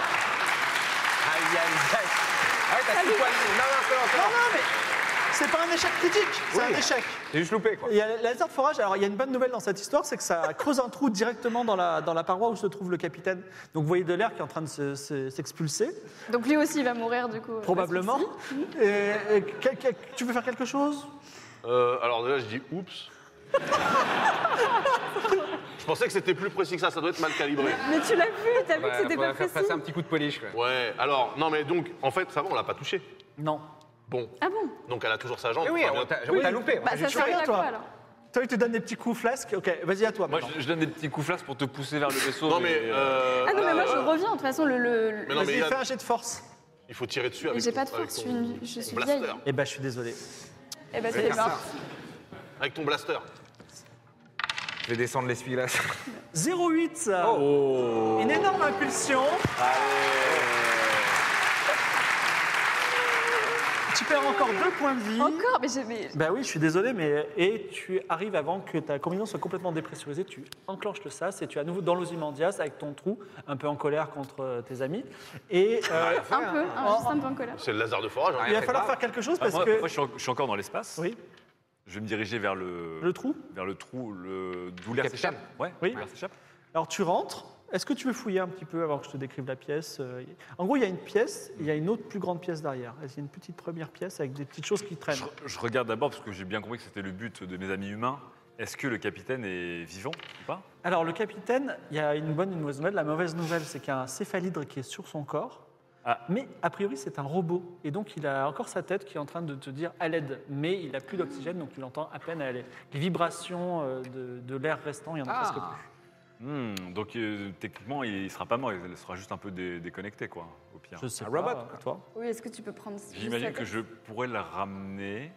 Speaker 4: Aïe, aïe, aïe. Ah ouais, t'as six points de vie. Non, non, c'est bon, c'est
Speaker 2: Non,
Speaker 4: bon.
Speaker 2: non, mais c'est pas un échec critique, c'est
Speaker 4: Oui.
Speaker 2: un échec.
Speaker 4: J'ai juste loupé, quoi.
Speaker 2: Il y a le laser de forage. Alors, il y a une bonne nouvelle dans cette histoire, c'est que ça creuse un trou directement dans la, dans la paroi où se trouve le capitaine. Donc, vous voyez de l'air qui est en train de se- se- s'expulser,
Speaker 5: bien. Donc lui aussi, il va mourir du coup. euh,
Speaker 2: probablement.
Speaker 5: parce que
Speaker 2: Et- et quel- quel- tu veux faire quelque chose
Speaker 3: Euh, alors déjà, je dis oups. je pensais que c'était plus précis que ça, ça doit être mal calibré.
Speaker 5: si. Mais tu l'as vu, t'as vu que c'était pas
Speaker 4: va faire passer
Speaker 5: précis.
Speaker 4: un petit coup de polish, quoi.
Speaker 3: Ouais, alors, non mais donc, en fait, ça va, on l'a pas touché.
Speaker 2: Non.
Speaker 3: Bon,
Speaker 5: Ah bon
Speaker 3: donc elle a toujours sa jambe.
Speaker 4: Mais oui,
Speaker 3: Enfin, bien-
Speaker 4: on t'a on t'a loupé. on
Speaker 5: Bah
Speaker 4: t'a
Speaker 5: ça
Speaker 4: juste
Speaker 5: sert
Speaker 2: choqué,
Speaker 5: à
Speaker 2: toi.
Speaker 5: quoi alors
Speaker 2: Toi, il te donne des petits coups flasques. Ok, vas-y à toi.
Speaker 7: Moi,
Speaker 2: maintenant.
Speaker 7: je, je donne des petits coups flasques pour te pousser vers le vaisseau.
Speaker 3: Non mais... euh,
Speaker 5: Ah non, mais moi je reviens, de toute façon, le. le-
Speaker 3: mais non, mais
Speaker 2: Vas-y,
Speaker 7: euh,
Speaker 3: il, a-
Speaker 2: fais un jet de force.
Speaker 3: il faut tirer dessus
Speaker 5: Mais
Speaker 3: avec
Speaker 5: j'ai
Speaker 3: ton-
Speaker 5: pas de
Speaker 3: avec
Speaker 5: force,
Speaker 3: ton-
Speaker 5: je suis une- je
Speaker 3: ton
Speaker 5: suis
Speaker 3: blaster.
Speaker 5: vieille.
Speaker 2: Eh ben, je suis désolé.
Speaker 5: Eh ben, c'est mort.
Speaker 3: Avec ton blaster.
Speaker 4: Je vais descendre l'essuie-glace.
Speaker 2: 08
Speaker 7: Oh.
Speaker 2: Une énorme impulsion. Tu perds encore deux points de vie.
Speaker 5: Encore, mais j'ai. mais-
Speaker 2: Bah oui, je suis désolé, mais et tu arrives avant que ta combinaison soit complètement dépressurisée, tu enclenches le sas et tu es à nouveau dans l'osimandias avec ton trou, un peu en colère contre euh, tes amis. Et euh,
Speaker 5: Un peu, un, juste un peu en colère.
Speaker 3: C'est le Lazare de Forage. hein.
Speaker 2: il va falloir faire quelque chose
Speaker 7: Ah,
Speaker 2: parce
Speaker 7: moi,
Speaker 2: que
Speaker 7: moi, je, suis en- je suis encore dans l'espace.
Speaker 2: oui,
Speaker 7: Je vais me diriger vers le,
Speaker 2: le trou.
Speaker 7: vers le trou le, d'où l'air
Speaker 4: Capitaine.
Speaker 7: s'échappe. Ouais,
Speaker 2: Oui.
Speaker 7: où l'air s'échappe.
Speaker 2: Alors tu rentres. Est-ce que tu veux fouiller un petit peu avant que je te décrive la pièce euh, y- En gros, il y a une pièce, il y a une autre plus grande pièce derrière. Il y a une petite première pièce avec des petites choses qui traînent.
Speaker 7: Je, je regarde d'abord, parce que j'ai bien compris que c'était le but de mes amis humains. Est-ce que le capitaine est vivant ou pas
Speaker 2: Alors, le capitaine, il y a une bonne et une mauvaise nouvelle. La mauvaise nouvelle, c'est qu'il y a un céphalidre qui est sur son corps.
Speaker 7: Ah.
Speaker 2: Mais a priori, c'est un robot. Et donc, il a encore sa tête qui est en train de te dire à l'aide. Mais il n'a plus d'oxygène, donc tu l'entends à peine. à l'aide. Les vibrations euh, de, de l'air restant, il y en a presque plus.
Speaker 7: Hmm, Donc euh, techniquement, il ne sera pas mort, il sera juste un peu dé- déconnecté, quoi, au pire.
Speaker 2: Je sais
Speaker 4: Un
Speaker 2: pas,
Speaker 4: robot,
Speaker 2: euh,
Speaker 4: quoi.
Speaker 2: toi.
Speaker 5: Oui, est-ce que tu peux prendre.
Speaker 7: J'imagine que je pourrais la ramener.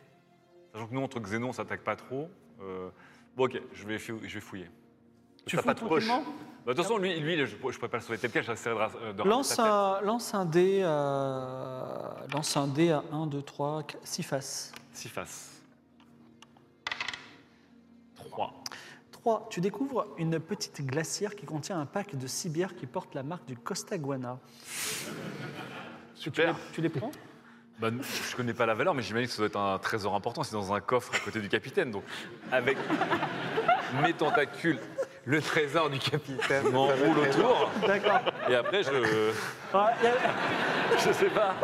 Speaker 7: Sachant que nous, entre Xénon, on s'attaque pas trop. Euh, bon, ok, je vais, fou- je vais fouiller.
Speaker 2: Tu
Speaker 3: T'as
Speaker 2: fous
Speaker 3: pas de poche.
Speaker 2: tranquillement
Speaker 7: Bah, de toute façon, lui, lui je ne pourrais pas le sauver tel quel, j'essaierai de ra- euh, de ramener
Speaker 2: lance
Speaker 7: sa tête.
Speaker 2: un, lance un dé. euh, lance un dé à 1, 2, 3, 6 faces.
Speaker 7: Six faces. 3.
Speaker 2: 3. Tu découvres une petite glacière qui contient un pack de 6 bières qui porte la marque du Costaguana. Tu les,
Speaker 3: Super.
Speaker 2: tu les prends
Speaker 7: Bah, n- je connais pas la valeur, mais j'imagine que ça doit être un trésor important. C'est dans un coffre à côté du capitaine. Donc, avec mes tentacules,
Speaker 4: Le trésor du capitaine.
Speaker 7: je m'enroule autour.
Speaker 2: D'accord.
Speaker 7: Et après, je.
Speaker 2: Ah, y a-
Speaker 7: Je sais pas.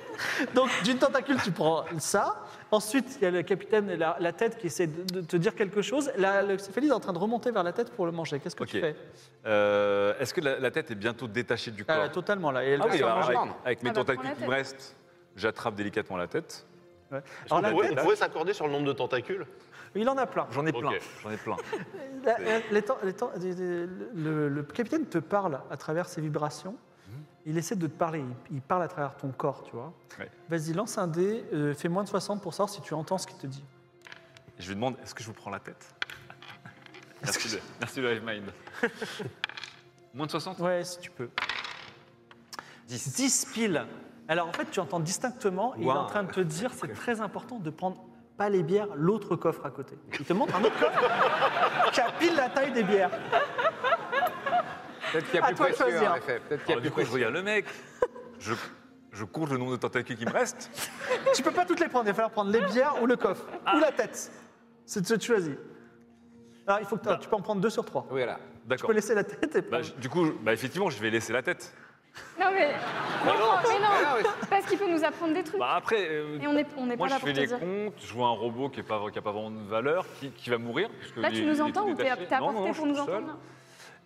Speaker 2: Donc, d'une tentacule, tu prends ça. Ensuite, il y a le capitaine et la, la tête qui essaie de, de te dire quelque chose. La, le céphalide est en train de remonter vers la tête pour le manger. Qu'est-ce que tu
Speaker 7: Ok.
Speaker 2: fais
Speaker 7: Euh, Est-ce que la, la tête est bientôt détachée du corps
Speaker 2: Ah, Totalement, là. Et elle
Speaker 7: Ah
Speaker 2: va
Speaker 7: oui,
Speaker 2: se
Speaker 7: bah,
Speaker 2: manger.
Speaker 7: avec,
Speaker 4: prendre.
Speaker 7: avec mes
Speaker 5: Ah bah,
Speaker 7: tentacules
Speaker 5: prends la
Speaker 7: qui me restent, j'attrape délicatement la tête.
Speaker 2: Ouais.
Speaker 3: On
Speaker 2: Alors, la
Speaker 3: pourrait-
Speaker 2: tête,
Speaker 7: bah
Speaker 3: on pourrait s'accorder sur le nombre de tentacules
Speaker 2: il en a plein.
Speaker 7: J'en ai
Speaker 3: Ok.
Speaker 7: plein. J'en ai plein.
Speaker 2: La- la- les temps- les temps- les- les- le, le capitaine te parle à travers ses vibrations. Il essaie de te parler. Il, il parle à travers ton corps, tu vois.
Speaker 7: Ouais.
Speaker 2: Vas-y, lance un dé. euh, fais moins de 60 pour savoir si tu entends ce qu'il te dit.
Speaker 7: Et je lui demande est-ce que je vous prends la tête Merci de, merci de Hive Mind. Moins de 60
Speaker 2: Ouais, si tu peux. 10. piles. Alors en fait, tu entends distinctement, il est en
Speaker 4: Wow.
Speaker 2: train de te dire, c'est très important de prendre pas les bières, l'autre coffre à côté. Il te montre un autre coffre qui a pile la taille des bières.
Speaker 4: Peut-être qu'il y
Speaker 2: À
Speaker 4: a plus
Speaker 2: toi de
Speaker 4: précieux,
Speaker 2: choisir.
Speaker 4: en effet. Peut-être qu'il y
Speaker 7: Alors,
Speaker 4: a plus
Speaker 7: Du coup, je
Speaker 4: précieux.
Speaker 7: regarde le mec. Je, je compte le nombre de tentacules qui me restent.
Speaker 2: Tu peux pas toutes les prendre, il va falloir prendre les bières ou le coffre, ou la tête. C'est de ce que tu choisis. Alors, il faut que t'en- tu peux en prendre deux sur trois.
Speaker 4: Oui, là.
Speaker 2: Tu
Speaker 7: D'accord.
Speaker 2: peux laisser la tête et
Speaker 7: Bah,
Speaker 2: prendre.
Speaker 7: je- du coup, je- bah, effectivement, je vais laisser la tête.
Speaker 5: Non, mais. Non, mais
Speaker 4: Ah,
Speaker 5: non
Speaker 4: oui.
Speaker 5: Parce qu'il peut nous apprendre des trucs.
Speaker 7: Bah, après, euh,
Speaker 5: Et on n'est on n'est
Speaker 7: moi,
Speaker 5: pas
Speaker 7: je
Speaker 5: là pour
Speaker 7: fais
Speaker 5: te
Speaker 7: les
Speaker 5: dire.
Speaker 7: comptes, je vois un robot qui n'a pas, qui a pas vraiment de valeur, qui, qui va mourir. puisque
Speaker 5: Là,
Speaker 7: il
Speaker 5: tu
Speaker 7: est- il
Speaker 5: nous
Speaker 7: est
Speaker 5: entends
Speaker 7: tout
Speaker 5: ou t'es
Speaker 7: détaché.
Speaker 5: t'es
Speaker 7: Non, non,
Speaker 5: apporté
Speaker 7: non,
Speaker 5: pour
Speaker 7: je
Speaker 5: nous
Speaker 7: suis seul.
Speaker 5: entendre là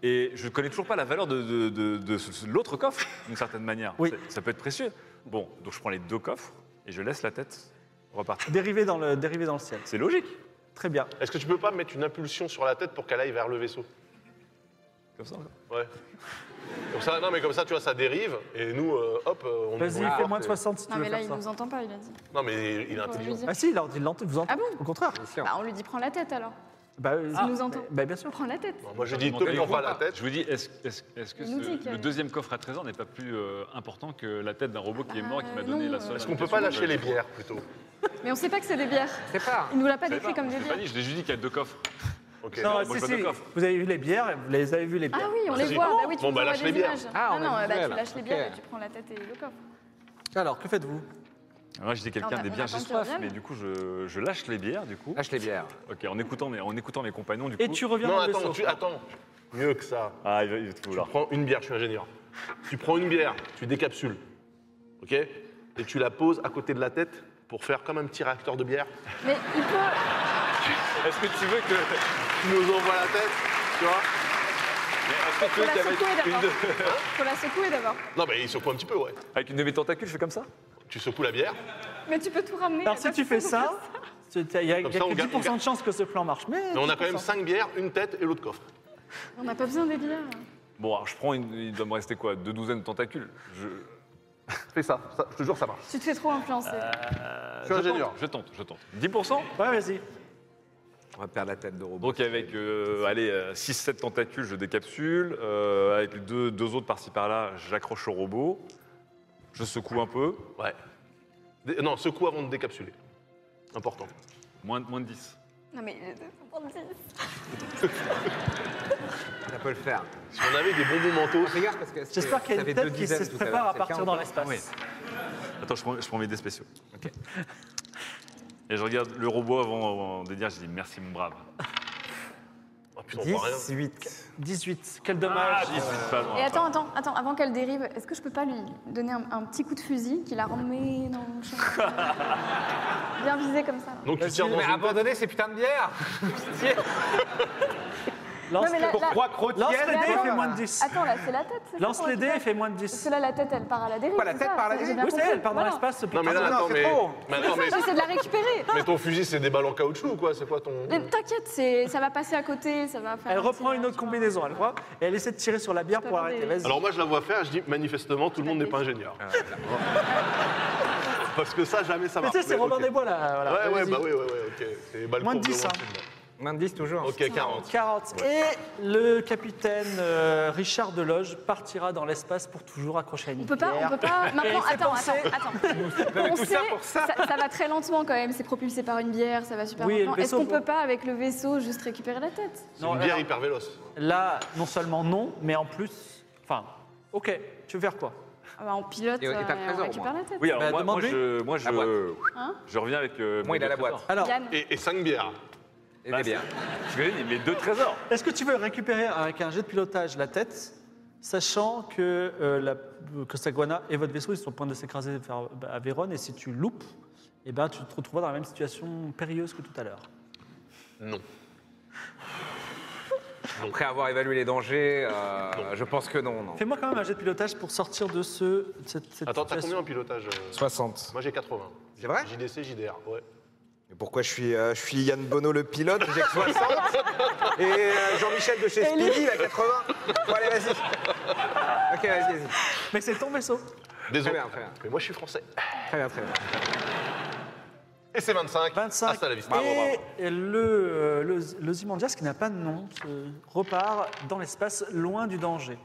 Speaker 7: Et je ne connais toujours pas la valeur de, de- de- de ce- l'autre coffre, d'une certaine manière.
Speaker 2: Oui.
Speaker 7: Ça- Ça peut être précieux. Bon, donc je prends les deux coffres et je laisse la tête repartir.
Speaker 2: Dériver dans le, dériver dans le ciel.
Speaker 7: C'est logique,
Speaker 2: Très bien.
Speaker 3: Est-ce que tu peux pas mettre une impulsion sur la tête pour qu'elle aille vers le vaisseau
Speaker 7: comme ça.
Speaker 3: Ouais. Comme ça, non, mais comme ça, tu vois, ça dérive et nous, euh, hop, euh, on.
Speaker 2: Vas-y,
Speaker 3: on-
Speaker 2: fais moins de 60 si tu
Speaker 5: Non,
Speaker 2: veux
Speaker 5: mais là,
Speaker 2: faire
Speaker 5: il
Speaker 2: ça.
Speaker 5: nous entend pas, il a dit.
Speaker 3: Non, mais il est
Speaker 5: Faut lui
Speaker 3: intelligent.
Speaker 5: dire.
Speaker 2: Ah si, il leur dit, l'entend- vous entend.
Speaker 5: Ah bon
Speaker 2: Au contraire.
Speaker 5: Bah, on lui dit prends la tête alors.
Speaker 2: Bah, euh,
Speaker 5: S'il nous entend.
Speaker 2: bah, bien sûr.
Speaker 5: Prends la tête.
Speaker 3: Non, Moi, je dis, te prends pas la tête.
Speaker 7: Je vous dis, est-ce est-ce- est-ce que
Speaker 5: Il nous
Speaker 7: ce-
Speaker 5: dit qu'il y a-
Speaker 7: le deuxième coffre à trésor n'est pas plus euh, important que la tête d'un robot qui est mort et qui m'a
Speaker 5: Bah,
Speaker 7: donné
Speaker 5: non,
Speaker 7: la
Speaker 5: euh.
Speaker 7: seule
Speaker 5: Est-ce
Speaker 3: Est-ce qu'on peut pas lâcher les bières plutôt
Speaker 5: Mais on sait pas que c'est des bières.
Speaker 4: C'est pas.
Speaker 5: Il nous l'a pas
Speaker 7: Je l'ai
Speaker 5: décrit comme des
Speaker 7: je l'ai pas
Speaker 5: bières.
Speaker 7: dit, je l'ai juste dit qu'il y a deux coffres.
Speaker 3: Ok.
Speaker 2: Non,
Speaker 7: moi,
Speaker 2: si,
Speaker 7: je vois
Speaker 2: si,
Speaker 7: deux coffres.
Speaker 2: Vous avez vu les bières, vous les avez vu les bières.
Speaker 5: Ah oui, on
Speaker 3: Vas-y.
Speaker 5: les voit.
Speaker 3: Oh.
Speaker 5: Bah oui, tu
Speaker 3: Bon,
Speaker 5: nous
Speaker 3: bah,
Speaker 5: envoies
Speaker 3: lâche les
Speaker 5: des
Speaker 3: bières.
Speaker 5: images.
Speaker 4: Ah, on
Speaker 5: non,
Speaker 4: est
Speaker 5: bah, tu
Speaker 4: visuel.
Speaker 5: lâches les
Speaker 4: Ok.
Speaker 5: bières et tu prends la tête et le coffre.
Speaker 2: Alors, que faites-vous
Speaker 7: Alors, je dis quelqu'un
Speaker 5: On a-
Speaker 7: des
Speaker 5: on
Speaker 7: bières,
Speaker 5: attend
Speaker 7: j'ai
Speaker 5: qu'il
Speaker 7: soif,
Speaker 5: revienne.
Speaker 7: mais du coup, je, je lâche les bières, du coup.
Speaker 4: Lâche les bières.
Speaker 7: Ok, en écoutant mes, en écoutant mes compagnons, du coup.
Speaker 2: Et tu reviens
Speaker 3: Non,
Speaker 2: dans le vaisseau.
Speaker 3: attends, tu, attends. Mieux que ça.
Speaker 7: Ah, il va, il va te
Speaker 3: Tu
Speaker 7: vouloir.
Speaker 3: prends une bière, je suis ingénieur. Tu prends une bière, tu décapsules. OK Et tu la poses à côté de la tête pour faire comme un petit réacteur de bière.
Speaker 5: Mais il peut.
Speaker 7: Est-ce que tu veux que.
Speaker 3: Tu nous envoies la tête, tu vois
Speaker 7: Est-ce que tu
Speaker 5: Faut
Speaker 7: veux
Speaker 5: la
Speaker 7: qu'avec
Speaker 5: secouer
Speaker 7: une
Speaker 5: d'abord.
Speaker 7: de-
Speaker 5: Faut la secouer d'abord.
Speaker 3: Non, mais il secoue un petit peu, ouais.
Speaker 7: avec une de mes tentacules, je fais comme ça
Speaker 3: Tu secoues la bière.
Speaker 5: Mais tu peux tout ramener.
Speaker 2: Alors, si tu fais ça, il n'y a, il y a
Speaker 3: Comme
Speaker 2: que
Speaker 3: ça, on garde-
Speaker 2: 10% de chance que ce plan marche. Mais
Speaker 3: Mais on a quand même
Speaker 2: 10%.
Speaker 3: 5 bières, une tête et l'autre coffre.
Speaker 5: On n'a pas besoin des bières.
Speaker 7: Bon, alors je prends, une- il doit me rester quoi Deux douzaines de tentacules Je.
Speaker 3: Fais ça, ça, je te jure, ça marche.
Speaker 5: Tu te fais trop influencer.
Speaker 7: Euh,
Speaker 3: Je suis ingénieur.
Speaker 7: Je tente, je tente. 10%
Speaker 2: Ouais, vas-y.
Speaker 4: On va perdre la tête de robot.
Speaker 7: Donc avec euh, allez 6-7 tentacules, je décapsule. Euh, avec deux, deux autres par-ci par-là, j'accroche au robot. Je secoue un peu.
Speaker 3: Ouais. Dé- non, secoue avant de décapsuler. Important.
Speaker 7: Moins, de- moins de 10.
Speaker 5: Non mais. euh,
Speaker 4: Ça peut le faire.
Speaker 3: Si on avait des bonbons manteaux,
Speaker 4: Regarde parce que c'était-
Speaker 2: J'espère qu'il y a
Speaker 4: ça fait
Speaker 2: une
Speaker 4: deux
Speaker 2: tête qui
Speaker 4: dizaines
Speaker 2: se
Speaker 4: tout à
Speaker 2: prépare
Speaker 4: l'heure.
Speaker 2: à
Speaker 4: C'est le cas
Speaker 2: partir
Speaker 4: ou
Speaker 2: dans
Speaker 4: pas
Speaker 2: l'espace.
Speaker 7: oui. Attends, je prends, je prends mes dés spéciaux. Et je regarde le robot avant, avant de dire, je dis merci mon brave.
Speaker 4: Ah,
Speaker 3: oh, putain, on voit rien.
Speaker 4: 18.
Speaker 2: 18, quel dommage.
Speaker 7: Ah, 18, pas loin,
Speaker 5: Et
Speaker 7: pas
Speaker 5: attends,
Speaker 7: loin.
Speaker 5: attends, attends, avant qu'elle dérive, est-ce que je peux pas lui donner un, un petit coup de fusil qui la remet dans le champ Bien visé comme ça.
Speaker 3: Donc tu tiens dans une
Speaker 4: Mais
Speaker 3: tête.
Speaker 4: abandonnez ces putains de bières
Speaker 2: Lance
Speaker 5: Non, mais
Speaker 2: le-
Speaker 5: là- là-
Speaker 4: Pourquoi croquer
Speaker 2: Lance les
Speaker 5: Mais
Speaker 2: dés et
Speaker 5: attends,
Speaker 2: fais moins de 10.
Speaker 5: Attends, là, c'est la tête. c'est ça
Speaker 2: Lance
Speaker 5: qu'on
Speaker 2: les dés
Speaker 5: récupère
Speaker 2: et fais moins de 10.
Speaker 5: Parce que là, la tête, elle part à la dérive.
Speaker 4: Quoi, la
Speaker 5: c'est
Speaker 4: tête
Speaker 5: ça,
Speaker 4: part à la
Speaker 5: j'ai
Speaker 4: dérive
Speaker 5: bien
Speaker 2: Oui, c'est
Speaker 5: compris.
Speaker 2: elle part dans
Speaker 5: Voilà.
Speaker 2: l'espace. ce
Speaker 3: Non mais
Speaker 2: putain
Speaker 3: là,
Speaker 4: Ah, non,
Speaker 3: attends,
Speaker 4: c'est
Speaker 3: mais,
Speaker 4: trop.
Speaker 3: mais attends, mais-
Speaker 5: J'essaie de la récupérer.
Speaker 3: mais ton fusil c'est des balles en caoutchouc ou quoi C'est quoi ton
Speaker 5: Mais T'inquiète, c'est- ça va passer à côté, ça va faire.
Speaker 2: Elle
Speaker 5: un
Speaker 2: reprend
Speaker 5: petit-
Speaker 2: une autre combinaison, elle voit, et elle essaie de tirer sur la bière
Speaker 5: peux
Speaker 2: pour
Speaker 5: pas
Speaker 2: arrêter.
Speaker 5: dériver.
Speaker 2: Vas-y.
Speaker 3: Alors moi je la vois faire, je dis manifestement tout le monde n'est pas ingénieur. Parce que ça jamais ça
Speaker 2: mais
Speaker 3: marche.
Speaker 2: tu sais, c'est
Speaker 3: Mais,
Speaker 2: Roland
Speaker 3: ok.
Speaker 2: des Bois là. voilà.
Speaker 3: Ouais ouais
Speaker 2: Vas-y.
Speaker 3: bah oui ouais ouais ok. C'est balles
Speaker 2: Moins de
Speaker 3: courbes,
Speaker 2: 10,
Speaker 3: loin
Speaker 2: hein.
Speaker 3: de chez
Speaker 4: Moins de 10 toujours.
Speaker 3: moi. Ok 40.
Speaker 2: 40. Et le capitaine euh, Richard Deloge partira dans l'espace pour toujours accroché à une
Speaker 5: On peut pas, on
Speaker 2: pierre.
Speaker 5: peut pas. Maintenant,
Speaker 2: c'est
Speaker 5: attends,
Speaker 2: pensé.
Speaker 5: attends, attends. On
Speaker 4: tout
Speaker 5: sait,
Speaker 4: ça pour ça.
Speaker 5: ça va très lentement quand même. C'est propulsé par une bière, ça va super
Speaker 2: Oui, et le
Speaker 5: lentement. Est-ce
Speaker 2: vaisseau,
Speaker 5: qu'on peut
Speaker 2: faut-
Speaker 5: pas avec le vaisseau juste récupérer la tête
Speaker 3: C'est
Speaker 2: Non,
Speaker 3: une bière
Speaker 2: alors,
Speaker 3: hyper véloce.
Speaker 2: Là, non seulement non, mais en plus. Enfin, ok, tu veux faire quoi
Speaker 5: Ah bah, On pilote
Speaker 4: Et- et
Speaker 5: euh,
Speaker 4: t'as le
Speaker 5: on
Speaker 4: trésor,
Speaker 5: récupère la tête.
Speaker 7: Oui, alors
Speaker 2: Bah,
Speaker 7: moi, moi,
Speaker 2: demande-lui.
Speaker 7: je, moi, je,
Speaker 4: La boîte.
Speaker 5: Hein
Speaker 7: je reviens avec. euh,
Speaker 4: Moi, il
Speaker 7: mes
Speaker 4: a
Speaker 7: deux
Speaker 4: la boîte.
Speaker 7: trésors.
Speaker 2: Alors,
Speaker 5: Yann,
Speaker 3: Et, 5 bières.
Speaker 4: Et les bières.
Speaker 7: J'imagine, les deux trésors.
Speaker 2: est-ce que tu veux récupérer avec un jet de pilotage la tête, sachant que, euh, la, que Saguana et votre vaisseau ils sont au point de s'écraser vers- bah, à Vérone, et si tu loupes, eh ben, tu te retrouveras dans la même situation périlleuse que tout à l'heure
Speaker 3: Non.
Speaker 4: Après avoir évalué les dangers, euh, je pense que non. non.
Speaker 2: Fais-moi quand même un jet de pilotage pour sortir de ce, de cette, cette
Speaker 3: Attends t'as combien
Speaker 2: situation.
Speaker 3: en pilotage euh
Speaker 8: 60.
Speaker 3: Moi j'ai 80.
Speaker 8: C'est vrai
Speaker 3: JDC JDR ouais.
Speaker 8: Mais pourquoi je suis, euh, je suis Yann Bono le pilote, j'ai que 60 Et euh, Jean-Michel de chez Speedy, il a 80 Bon allez, vas-y
Speaker 4: Ok, vas-y, vas-y.
Speaker 2: Mais c'est ton vaisseau.
Speaker 3: Désolé.
Speaker 4: Très bien, très bien.
Speaker 3: Mais moi je suis français.
Speaker 4: Très bien, très bien.
Speaker 3: Et c'est 25.
Speaker 2: 25.
Speaker 3: Hasta Ah, la vista.
Speaker 2: Et le, le, le Zimandias, qui n'a pas de nom, se repart dans l'espace loin du danger.